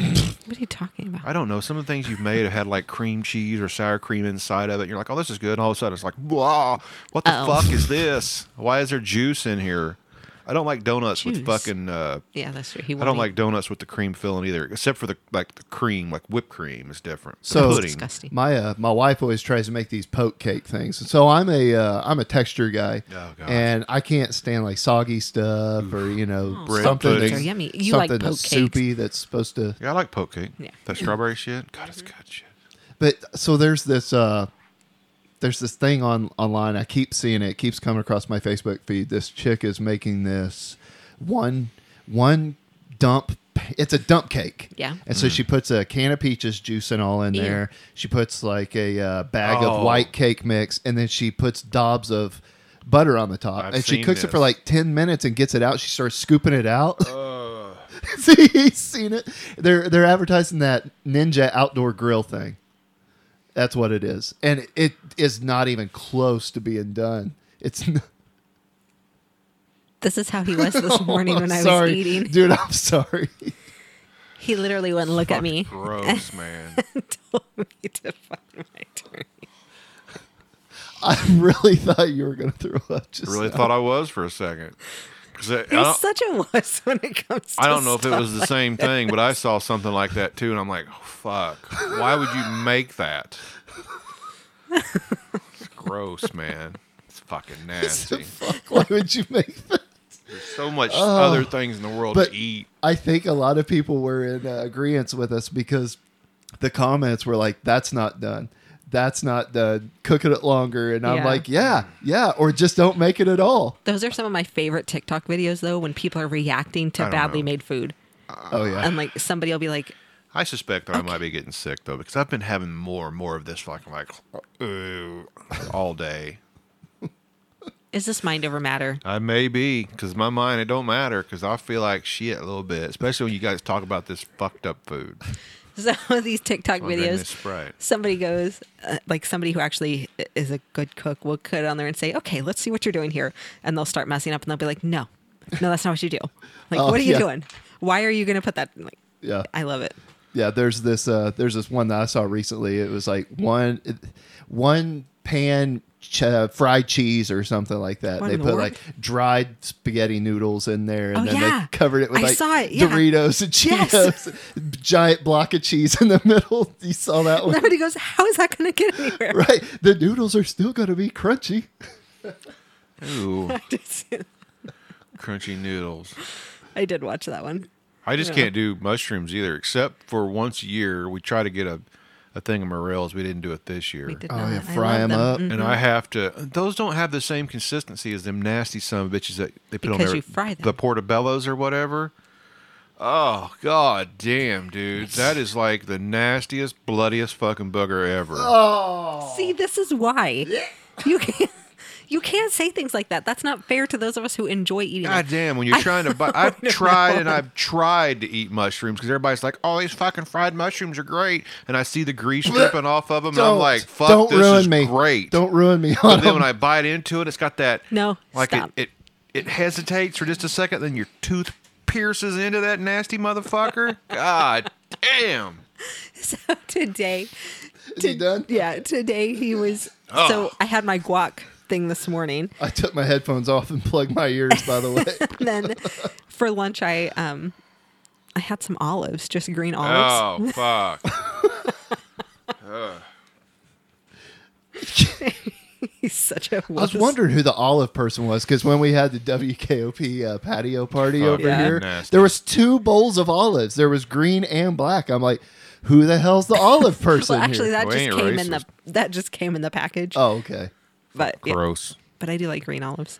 Speaker 3: What are you talking about?
Speaker 2: i don't know some of the things you've made have had like cream cheese or sour cream inside of it and you're like oh this is good and all of a sudden it's like wow what the
Speaker 3: Oh.
Speaker 2: fuck is this why is there juice in here i don't like donuts
Speaker 3: Juice.
Speaker 2: with fucking uh
Speaker 3: yeah, that's true. He
Speaker 2: I
Speaker 3: won't
Speaker 2: don't
Speaker 3: eat-
Speaker 2: like donuts with the cream filling either, except for the like the cream, like whipped cream is different. The
Speaker 4: So-
Speaker 2: pudding.
Speaker 3: disgusting.
Speaker 4: My uh, my wife always tries to make these poke cake things. So I'm a uh, I'm a texture guy,
Speaker 2: Oh, God.
Speaker 4: and I can't stand like soggy stuff or you know
Speaker 2: Bread
Speaker 4: something
Speaker 2: pudding.
Speaker 4: that's
Speaker 2: They're
Speaker 3: Oh, yummy. You like
Speaker 4: something
Speaker 3: poke
Speaker 4: that's
Speaker 3: cakes.
Speaker 4: soupy that's supposed to
Speaker 2: Yeah, I like poke cake.
Speaker 3: Yeah. Mm-hmm.
Speaker 2: That strawberry shit. God, it's good shit.
Speaker 4: But so there's this uh there's this thing on online. I keep seeing it. it keeps coming across my Facebook feed. This chick is making this one one dump it's a dump cake.
Speaker 3: Yeah.
Speaker 4: And so she puts a can of peaches juice and all in
Speaker 3: Ew.
Speaker 4: there. She puts like a uh, bag of
Speaker 2: Oh.
Speaker 4: white cake mix and then she puts daubs of butter on the top.
Speaker 2: I've
Speaker 4: Uh, and she
Speaker 2: seen
Speaker 4: cooks it for
Speaker 2: this.
Speaker 4: like 10 minutes and gets it out. She starts scooping it out. See, he's seen it. They're they're advertising that Ninja outdoor grill thing. That's what it is, and it, it is not even close to being done. It's n-
Speaker 3: This is how he was this morning
Speaker 4: I'm
Speaker 3: when I
Speaker 4: sorry.
Speaker 3: was eating.
Speaker 4: dude. I'm sorry.
Speaker 3: He literally wouldn't look at me.
Speaker 2: Gross, man.
Speaker 3: told me to find my attorney.
Speaker 4: I really thought you were gonna throw up. Just
Speaker 2: really
Speaker 4: now.
Speaker 2: thought I was for a second. 'Cause I, I
Speaker 3: He's
Speaker 2: don't,
Speaker 3: such a wuss when it comes. to
Speaker 2: I don't know if it
Speaker 3: stuff
Speaker 2: was the
Speaker 3: like-
Speaker 2: same thing, but I saw something like that too, and I'm like, oh, fuck. Why would you make that? It's gross, man. It's fucking nasty.
Speaker 4: Fuck, why would you make that?
Speaker 2: There's so much other things in the world
Speaker 4: but-
Speaker 2: to eat.
Speaker 4: I think a lot of people were in uh, agreement with us because the comments were like, "That's not done. That's not done. Cooking it longer." And I'm
Speaker 3: Yeah.
Speaker 4: like, "Yeah, yeah," or just don't make it at all.
Speaker 3: Those are some of my favorite TikTok videos, though, when people are reacting to badly made food.
Speaker 4: Oh yeah,
Speaker 3: And like somebody will be like,
Speaker 2: I suspect that I might be getting sick though because I've been having more and more of this like like ooh, all day.
Speaker 3: is this mind over matter?
Speaker 2: I may be because my mind it don't matter because I feel like shit a little bit, especially when you guys talk about this fucked up food.
Speaker 3: Some of these
Speaker 4: Oh,
Speaker 3: TikTok
Speaker 2: I'm drinking this
Speaker 3: videos,
Speaker 2: Sprite.
Speaker 3: somebody goes, uh, like somebody who actually i- is a good cook will cut on there and say, okay, let's see what you're doing here. And they'll start messing up and they'll be like, no, no, that's not what you do. Like,
Speaker 4: Oh,
Speaker 3: what are you
Speaker 4: yeah.
Speaker 3: doing? Why are you going to put that? Like,
Speaker 4: yeah.
Speaker 3: I love it.
Speaker 4: yeah there's this uh there's this one that i saw recently it was like one one pan ch- uh, fried cheese or something like that
Speaker 3: What
Speaker 4: they
Speaker 3: in the
Speaker 4: put
Speaker 3: world?
Speaker 4: like dried spaghetti noodles in there and
Speaker 3: Oh,
Speaker 4: then
Speaker 3: yeah.
Speaker 4: they covered it with
Speaker 3: I
Speaker 4: like
Speaker 3: saw it, yeah.
Speaker 4: doritos and
Speaker 3: Yes.
Speaker 4: cheetos giant block of cheese in the middle you saw that one
Speaker 3: Nobody goes, how is that going to get anywhere?
Speaker 4: right the noodles are still going to be crunchy
Speaker 2: Ooh,
Speaker 3: I, just-
Speaker 2: crunchy noodles.
Speaker 3: I did watch that one.
Speaker 2: I just
Speaker 3: Yeah.
Speaker 2: can't do mushrooms either, except for once a year we try to get a, a thing of morels. We didn't do it this year.
Speaker 3: We did Mm-hmm.
Speaker 4: oh
Speaker 3: not.
Speaker 4: yeah
Speaker 3: I
Speaker 4: fry
Speaker 3: love
Speaker 4: them up
Speaker 2: And I have to. Those don't have the same consistency as them nasty son of bitches that they put on
Speaker 3: Because
Speaker 2: their
Speaker 3: you fry them.
Speaker 2: the portobellos or whatever. Oh god damn, dude, that is like the nastiest, bloodiest fucking bugger ever.
Speaker 3: Oh, See, this is why you can't you can't say things like that. That's not fair to those of us who enjoy eating.
Speaker 2: God
Speaker 3: them.
Speaker 2: damn, when you're trying to buy, I've tried and I've tried to eat mushrooms because everybody's like, "Oh, these fucking fried mushrooms are great," and I see the grease dripping off of them, and I'm like, "Fuck,
Speaker 4: don't
Speaker 2: this
Speaker 4: ruin
Speaker 2: is
Speaker 4: me
Speaker 2: great."
Speaker 4: don't ruin me
Speaker 2: But
Speaker 4: on
Speaker 2: then
Speaker 4: them.
Speaker 2: when I bite into it, it's got that
Speaker 3: No,
Speaker 2: like
Speaker 3: stop.
Speaker 2: it it it hesitates for just a second, then your tooth pierces into that nasty motherfucker. God damn!
Speaker 3: So today,
Speaker 4: Is he done?
Speaker 3: yeah, today he was. So I had my guac thing this morning.
Speaker 4: i took my headphones off and plugged my ears by the way
Speaker 3: And then for lunch, I um, I had some olives, just green olives.
Speaker 2: Oh fuck!
Speaker 3: He's such a.
Speaker 4: I was wondering who the olive person was because when we had the WKOP uh, patio party over
Speaker 3: yeah.
Speaker 4: here,
Speaker 2: Nasty.
Speaker 4: there was two bowls of olives. There was green and black. I'm like, who the hell's the olive person
Speaker 3: Well, actually,
Speaker 4: here?
Speaker 3: that
Speaker 2: We
Speaker 3: just
Speaker 2: ain't
Speaker 3: came in the
Speaker 2: racist.
Speaker 3: that just came in the package.
Speaker 4: oh, okay.
Speaker 3: but yeah,
Speaker 2: Gross.
Speaker 3: but I do like green olives.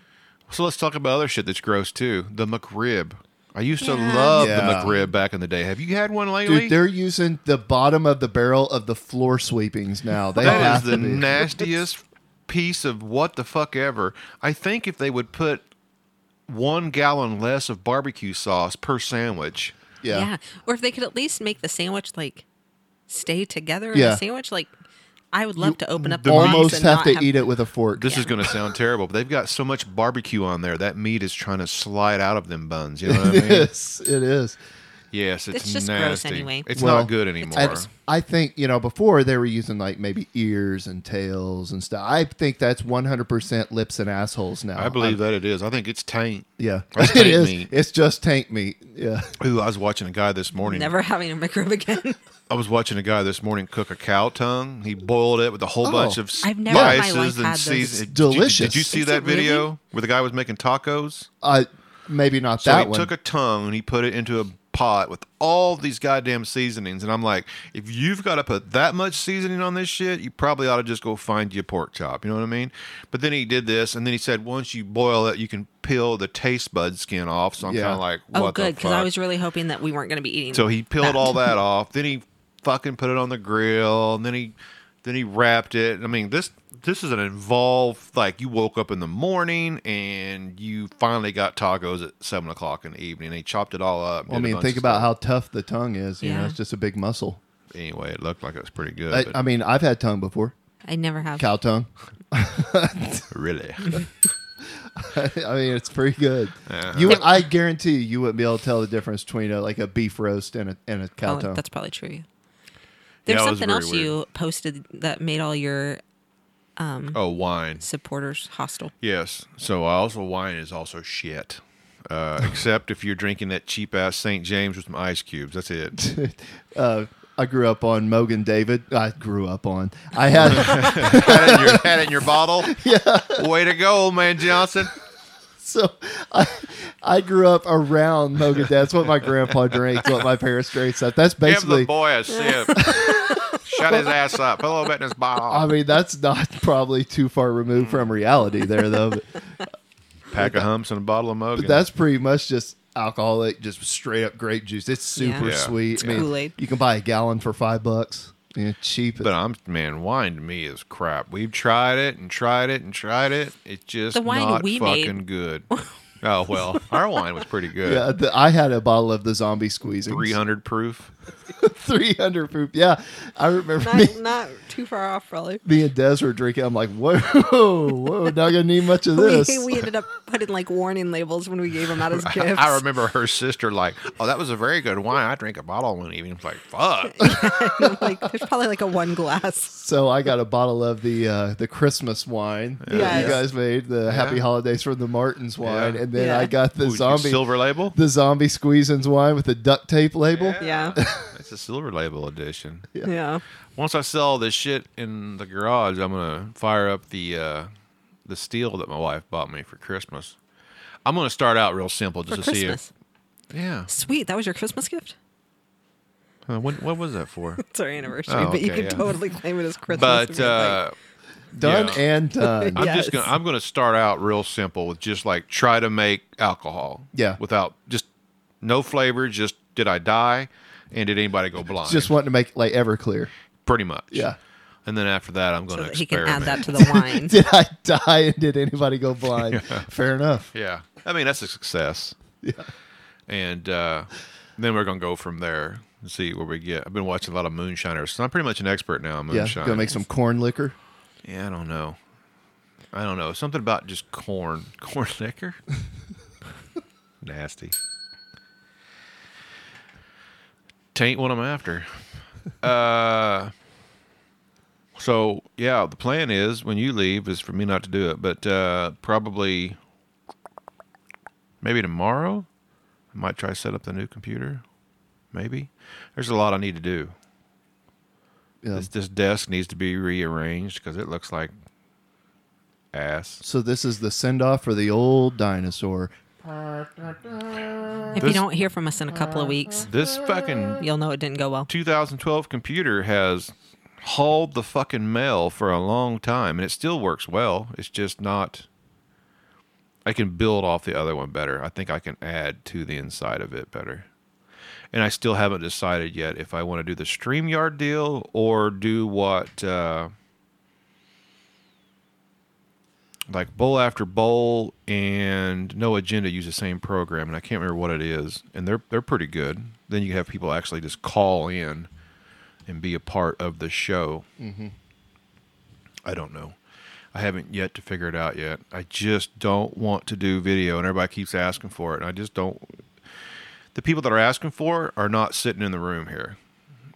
Speaker 2: So let's talk about other shit that's gross too. The McRib. I used to
Speaker 3: Yeah.
Speaker 2: love the
Speaker 4: Yeah.
Speaker 2: McRib back in the day. Have you had one lately?
Speaker 4: Dude, they're using the bottom of the barrel of the floor sweepings now. They
Speaker 2: that
Speaker 4: have
Speaker 2: is the
Speaker 4: to be.
Speaker 2: nastiest piece of what the fuck ever. I think if they would put one gallon less of barbecue sauce per sandwich.
Speaker 4: yeah.
Speaker 3: Or if they could at least make the sandwich like stay together in
Speaker 4: Yeah.
Speaker 3: the sandwich, like I would love to open up the box
Speaker 4: Almost
Speaker 3: and
Speaker 4: have
Speaker 3: not
Speaker 4: to eat it with a fork.
Speaker 2: This is going to sound terrible, but they've got so much barbecue on there. That meat is trying to slide out of them buns. You know what I mean?
Speaker 4: Yes, it is.
Speaker 2: Yes, it's,
Speaker 3: It's just
Speaker 2: nasty.
Speaker 3: gross anyway.
Speaker 2: It's
Speaker 4: Well,
Speaker 2: not good anymore.
Speaker 4: I, I think you know before they were using like maybe ears and tails and stuff. I think that's 100% lips and assholes now.
Speaker 2: I believe that it is. I think it's taint.
Speaker 4: Yeah,
Speaker 2: That's
Speaker 4: it
Speaker 2: tank
Speaker 4: is.
Speaker 2: meat.
Speaker 4: It's just tank meat. Yeah,
Speaker 2: Ooh, I was watching a guy this morning.
Speaker 3: Never having a microbe again.
Speaker 2: I was watching a guy this morning cook a cow tongue. He boiled it with a whole bunch
Speaker 4: Oh.
Speaker 2: of
Speaker 3: I've never in my life
Speaker 2: spices
Speaker 3: had
Speaker 2: and
Speaker 3: those.
Speaker 2: season.
Speaker 4: It's
Speaker 2: Did you- Did
Speaker 4: delicious.
Speaker 2: you see
Speaker 3: Is
Speaker 2: that
Speaker 3: it really?
Speaker 2: video where the guy was making tacos?
Speaker 4: uh, maybe not
Speaker 2: So
Speaker 4: that
Speaker 2: he
Speaker 4: one.
Speaker 2: took a tongue and he put it into a pot with all these goddamn seasonings. And I'm like, if you've got to put that much seasoning on this shit, you probably ought to just go find you a pork chop. You know what I mean? But then he did this, and then he said, once you boil it, you can peel the taste bud skin off. So I'm
Speaker 4: Yeah.
Speaker 2: kind of like, what
Speaker 3: oh, good,
Speaker 2: the
Speaker 3: because I
Speaker 2: fuck?
Speaker 3: was really hoping that we weren't going to be eating.
Speaker 2: So he peeled all that off. Then he fucking put it on the grill, and then he then he wrapped it. I mean, this this is an involved like you woke up in the morning and you finally got tacos at seven o'clock in the evening. They chopped it all up.
Speaker 4: Well, I mean, think about how tough the tongue is. You know,
Speaker 3: Yeah.
Speaker 4: it's just a big muscle.
Speaker 2: how anyway it looked like it was pretty good.
Speaker 4: I,
Speaker 2: but
Speaker 4: I mean, I've had tongue before.
Speaker 3: I never have.
Speaker 4: Cow tongue.
Speaker 2: really,
Speaker 4: I mean, it's pretty good. You, I guarantee you, you wouldn't be able to tell the difference between a, like a beef roast and a and a cow
Speaker 3: Probably-
Speaker 4: tongue.
Speaker 3: Oh, that's probably true. There's
Speaker 2: it was
Speaker 3: something
Speaker 2: very
Speaker 3: else you posted that made all your
Speaker 2: oh wine.
Speaker 3: supporters hostile.
Speaker 2: Yes. So I also wine is also shit. Uh, except if you're drinking that cheap ass St. James with some ice cubes. That's it.
Speaker 4: uh, I grew up on Mogan David. I grew up on. I had
Speaker 2: had it in your, had it in your bottle. Yeah. Way to go, old man Johnson.
Speaker 4: so I, I grew up around Mogadad. That's what my grandpa drank. What my parents drank. Stuff. That's
Speaker 2: Give the
Speaker 4: basically.
Speaker 2: boy a sip. Shut his ass up. Put a little bit in his bottle.
Speaker 4: I mean, that's not probably too far removed from reality there, though. But,
Speaker 2: Pack of humps and a bottle of mug.
Speaker 4: but that's pretty much just alcoholic, just straight up grape juice. It's super
Speaker 2: Yeah.
Speaker 4: sweet. I mean,
Speaker 3: Kool-Aid.
Speaker 4: You can buy a gallon for five bucks. Yeah, cheap.
Speaker 2: but uh, I'm man, wine to me is crap. We've tried it and tried it and tried it. It's just
Speaker 3: The wine
Speaker 2: not
Speaker 3: we made-
Speaker 2: fucking good. Oh well, our wine was pretty good.
Speaker 4: yeah, the, I had a bottle of the zombie squeezing.
Speaker 2: 300 proof.
Speaker 4: 300 poop. Yeah, I remember me,
Speaker 3: Not, not too far off, probably.
Speaker 4: me and Des were drinking. I'm like, whoa, whoa, not gonna need much of
Speaker 3: We,
Speaker 4: this.
Speaker 3: we ended up putting like warning labels when we gave them out as gifts.
Speaker 2: I remember her sister like, "Oh, that was a very good wine. I drank a bottle one evening." I was like, "Fuck."
Speaker 3: like there's probably like a one glass.
Speaker 4: So I got a bottle of the uh, the Christmas wine that
Speaker 3: Yes.
Speaker 4: you guys made, the Happy
Speaker 2: Yeah.
Speaker 4: Holidays from the Martins wine,
Speaker 2: Yeah.
Speaker 4: and then
Speaker 3: Yeah.
Speaker 4: I got the
Speaker 2: Ooh,
Speaker 4: zombie
Speaker 2: silver label.
Speaker 4: the zombie squeezins wine with the duct tape label.
Speaker 3: Yeah.
Speaker 2: That's a silver label edition.
Speaker 3: Yeah.
Speaker 2: Once I sell all this shit in the garage, I'm gonna fire up the uh, the steel that my wife bought me for Christmas. I'm gonna start out real simple
Speaker 3: For
Speaker 2: just to
Speaker 3: Christmas.
Speaker 2: see if yeah.
Speaker 3: Sweet. That was your Christmas gift?
Speaker 2: Uh, when, what was that for?
Speaker 3: It's our anniversary,
Speaker 2: Oh,
Speaker 3: but you
Speaker 2: okay,
Speaker 3: could
Speaker 2: yeah.
Speaker 3: totally claim it as Christmas.
Speaker 2: but
Speaker 3: if you'd like.
Speaker 2: uh,
Speaker 4: Done
Speaker 2: Yeah.
Speaker 4: and done.
Speaker 2: I'm just
Speaker 3: Yes.
Speaker 2: gonna I'm gonna start out real simple with just like try to make alcohol.
Speaker 4: Yeah.
Speaker 2: Without just no flavor, just did I die and did anybody go blind?
Speaker 4: Just wanting to make like Everclear.
Speaker 2: pretty much.
Speaker 4: Yeah.
Speaker 2: And then after that I'm
Speaker 3: so
Speaker 2: gonna
Speaker 3: that he can
Speaker 2: experiment.
Speaker 3: add that to the wine.
Speaker 4: Did I die and did anybody go blind? Fair enough.
Speaker 2: Yeah. I mean that's a success. Yeah. And uh, then we're gonna go from there and see where we get. I've been watching a lot of moonshiners, so I'm pretty much an expert now on
Speaker 4: Yeah,
Speaker 2: moonshine.
Speaker 4: gonna make some corn liquor.
Speaker 2: Yeah, I don't know. I don't know. Something about just corn. Corn liquor? Nasty. Taint what I'm after. Uh so yeah, the plan is when you leave is for me not to do it, but uh probably maybe tomorrow. I might try to set up the new computer. Maybe. There's a lot I need to do.
Speaker 4: Yeah.
Speaker 2: This, this desk needs to be rearranged because it looks like ass.
Speaker 4: So this is the send off for the old dinosaur.
Speaker 3: if you
Speaker 2: This-
Speaker 3: don't hear from us in a couple of weeks,
Speaker 2: This fucking
Speaker 3: you'll know it didn't go well.
Speaker 2: 2012 computer has hauled the fucking mail for a long time and it still works well. It's just not. I can build off the other one better. I think I can add to the inside of it better. And I still haven't decided yet if I want to do the StreamYard deal or do what. Uh, like bowl after bowl and no agenda use the same program and i can't remember what it is and they're they're pretty good then you have people actually just call in and be a part of the show mm-hmm. i don't know i haven't yet to figure it out yet i just don't want to do video and everybody keeps asking for it and i just don't the people that are asking for it are not sitting in the room here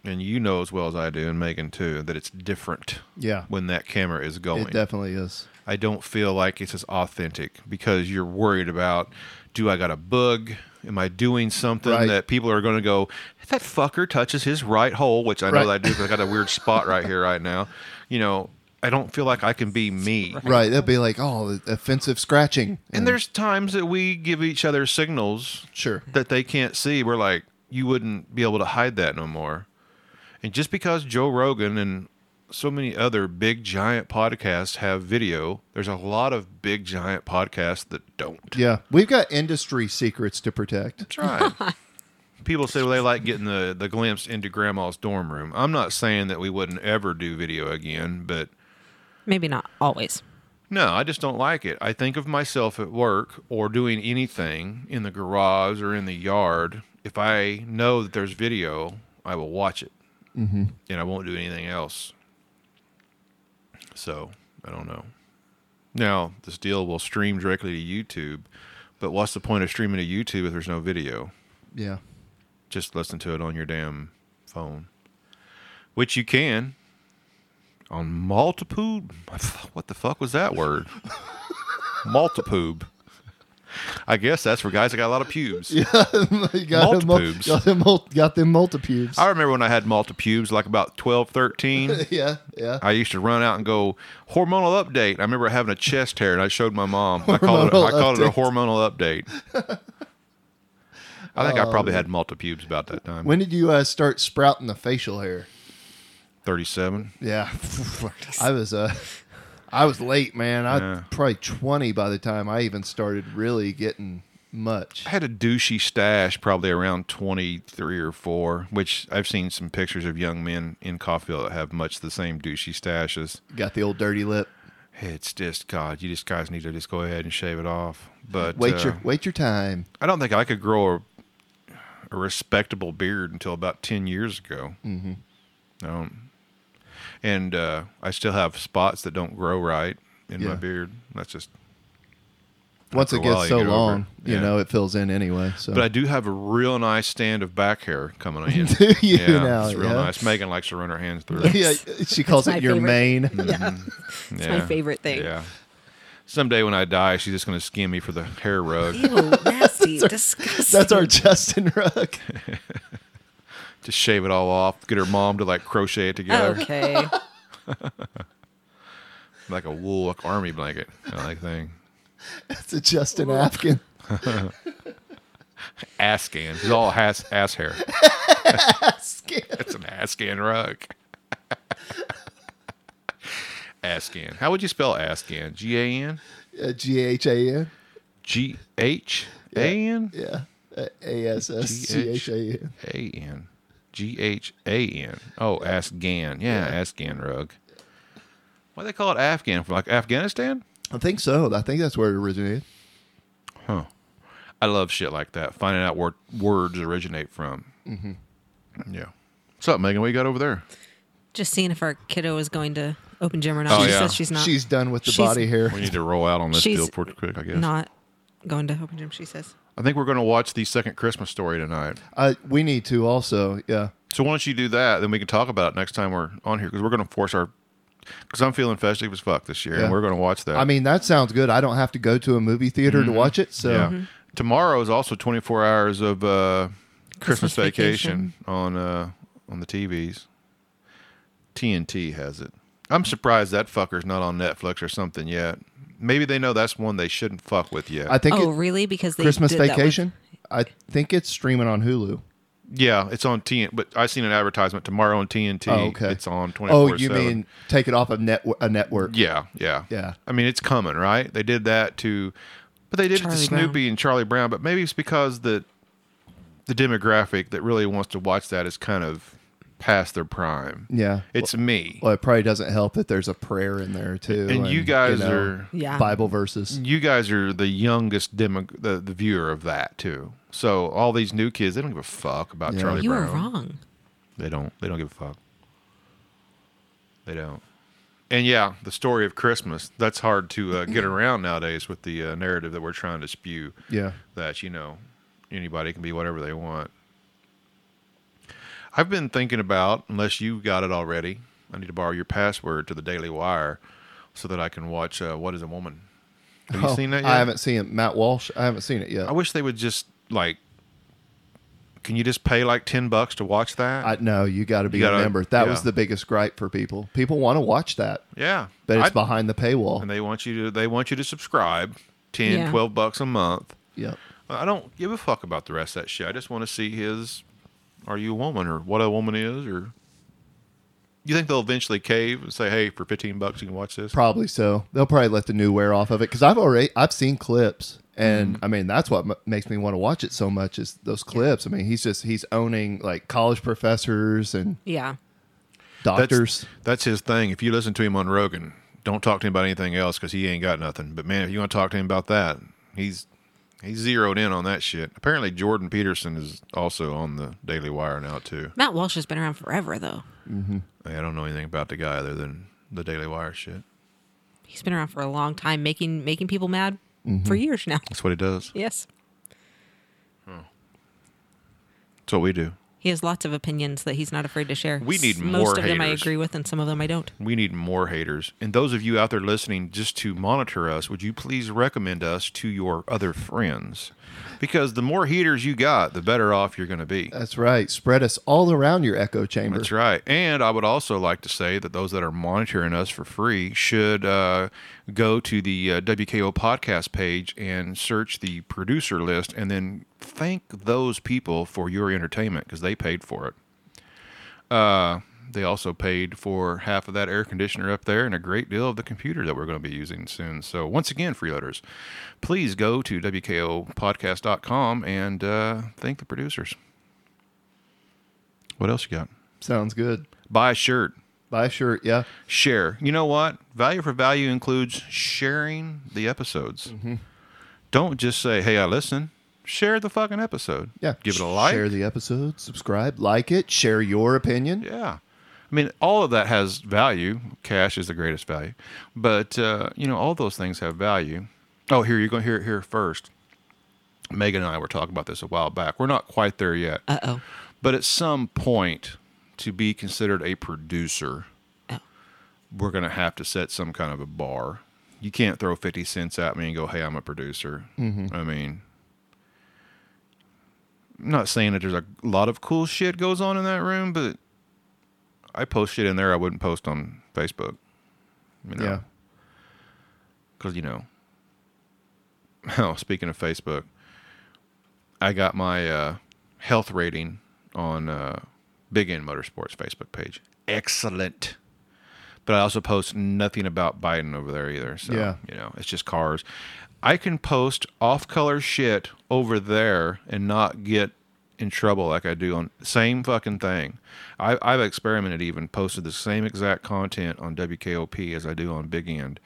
Speaker 2: and you know as well as i do and megan too that it's different
Speaker 4: Yeah.
Speaker 2: when that camera is going
Speaker 4: It definitely is.
Speaker 2: I don't feel like it's as authentic because you're worried about do I got a bug? Am I doing something
Speaker 4: Right.
Speaker 2: that people are going to go, that fucker touches his right hole, which I know
Speaker 4: Right.
Speaker 2: that I do because I got a weird spot right here, right now. You know, I don't feel like I can be me.
Speaker 4: Right. That'd be like, oh, offensive scratching.
Speaker 2: And there's times that we give each other signals
Speaker 4: Sure.
Speaker 2: that they can't see. We're like, you wouldn't be able to hide that no more. And just because Joe Rogan and so many other big giant podcasts have video, there's a lot of big giant podcasts that don't.
Speaker 4: Yeah. We've got industry secrets to protect.
Speaker 2: Try. People say well, they like getting the, the glimpse into grandma's dorm room. I'm not saying that we wouldn't ever do video again, but
Speaker 3: Maybe not always.
Speaker 2: No, I just don't like it. I think of myself at work or doing anything in the garage or in the yard. If I know that there's video, I will watch it and I won't do anything else. So I don't know. Now, this deal will stream directly to YouTube, but what's the point of streaming to YouTube if there's no video?
Speaker 4: Yeah.
Speaker 2: Just listen to it on your damn phone, which you can on multiple. What the fuck was that word? Multipoob. I guess that's for guys that got a lot of pubes.
Speaker 4: you got them, mul-
Speaker 2: Multipubes.
Speaker 4: got them, mul- got them multipubes.
Speaker 2: I remember when I had multi pubes, like about 12, 13.
Speaker 4: Yeah, yeah.
Speaker 2: I used to run out and go hormonal update. I remember having a chest hair, and I showed my mom. I called it. I
Speaker 4: Hormonal
Speaker 2: called it a
Speaker 4: update.
Speaker 2: hormonal update. I think I probably had multi pubes about that time.
Speaker 4: Um, When did you uh, start sprouting the facial hair?
Speaker 2: Thirty-seven.
Speaker 4: Yeah, I was uh, I was late, man. I
Speaker 2: Yeah.
Speaker 4: probably twenty by the time I even started really getting much.
Speaker 2: I had a douchey stash probably around 23 or 4, which I've seen some pictures of young men in Coffeeville that have much the same douchey stashes.
Speaker 4: Got the old dirty lip.
Speaker 2: It's just, God, you just guys need to just go ahead and shave it off. But
Speaker 4: Wait
Speaker 2: uh,
Speaker 4: your wait your time.
Speaker 2: I don't think I could grow a, a respectable beard until about 10 years ago. Mm-hmm. I don't, and uh, I still have spots that don't grow right in my
Speaker 4: Yeah.
Speaker 2: beard. That's just
Speaker 4: Once
Speaker 2: After
Speaker 4: it
Speaker 2: a
Speaker 4: gets
Speaker 2: while, you
Speaker 4: so
Speaker 2: get over it.
Speaker 4: long, you
Speaker 2: Yeah.
Speaker 4: know it fills in anyway. So
Speaker 2: But I do have a real nice stand of back hair coming in.
Speaker 4: Do you
Speaker 2: yeah,
Speaker 4: now,
Speaker 2: It's real
Speaker 4: yeah?
Speaker 2: nice. Megan likes to run her hands through. it.
Speaker 4: yeah, she calls
Speaker 3: That's
Speaker 4: it
Speaker 3: my
Speaker 4: your
Speaker 3: favorite.
Speaker 4: mane.
Speaker 3: Yeah. It's my
Speaker 2: Yeah.
Speaker 3: favorite thing.
Speaker 2: Yeah. Someday when I die, she's just going to skin me for the hair rug.
Speaker 3: Ew, nasty, disgusting.
Speaker 4: That's our Justin Ruck.
Speaker 2: just shave it all off. Get her mom to like crochet it together
Speaker 3: Oh, Okay.
Speaker 2: like a wool like army blanket kind of like thing.
Speaker 4: That's a Justin Afghan.
Speaker 2: Ass skin. It's all ass, ass hair.
Speaker 4: Skin.
Speaker 2: It's an ass skin rug. ass skin. How would you spell ass skin? G A N?
Speaker 4: Uh, G H A N.
Speaker 2: G H A N?
Speaker 4: Yeah. Uh, A S S C H A N.
Speaker 2: A N. G H A N. Oh, Afghan. Yeah, Afghan rug. Why they call it Afghan? From like Afghanistan?
Speaker 4: I think so. I think that's where it originated.
Speaker 2: I love shit like that. Finding out where words originate from. Mm-hmm. Yeah. What's up, Megan? What you got over there?
Speaker 3: Just seeing if our kiddo is going to open gym or not.
Speaker 2: Oh,
Speaker 3: she
Speaker 2: yeah.
Speaker 3: says she's not.
Speaker 4: She's done with the
Speaker 3: She's-
Speaker 4: body hair.
Speaker 2: We need to roll out on this
Speaker 3: She's
Speaker 2: deal pretty quick, I guess.
Speaker 3: not going to open gym. She says.
Speaker 2: I think we're going to watch the second Christmas story tonight.
Speaker 4: Uh, we need to also. Yeah.
Speaker 2: So why don't you do that? Then we can talk about it next time we're on here because we're going to force our. Because I'm feeling festive as fuck this year,
Speaker 4: Yeah.
Speaker 2: and we're going to watch that.
Speaker 4: I mean, that sounds good. I don't have to go to a movie theater to watch it. So
Speaker 2: Yeah. Tomorrow is also 24 hours of uh, Christmas,
Speaker 3: Christmas
Speaker 2: vacation,
Speaker 3: Vacation.
Speaker 2: on uh, on the TVs. TNT has it. I'm surprised that fucker's not on Netflix or something yet. Maybe they know that's one they shouldn't fuck with yet.
Speaker 4: I think
Speaker 3: Oh,
Speaker 4: it,
Speaker 3: really? Because they
Speaker 4: Christmas
Speaker 3: did that with-
Speaker 4: Vacation. I think it's streaming on Hulu.
Speaker 2: yeah, it's on TNT, but I seen an advertisement tomorrow on TNT.
Speaker 4: Oh, okay.
Speaker 2: It's on 24
Speaker 4: Oh, you mean take it off of net a network?
Speaker 2: Yeah, yeah.
Speaker 4: Yeah.
Speaker 2: I mean, it's coming, right? They did that to but they did it to
Speaker 3: Charlie
Speaker 2: Snoopy and Charlie Brown, but maybe it's because the the demographic that really wants to watch that is kind of past their prime.
Speaker 4: Yeah.
Speaker 2: It's me.
Speaker 4: Well, it probably doesn't help that there's a prayer in there too.
Speaker 2: And you guys are-
Speaker 3: Yeah.
Speaker 4: Bible verses.
Speaker 2: you guys are the youngest demo the, the viewer of that too. So all these new kids, they don't give a fuck about
Speaker 4: Yeah.
Speaker 2: Charlie
Speaker 3: You
Speaker 2: Brown.
Speaker 3: were wrong.
Speaker 2: They don't. They don't give a fuck. They don't. And yeah, the story of Christmas. That's hard to uh, get around nowadays with the uh, narrative that we're trying to spew.
Speaker 4: Yeah.
Speaker 2: That you know, anybody can be whatever they want. I've been thinking about, unless you got it already, I need to borrow your password to the Daily Wire, so that I can watch. Uh, what is a woman? Have you
Speaker 4: Oh,
Speaker 2: seen that yet?
Speaker 4: I haven't seen it. Matt Walsh. I haven't seen it yet.
Speaker 2: I wish they would just like. Can you just pay like ten bucks to watch that?
Speaker 4: I no, you got to be
Speaker 2: You gotta-
Speaker 4: a member. That
Speaker 2: yeah.
Speaker 4: was the biggest gripe for people. People want to watch that,
Speaker 2: yeah,
Speaker 4: but it's
Speaker 2: I'd-
Speaker 4: behind the paywall.
Speaker 2: and they want you to they want you to subscribe 10
Speaker 3: Yeah.
Speaker 2: 12 bucks a month
Speaker 4: yep.
Speaker 2: i don't give a fuck about the rest of that shit i just want to see his are you a woman or what a woman is or you think they'll eventually cave and say hey for 15 bucks you can watch this
Speaker 4: Probably so. They'll probably let the new wear off of it because I've already I've seen clips,
Speaker 2: Mm-hmm.
Speaker 4: and I mean that's what m- makes me want to watch it so much is those clips. I mean he's just he's owning like college professors and
Speaker 3: Yeah.
Speaker 4: doctors.
Speaker 2: that's, that's his thing if you listen to him on rogan don't talk to him about anything else because he ain't got nothing but man if you want to talk to him about that he's he's zeroed in on that shit apparently jordan peterson is also on the daily wire now too
Speaker 3: Matt Walsh has been around forever, though.
Speaker 2: i don't know anything about the guy other than the daily wire shit
Speaker 3: He's been around for a long time, making making people mad for years now.
Speaker 2: that's what he does
Speaker 3: Yes.
Speaker 2: That's what we do.
Speaker 3: He has lots of opinions that he's not afraid to share.
Speaker 2: We need
Speaker 3: S-
Speaker 2: more
Speaker 3: Most of them I
Speaker 2: haters.
Speaker 3: agree with, and some of them I don't.
Speaker 2: We need more haters. And those of you out there listening, just to monitor us, would you please recommend us to your other friends? Because the more haters you got, the better off you're going to be.
Speaker 4: That's right. Spread us all around your echo chamber.
Speaker 2: That's right. And I would also like to say that those that are monitoring us for free should uh, go to the uh, WKO podcast page and search the producer list and then thank those people for your entertainment because they paid for it. Uh, they also paid for half of that air conditioner up there and a great deal of the computer that we're going to be using soon. So, once again, free letters, please go to WKOpodcast.com and uh, thank the producers. What else you got?
Speaker 4: Sounds good.
Speaker 2: buy a shirt
Speaker 4: Buy a shirt. Yeah.
Speaker 2: share you know what value for value includes sharing the episodes
Speaker 4: Mm-hmm.
Speaker 2: don't just say hey i listen share the fucking episode
Speaker 4: Yeah.
Speaker 2: give it a like
Speaker 4: Share the episode. Subscribe. Like it. Share your opinion.
Speaker 2: yeah i mean all of that has value cash is the greatest value but uh, you know all those things have value oh here you're going to hear it here first megan and i were talking about this a while back we're not quite there yet
Speaker 3: Uh oh.
Speaker 2: But at some point, to be considered a producer,
Speaker 3: Oh.
Speaker 2: we're going to have to set some kind of a bar. You can't throw 50 cents at me and go, hey, I'm a producer. I mean, I'm not saying that there's a lot of cool shit goes on in that room, but I post shit in there I wouldn't post on Facebook. You know?
Speaker 4: Yeah.
Speaker 2: because you know. Oh, speaking of Facebook, I got my uh, health rating on uh, Big End Motorsports Facebook page. Excellent. But I also post nothing about Biden over there either. So
Speaker 4: Yeah.
Speaker 2: you know, it's just cars. I can post off-color shit over there and not get in trouble like I do on same fucking thing. I, I've experimented even posted the same exact content on WKOP as I do on Big End,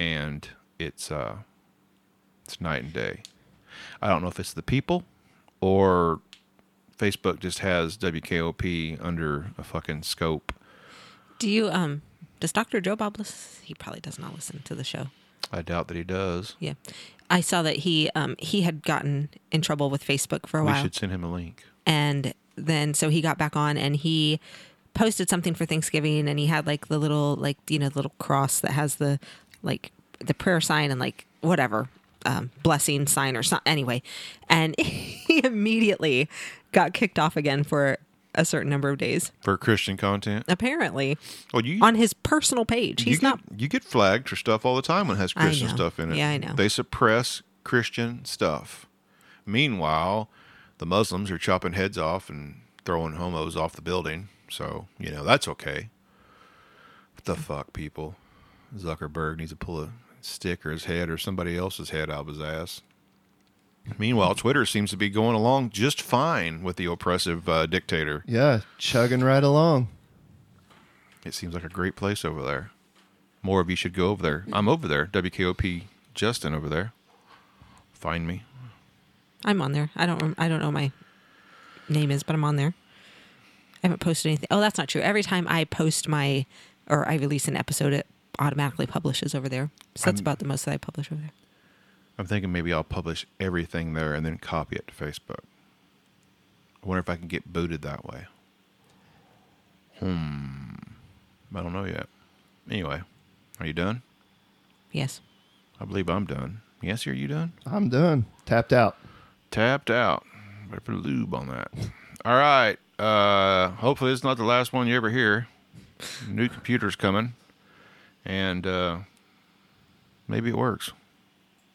Speaker 2: and it's uh, it's night and day. I don't know if it's the people or Facebook just has WKOP under a fucking scope.
Speaker 3: Do you um? Does Doctor Joe Bob listen? He probably does not listen to the show.
Speaker 2: I doubt that he does.
Speaker 3: Yeah, I saw that he um he had gotten in trouble with Facebook for a
Speaker 2: We
Speaker 3: while,
Speaker 2: should send him a link.
Speaker 3: and then so he got back on and he posted something for Thanksgiving, and he had like the little like you know the little cross that has the like the prayer sign and like whatever um, blessing sign or something anyway, and he immediately got kicked off again for a certain number of days.
Speaker 2: for Christian content.
Speaker 3: Apparently,
Speaker 2: Well, you
Speaker 3: on his personal page,
Speaker 2: you
Speaker 3: he's
Speaker 2: get,
Speaker 3: not
Speaker 2: you get flagged for stuff all the time when it has
Speaker 3: I
Speaker 2: Christian
Speaker 3: know.
Speaker 2: stuff in it.
Speaker 3: Yeah, I know.
Speaker 2: They suppress Christian stuff. Meanwhile, the Muslims are chopping heads off and throwing homos off the building. So you know that's okay. What the fuck, people? Zuckerberg needs to pull a stick or his head or somebody else's head out of his ass. Meanwhile, Twitter seems to be going along just fine with the oppressive uh, dictator.
Speaker 4: Yeah. Chugging right along.
Speaker 2: It seems like a great place over there. More of you should go over there. I'm over there. WKOP Justin over there. Find me.
Speaker 3: I'm on there. I don't. rem- I don't know what my name is, but I'm on there. I haven't posted anything. Oh, that's not true. Every time I post my or I release an episode, it automatically publishes over there. So that's about the most that I publish over there.
Speaker 2: I'm thinking maybe I'll publish everything there and then copy it to Facebook. I wonder if I can get booted that way. Hmm. I don't know yet. Anyway, are you done?
Speaker 3: Yes.
Speaker 2: I believe I'm done. Yes, are you done?
Speaker 4: I'm done. Tapped out.
Speaker 2: Tapped out. Better put a lube on that. All right. Uh, hopefully, it's not the last one you ever hear. New computer's coming, and uh, maybe it works.